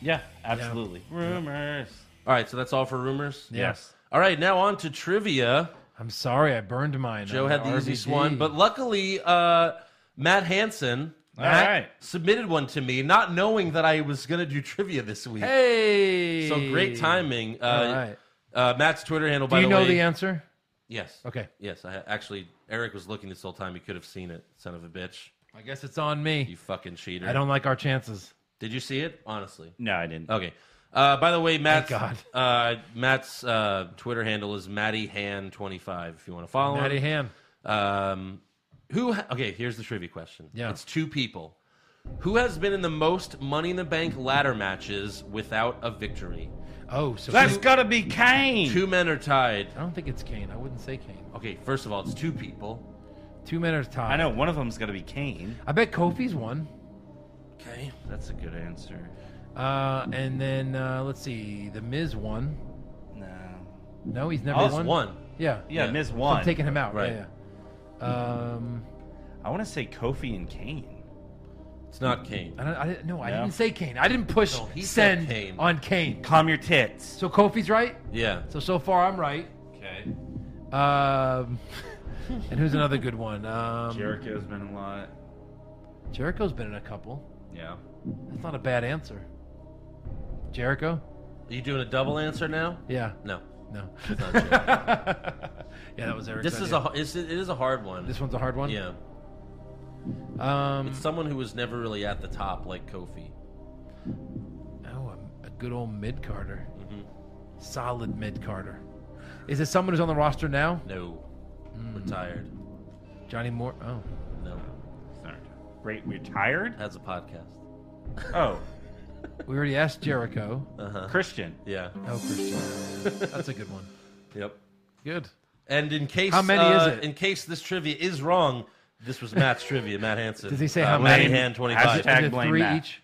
Speaker 6: Yeah, absolutely. Rumors.
Speaker 4: All right, so that's all for rumors.
Speaker 5: Yeah.
Speaker 6: Yes.
Speaker 4: All right, now on to trivia.
Speaker 5: I'm sorry, I burned mine.
Speaker 4: Joe
Speaker 5: on
Speaker 4: had the easiest
Speaker 5: RVD.
Speaker 4: one, but luckily, uh, Matt Hansen
Speaker 6: all right.
Speaker 4: submitted one to me, not knowing that I was going to do trivia this week.
Speaker 5: hey,
Speaker 4: So great timing. Uh,
Speaker 5: All right.
Speaker 4: uh, Matt's Twitter handle,
Speaker 5: Do
Speaker 4: by
Speaker 5: you
Speaker 4: the
Speaker 5: know
Speaker 4: way.
Speaker 5: the answer?
Speaker 4: Yes.
Speaker 5: Okay.
Speaker 4: Yes, I actually, Eric was looking this whole time. He could have seen it, son of a bitch.
Speaker 5: I guess it's on me.
Speaker 4: You fucking cheater.
Speaker 5: I don't like our chances.
Speaker 4: Did you see it? Honestly.
Speaker 6: No, I didn't.
Speaker 4: Okay. Uh, by the way, Matt's
Speaker 5: God.
Speaker 4: Uh, Matt's uh, Twitter handle is MattyHan25 if you want to follow
Speaker 5: Maddie
Speaker 4: him.
Speaker 5: Ham.
Speaker 4: Um, who? Ha- okay, here's the trivia question.
Speaker 5: Yeah.
Speaker 4: It's two people. Who has been in the most Money in the Bank ladder matches without a victory?
Speaker 5: Oh, so
Speaker 6: That's
Speaker 5: two-
Speaker 6: gotta be Kane.
Speaker 4: Two men are tied.
Speaker 5: I don't think it's Kane. I wouldn't say Kane.
Speaker 4: Okay, first of all, it's two people.
Speaker 5: Two men are tied.
Speaker 6: I know one of them's gotta be Kane.
Speaker 5: I bet Kofi's one.
Speaker 4: Okay.
Speaker 6: That's a good answer.
Speaker 5: Uh, and then uh, let's see, the Miz won.
Speaker 6: No.
Speaker 5: No, he's never
Speaker 4: Miz
Speaker 5: won.
Speaker 4: one.
Speaker 5: Yeah.
Speaker 6: Yeah,
Speaker 4: Yeah.
Speaker 6: Miz
Speaker 5: So
Speaker 6: won.
Speaker 5: I'm taking him out.
Speaker 4: Right.
Speaker 5: Yeah. yeah. Um,
Speaker 6: I want to say Kofi and Kane.
Speaker 4: It's not Kane.
Speaker 5: I don't. I didn't. No, I
Speaker 6: No.
Speaker 5: didn't say Kane. I didn't push
Speaker 4: No, he said
Speaker 5: send
Speaker 4: Kane.
Speaker 5: on Kane.
Speaker 6: Calm your tits.
Speaker 5: So Kofi's right.
Speaker 4: Yeah.
Speaker 5: So so far I'm right.
Speaker 6: Okay.
Speaker 5: Um, and who's another good one? Um,
Speaker 6: Jericho's been a lot.
Speaker 5: Jericho's been in a couple.
Speaker 6: Yeah.
Speaker 5: That's not a bad answer. Jericho?
Speaker 4: Are you doing a double answer now?
Speaker 5: Yeah.
Speaker 4: No.
Speaker 5: No.
Speaker 4: not
Speaker 5: yeah, that was Eric's
Speaker 4: This is
Speaker 5: idea.
Speaker 4: a it's, it is a hard one.
Speaker 5: This one's a hard one. Mm-hmm.
Speaker 4: yeah.
Speaker 5: Um,
Speaker 4: It's someone who was never really at the top, like Kofi.
Speaker 5: Oh, a, a good old mid Carter. Solid mid Carter. Is it someone who's on the roster now?
Speaker 4: No.
Speaker 5: Mm.
Speaker 4: Retired.
Speaker 5: Johnny Moore. Oh,
Speaker 4: No.
Speaker 6: Sorry. Great. We're tired.
Speaker 4: Has a podcast.
Speaker 6: Oh,
Speaker 5: we already asked Jericho.
Speaker 6: Christian.
Speaker 4: Yeah.
Speaker 5: Oh, Christian. That's a good one.
Speaker 4: Yep.
Speaker 5: Good.
Speaker 4: And in case
Speaker 5: How many is
Speaker 4: uh,
Speaker 5: it?
Speaker 4: In case this trivia is wrong, this was Matt's trivia. Matt Hansen.
Speaker 5: Does he say
Speaker 4: Uh,
Speaker 5: how
Speaker 4: Matty
Speaker 5: many?
Speaker 4: Hand twenty five.
Speaker 6: Hashtag-
Speaker 5: Is it
Speaker 6: blame
Speaker 5: three
Speaker 6: Matt.
Speaker 5: each.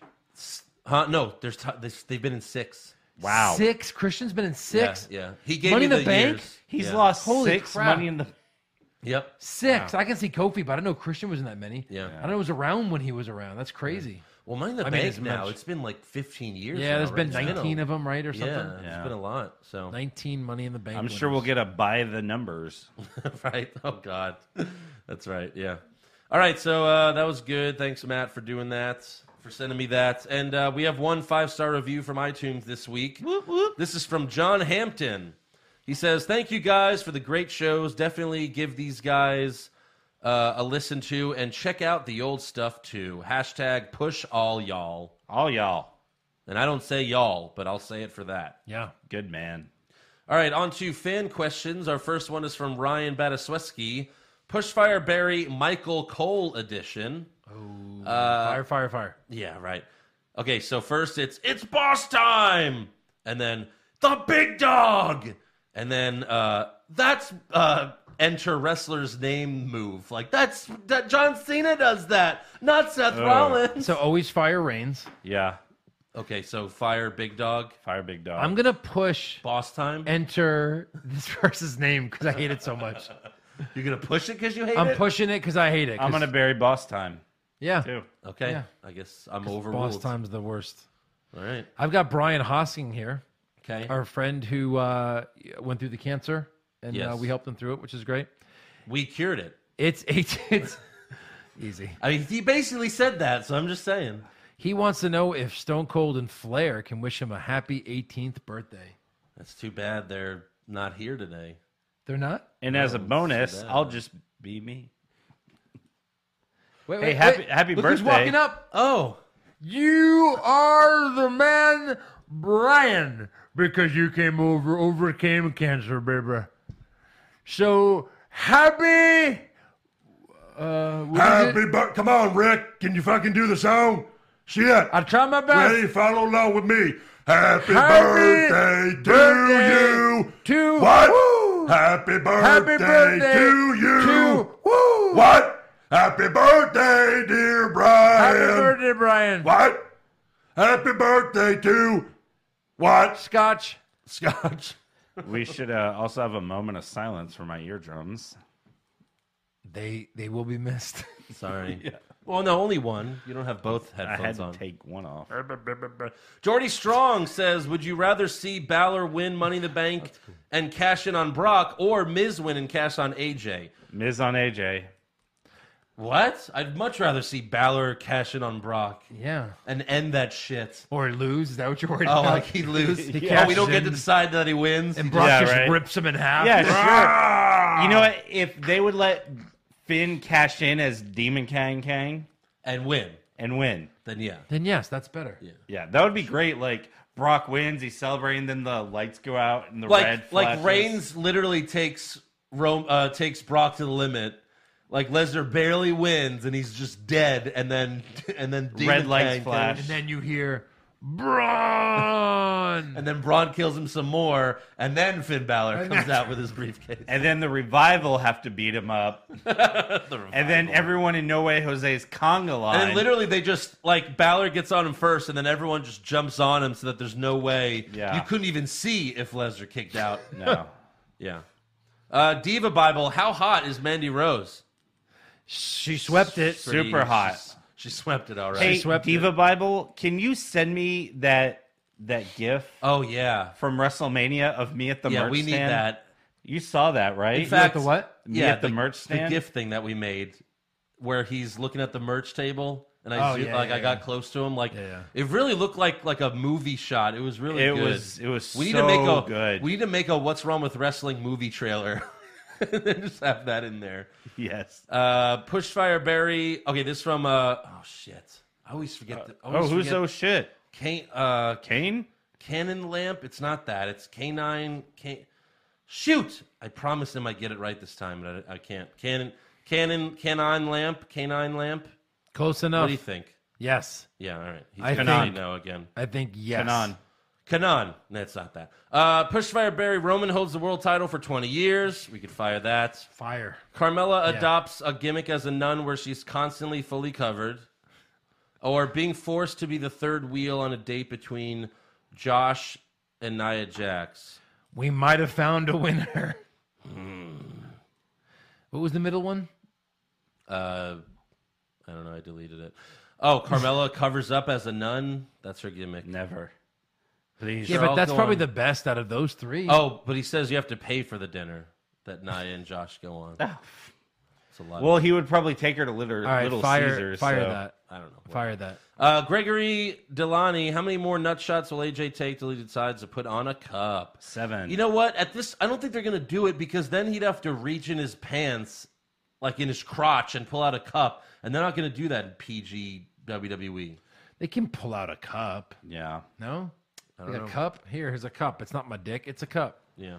Speaker 4: Huh? No, there's t- there's- they've been in six.
Speaker 6: Wow.
Speaker 5: Six. Christian's been in
Speaker 4: Yeah,
Speaker 5: six.
Speaker 4: Yeah. He gave
Speaker 5: Money
Speaker 4: me
Speaker 5: in the bank?
Speaker 4: years.
Speaker 6: He's
Speaker 4: Yeah.
Speaker 6: lost
Speaker 5: Holy
Speaker 6: six
Speaker 5: crap.
Speaker 6: money in the.
Speaker 4: Yep.
Speaker 5: Six. I can see Kofi, but I know Christian was in that many.
Speaker 4: Yeah.
Speaker 5: I know it was around when he was around. That's crazy.
Speaker 4: Well, Money in the
Speaker 5: I mean,
Speaker 4: bank
Speaker 5: it's
Speaker 4: now.
Speaker 5: much-
Speaker 4: It's been like fifteen years.
Speaker 5: Yeah,
Speaker 4: there's
Speaker 5: there's been 19 of them, right, or something?
Speaker 4: Yeah, it's
Speaker 6: Yeah.
Speaker 4: been a lot. So
Speaker 5: 19 Money in the Bank.
Speaker 6: I'm sure we'll
Speaker 5: winners.
Speaker 6: get a by the numbers.
Speaker 4: right. Oh God, that's right. Yeah. All right. So uh, that was good. Thanks, Matt, for doing that, for sending me that. And uh, we have one five star review from iTunes this week. This is from John Hampton. He says, "Thank you guys for the great shows. Definitely give these guys." Uh, a listen to and check out the old stuff too. Hashtag push all y'all.
Speaker 6: All y'all.
Speaker 4: And I don't say y'all, but I'll say it for that.
Speaker 5: Yeah.
Speaker 6: Good man.
Speaker 4: All right, on to fan questions. Our first one is from Ryan Batasweski, Pushfire Barry Michael Cole edition.
Speaker 5: fire, fire, fire.
Speaker 4: Yeah, right. Okay, so first it's it's boss time, and then the big dog, and then uh, that's uh, enter wrestler's name move. Like that's that John Cena does that, not Seth Rollins.
Speaker 5: So always fire reigns.
Speaker 6: Yeah.
Speaker 4: Okay, so fire big dog,
Speaker 6: Fire big dog.
Speaker 5: I'm gonna push
Speaker 4: boss time.
Speaker 5: enter this person's name because I hate it so much.
Speaker 4: You're gonna push it because you hate
Speaker 5: I'm
Speaker 4: it.
Speaker 5: pushing it because I hate it. 'cause-
Speaker 6: I'm gonna bury boss time
Speaker 5: yeah.
Speaker 6: too.
Speaker 4: okay,
Speaker 5: Yeah.
Speaker 4: I guess I'm
Speaker 5: Boss
Speaker 4: overruled.
Speaker 5: time's the worst.
Speaker 4: All right.
Speaker 5: I've got Brian Hosking here,
Speaker 4: Okay.
Speaker 5: our friend who uh, went through the cancer, and uh,
Speaker 4: Yes.
Speaker 5: we helped him through it, which is great.
Speaker 4: We cured it.
Speaker 5: It's it's, it's easy.
Speaker 4: I mean, he basically said that, so I'm just saying.
Speaker 5: He wants to know if Stone Cold and Flair can wish him a happy 18th birthday.
Speaker 4: That's too bad they're not here today.
Speaker 5: They're not?
Speaker 6: And as a bonus, I'll just be me.
Speaker 5: Wait,
Speaker 6: Hey, happy- happy
Speaker 5: Look Who's
Speaker 6: birthday.
Speaker 5: walking up? Oh, you are the man, Brian, because you came over, overcame cancer, baby. So happy. Uh, what is it?
Speaker 1: Happy birthday. Come on, Rick. Can you fucking do the song? Shit.
Speaker 5: I try my best.
Speaker 1: Ready? Follow along with me. Happy,
Speaker 5: Happy
Speaker 1: birthday,
Speaker 5: birthday
Speaker 1: to you.
Speaker 5: to-
Speaker 1: what?
Speaker 5: Woo.
Speaker 1: Happy birthday,
Speaker 5: birthday
Speaker 1: to you.
Speaker 5: to- Woo.
Speaker 1: What? Happy birthday, dear
Speaker 5: Happy
Speaker 1: Brian.
Speaker 5: birthday, Brian.
Speaker 1: What? Happy birthday to what?
Speaker 5: Scotch.
Speaker 1: Scotch.
Speaker 6: We should uh, also have a moment of silence for my eardrums.
Speaker 5: They they will be missed.
Speaker 4: Sorry. Well, no, only one. You don't have both
Speaker 6: I had
Speaker 4: headphones
Speaker 6: to
Speaker 4: on.
Speaker 6: take one off.
Speaker 4: Jordy Strong says, "Would you rather see Balor win Money in the Bank and cash in on Brock, or Miz win and cash on AJ?"
Speaker 6: Miz on AJ.
Speaker 4: What? I'd much rather see Balor cash in on Brock
Speaker 5: yeah.
Speaker 4: and end that shit.
Speaker 5: Or lose? Is that what you're worried
Speaker 4: Oh,
Speaker 5: about?
Speaker 4: like he loses.
Speaker 5: He
Speaker 4: oh, we
Speaker 5: cashes
Speaker 4: don't get
Speaker 5: in.
Speaker 4: to decide that he wins.
Speaker 5: and Brock
Speaker 6: Yeah,
Speaker 5: just
Speaker 6: right.
Speaker 5: rips him in half.
Speaker 6: Yeah, sure. You know what? If they would let Finn cash in as Demon Kang Kang
Speaker 4: and win.
Speaker 6: and win,
Speaker 4: Then yeah.
Speaker 5: Then yes, that's better.
Speaker 6: yeah, that would be great. Like Brock wins, he's celebrating, then the lights go out and the
Speaker 4: Like
Speaker 6: red
Speaker 4: like
Speaker 6: flashes.
Speaker 4: Reigns literally takes Rome uh, takes Brock to the limit. Like Lesnar barely wins and he's just dead and then and then Demon
Speaker 6: Red lights
Speaker 4: Kang
Speaker 6: flash.
Speaker 4: kills-
Speaker 5: And then you hear Braun.
Speaker 4: And then Braun kills him some more and then Finn Balor comes out with his briefcase.
Speaker 6: And then the revival have to beat him up. and then everyone in No Way Jose's conga line.
Speaker 4: And then literally they just like Balor gets on him first, and then everyone just jumps on him so that there's no way
Speaker 6: Yeah.
Speaker 4: you couldn't even see if Lesnar kicked out.
Speaker 6: no.
Speaker 4: yeah. Uh, Diva Bible, how hot is Mandy Rose?
Speaker 5: she swept it.
Speaker 4: Pretty-
Speaker 6: Super hot.
Speaker 4: she's- She swept it all right.
Speaker 6: Hey,
Speaker 5: swept
Speaker 6: Diva Bible, can you send me that that GIF
Speaker 4: oh yeah,
Speaker 6: from WrestleMania of me at the
Speaker 4: yeah.
Speaker 6: merch
Speaker 4: We need
Speaker 6: stand?
Speaker 4: that.
Speaker 6: You saw that, right?
Speaker 4: In fact,
Speaker 5: the what?
Speaker 6: Me at the merch stand?
Speaker 4: the gift thing that we made, where he's looking at the merch table, and I
Speaker 5: Oh,
Speaker 4: zo-
Speaker 5: yeah,
Speaker 4: like
Speaker 5: yeah,
Speaker 4: I got close to him. Like
Speaker 5: Yeah, yeah.
Speaker 4: it really looked like like a movie shot. It was really
Speaker 6: It
Speaker 4: good.
Speaker 6: was- it was
Speaker 4: We need
Speaker 6: so
Speaker 4: to make a
Speaker 6: good.
Speaker 4: We need to make a what's wrong with wrestling movie trailer. and just have that in there.
Speaker 6: yes.
Speaker 4: Uh, push fire berry. Okay, this from uh oh shit. I always forget. The, I
Speaker 6: oh,
Speaker 4: always
Speaker 6: who's
Speaker 4: forget-
Speaker 6: oh shit?
Speaker 4: Can, uh,
Speaker 6: Kane?
Speaker 4: Canon lamp. It's not that. It's canine. Can- Shoot! I promised him I'd get it right this time, but I, I can't. Canon, canon, canine lamp, canine lamp.
Speaker 5: Close
Speaker 4: What
Speaker 5: enough.
Speaker 4: do you think?
Speaker 5: yes.
Speaker 4: Yeah, all right. He's
Speaker 5: I
Speaker 4: gonna say
Speaker 5: think-
Speaker 4: no again.
Speaker 5: I think yes.
Speaker 6: Kanan.
Speaker 4: Canon. That's not that. Uh, push fire Barry Roman holds the world title for 20 years. We could fire that.
Speaker 5: Fire.
Speaker 4: Carmella
Speaker 5: Yeah.
Speaker 4: adopts a gimmick as a nun where she's constantly fully covered, or being forced to be the third wheel on a date between Josh and Nia Jax.
Speaker 5: We might have found a winner. what was the middle one?
Speaker 4: Uh, I don't know. I deleted it. Oh, Carmella covers up as a nun. That's her gimmick.
Speaker 6: Never.
Speaker 4: Please.
Speaker 5: yeah, but that's probably the best out of those three.
Speaker 4: Oh, but he says you have to pay for the dinner that Nia and Josh go on. It's a lot.
Speaker 6: Well, he would probably take her to Little,
Speaker 5: All right,
Speaker 6: little
Speaker 5: fire,
Speaker 6: Caesars.
Speaker 5: fire
Speaker 6: so-
Speaker 5: that,
Speaker 4: I don't know.
Speaker 5: fire that.
Speaker 4: Uh, Gregory Delaney, how many more nut shots will AJ take till he decides to put on a cup?
Speaker 6: Seven.
Speaker 4: You know what? At this, I don't think they're gonna do it because then he'd have to reach in his pants, like in his crotch, and pull out a cup, and they're not gonna do that in PG WWE.
Speaker 5: They can pull out a cup.
Speaker 6: Yeah.
Speaker 5: No, Like a cup. Here, here's a cup. It's not my dick. It's a cup.
Speaker 4: Yeah.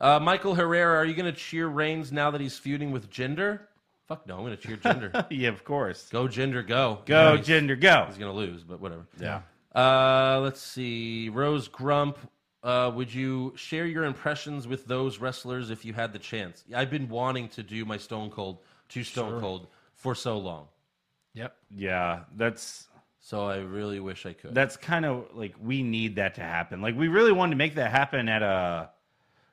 Speaker 4: Uh, Michael Herrera, are you gonna cheer Reigns now that he's feuding with Gender? Fuck no, I'm gonna cheer Gender.
Speaker 6: Yeah, of course.
Speaker 4: go Gender, go
Speaker 6: Go,
Speaker 4: He's-
Speaker 6: gender, go.
Speaker 4: He's gonna lose, but whatever.
Speaker 5: Yeah.
Speaker 4: Uh, let's see. Rose Grump, uh, would you share your impressions with those wrestlers if you had the chance? I've been wanting to do my Stone Cold to Stone Cold for so long,
Speaker 5: Yep.
Speaker 6: Yeah, that's
Speaker 4: so I really wish I could.
Speaker 6: that's kind of like we need that to happen. Like we really wanted to make that happen at a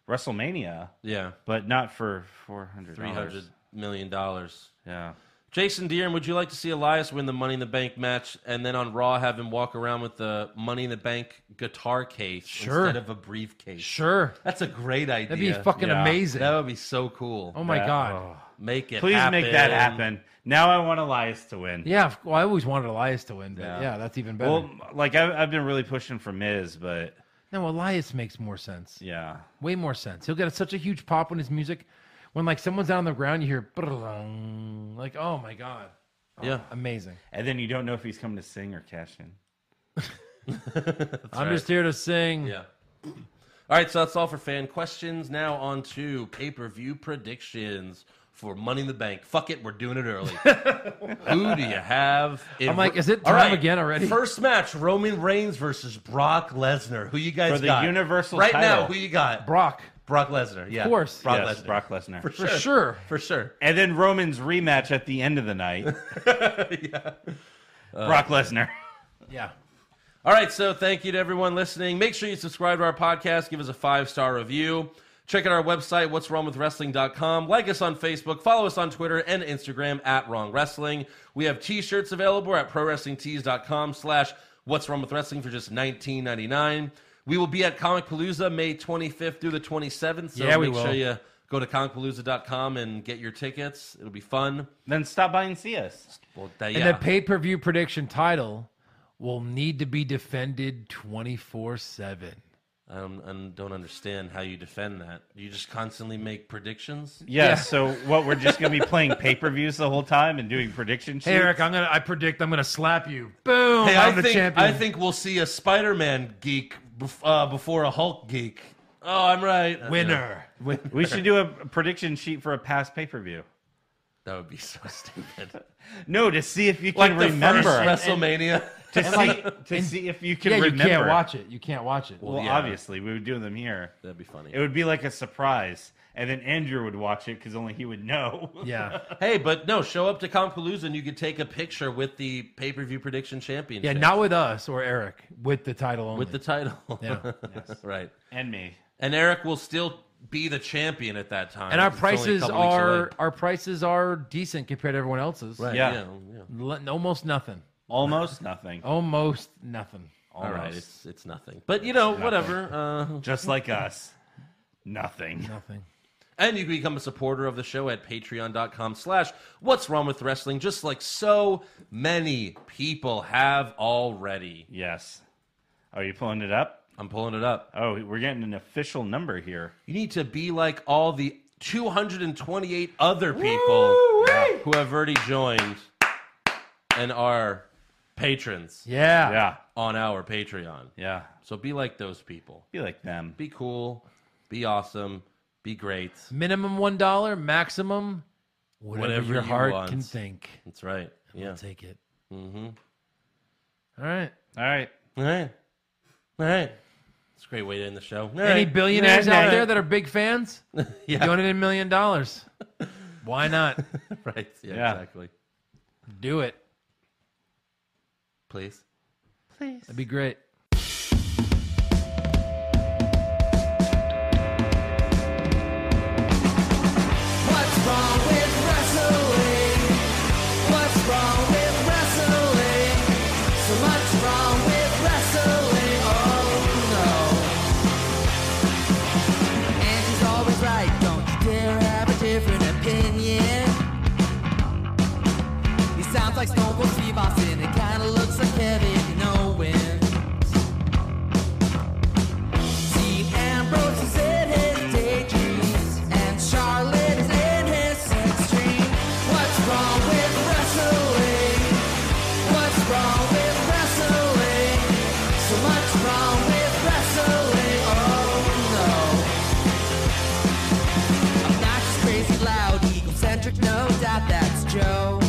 Speaker 6: WrestleMania,
Speaker 4: yeah,
Speaker 6: but not for four hundred
Speaker 4: three hundred
Speaker 6: dollars.
Speaker 4: million dollars.
Speaker 6: Yeah,
Speaker 4: Jason Deere, would you like to see Elias win the Money in the Bank match and then on Raw have him walk around with the Money in the Bank guitar case
Speaker 5: Sure.
Speaker 4: instead of a briefcase?
Speaker 5: Sure.
Speaker 4: That's a great idea.
Speaker 5: That'd be fucking
Speaker 6: Yeah.
Speaker 5: amazing.
Speaker 4: That would be so cool.
Speaker 5: oh my
Speaker 6: Yeah.
Speaker 5: god.
Speaker 4: Make it
Speaker 6: Please make that happen. Now I want Elias to win.
Speaker 5: Yeah. of- Well, I always wanted Elias to win, but yeah,
Speaker 6: Yeah.
Speaker 5: that's even better.
Speaker 6: Well, like I, I've been really pushing for Miz, but
Speaker 5: no, Elias makes more sense.
Speaker 6: yeah,
Speaker 5: Way more sense. He'll get such a huge pop when his music, when like someone's down on the ground, you hear "Brrrlong." like, oh my god,
Speaker 4: Yeah.
Speaker 5: amazing.
Speaker 6: and then you don't know if he's coming to sing or cash in.
Speaker 5: I'm just here to sing.
Speaker 4: Yeah. All right, so that's all for fan questions. Now on to pay per view predictions for Money in the Bank. Fuck it, we're doing it early. Who do you have? in-
Speaker 5: I'm like, is it
Speaker 4: All
Speaker 5: time again already?
Speaker 4: First match: Roman Reigns versus Brock Lesnar. Who you guys
Speaker 6: For the
Speaker 4: got?
Speaker 6: Universal
Speaker 4: right now?
Speaker 6: title.
Speaker 4: Who you got?
Speaker 5: Brock,
Speaker 4: Brock Lesnar. Yeah,
Speaker 5: Of course.
Speaker 4: Brock
Speaker 6: yes,
Speaker 4: Lesnar.
Speaker 6: Brock Lesnar.
Speaker 4: for
Speaker 5: for
Speaker 4: sure.
Speaker 5: sure.
Speaker 4: For sure.
Speaker 6: And then Roman's rematch at the end of the night. Brock Lesnar.
Speaker 5: Yeah.
Speaker 4: All right, so thank you to everyone listening. Make sure you subscribe to our podcast, give us a five star review. Check out our website, what's wrong with wrestling.com. Like us on Facebook, follow us on Twitter and Instagram at Wrong Wrestling. We have t shirts available at pro prowrestlingtees.com slash what's wrong with wrestling for just $19.99. We will be at Comic Palooza May 25th through the 27th. So
Speaker 5: Yeah, we
Speaker 4: make sure
Speaker 5: will.
Speaker 4: you go to comicpalooza.com and get your tickets. It'll be fun.
Speaker 6: Then stop by and see us.
Speaker 4: Well, that,
Speaker 5: And
Speaker 4: yeah.
Speaker 5: the pay per view prediction title will need to be defended 24 7.
Speaker 4: I don't, I um, don't understand how you defend that. You just constantly make predictions?
Speaker 6: Yeah, so what we're just gonna be playing pay per views the whole time and doing prediction sheets.
Speaker 5: Hey, Eric, I'm gonna. I predict I'm gonna slap you. Boom!
Speaker 4: Hey,
Speaker 5: I'm
Speaker 4: I
Speaker 5: the
Speaker 4: think
Speaker 5: champion.
Speaker 4: I think we'll see a Spider-Man geek bef- uh, before a Hulk geek. Oh, I'm right. Uh, yeah.
Speaker 5: winner.
Speaker 6: we should do a prediction sheet for a past pay per view.
Speaker 4: That would be so stupid.
Speaker 6: No, to see if you
Speaker 4: like
Speaker 6: can
Speaker 4: the
Speaker 6: remember.
Speaker 4: first WrestLMania.
Speaker 6: to see, to see if you can
Speaker 5: Yeah, you
Speaker 6: remember.
Speaker 5: can't watch it. You can't watch it.
Speaker 6: Well,
Speaker 4: Yeah.
Speaker 6: obviously, we would do them here.
Speaker 4: That'd be funny.
Speaker 6: It would be like a surprise, and then Andrew would watch it because only he would know.
Speaker 5: yeah,
Speaker 4: hey, but no, show up to Compalooza and you could take a picture with the pay-per-view prediction
Speaker 5: yeah.
Speaker 4: championship.
Speaker 5: Not with us or Eric. With the title only.
Speaker 4: with the title.
Speaker 5: Yeah.
Speaker 4: right.
Speaker 6: and me.
Speaker 4: And Eric will still be the champion at that time.
Speaker 5: and our
Speaker 4: It's only a
Speaker 5: prices
Speaker 4: couple weeks
Speaker 5: are
Speaker 4: away.
Speaker 5: our prices are decent compared to everyone else's.
Speaker 4: Right,
Speaker 6: Yeah.
Speaker 4: yeah.
Speaker 5: Le- almost nothing.
Speaker 6: Almost nothing.
Speaker 5: Oh. Almost nothing.
Speaker 4: All right,
Speaker 6: Almost.
Speaker 4: it's it's nothing. But you know, whatever. Uh,
Speaker 6: Just like us. Nothing.
Speaker 5: Nothing.
Speaker 4: And you can become a supporter of the show at patreon.com slash what's wrong with wrestling, just like so many people have already.
Speaker 6: Yes. Are you pulling it up?
Speaker 4: I'm pulling it up.
Speaker 6: Oh, we're getting an official number here.
Speaker 4: You need to be like all the 228 other people who have already joined and are patrons
Speaker 5: Yeah.
Speaker 6: Yeah.
Speaker 4: on our Patreon.
Speaker 6: Yeah.
Speaker 4: So be like those people.
Speaker 6: Be like them.
Speaker 4: Be cool, be awesome, be great.
Speaker 5: Minimum one dollar. Maximum. Whatever,
Speaker 4: Whatever
Speaker 5: your
Speaker 4: you
Speaker 5: heart
Speaker 4: want.
Speaker 5: can think.
Speaker 4: That's right. Yeah.
Speaker 5: Take it. Mm-hmm. All right.
Speaker 6: All right.
Speaker 4: All right. All right. It's a great way to end the show. All
Speaker 5: Any
Speaker 4: right.
Speaker 5: billionaires
Speaker 6: Nah,
Speaker 5: out
Speaker 6: nah.
Speaker 5: there that are big fans?
Speaker 4: Yeah.
Speaker 5: Donate a million dollars. Why not?
Speaker 4: Right. Yeah,
Speaker 6: Yeah.
Speaker 4: exactly.
Speaker 5: Do it.
Speaker 4: Please.
Speaker 5: That'd be great.
Speaker 9: What's wrong with wrestling? What's wrong with wrestling? So much wrong with wrestling. Oh no. And she's always right. Don't you dare have a different opinion. He sounds like Stone Cold Steve Austin. It kinda looks like Kevin Owens. Dean Ambrose is in his daydreams, and Charlotte is in his sex dream. What's wrong with wrestling? What's wrong with wrestling? So much wrong with wrestling. Oh no. Obnoxious, crazy, loud, egocentric, no doubt that's Joe.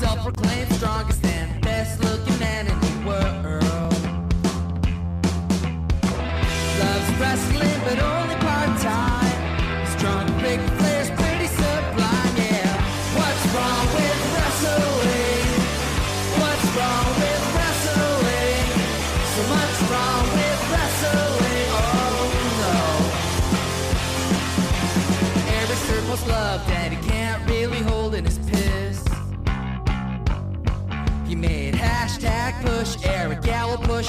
Speaker 9: Self-proclaimed strongest and best-looking man in the world. Loves wrestling, but only part-time. His drunk big player's pretty sublime, yeah. What's wrong with wrestling? What's wrong with wrestling? So much wrong with wrestling. Oh no. Every circle's loved and he can't really in his piss. He made hashtag push Eric Gallo push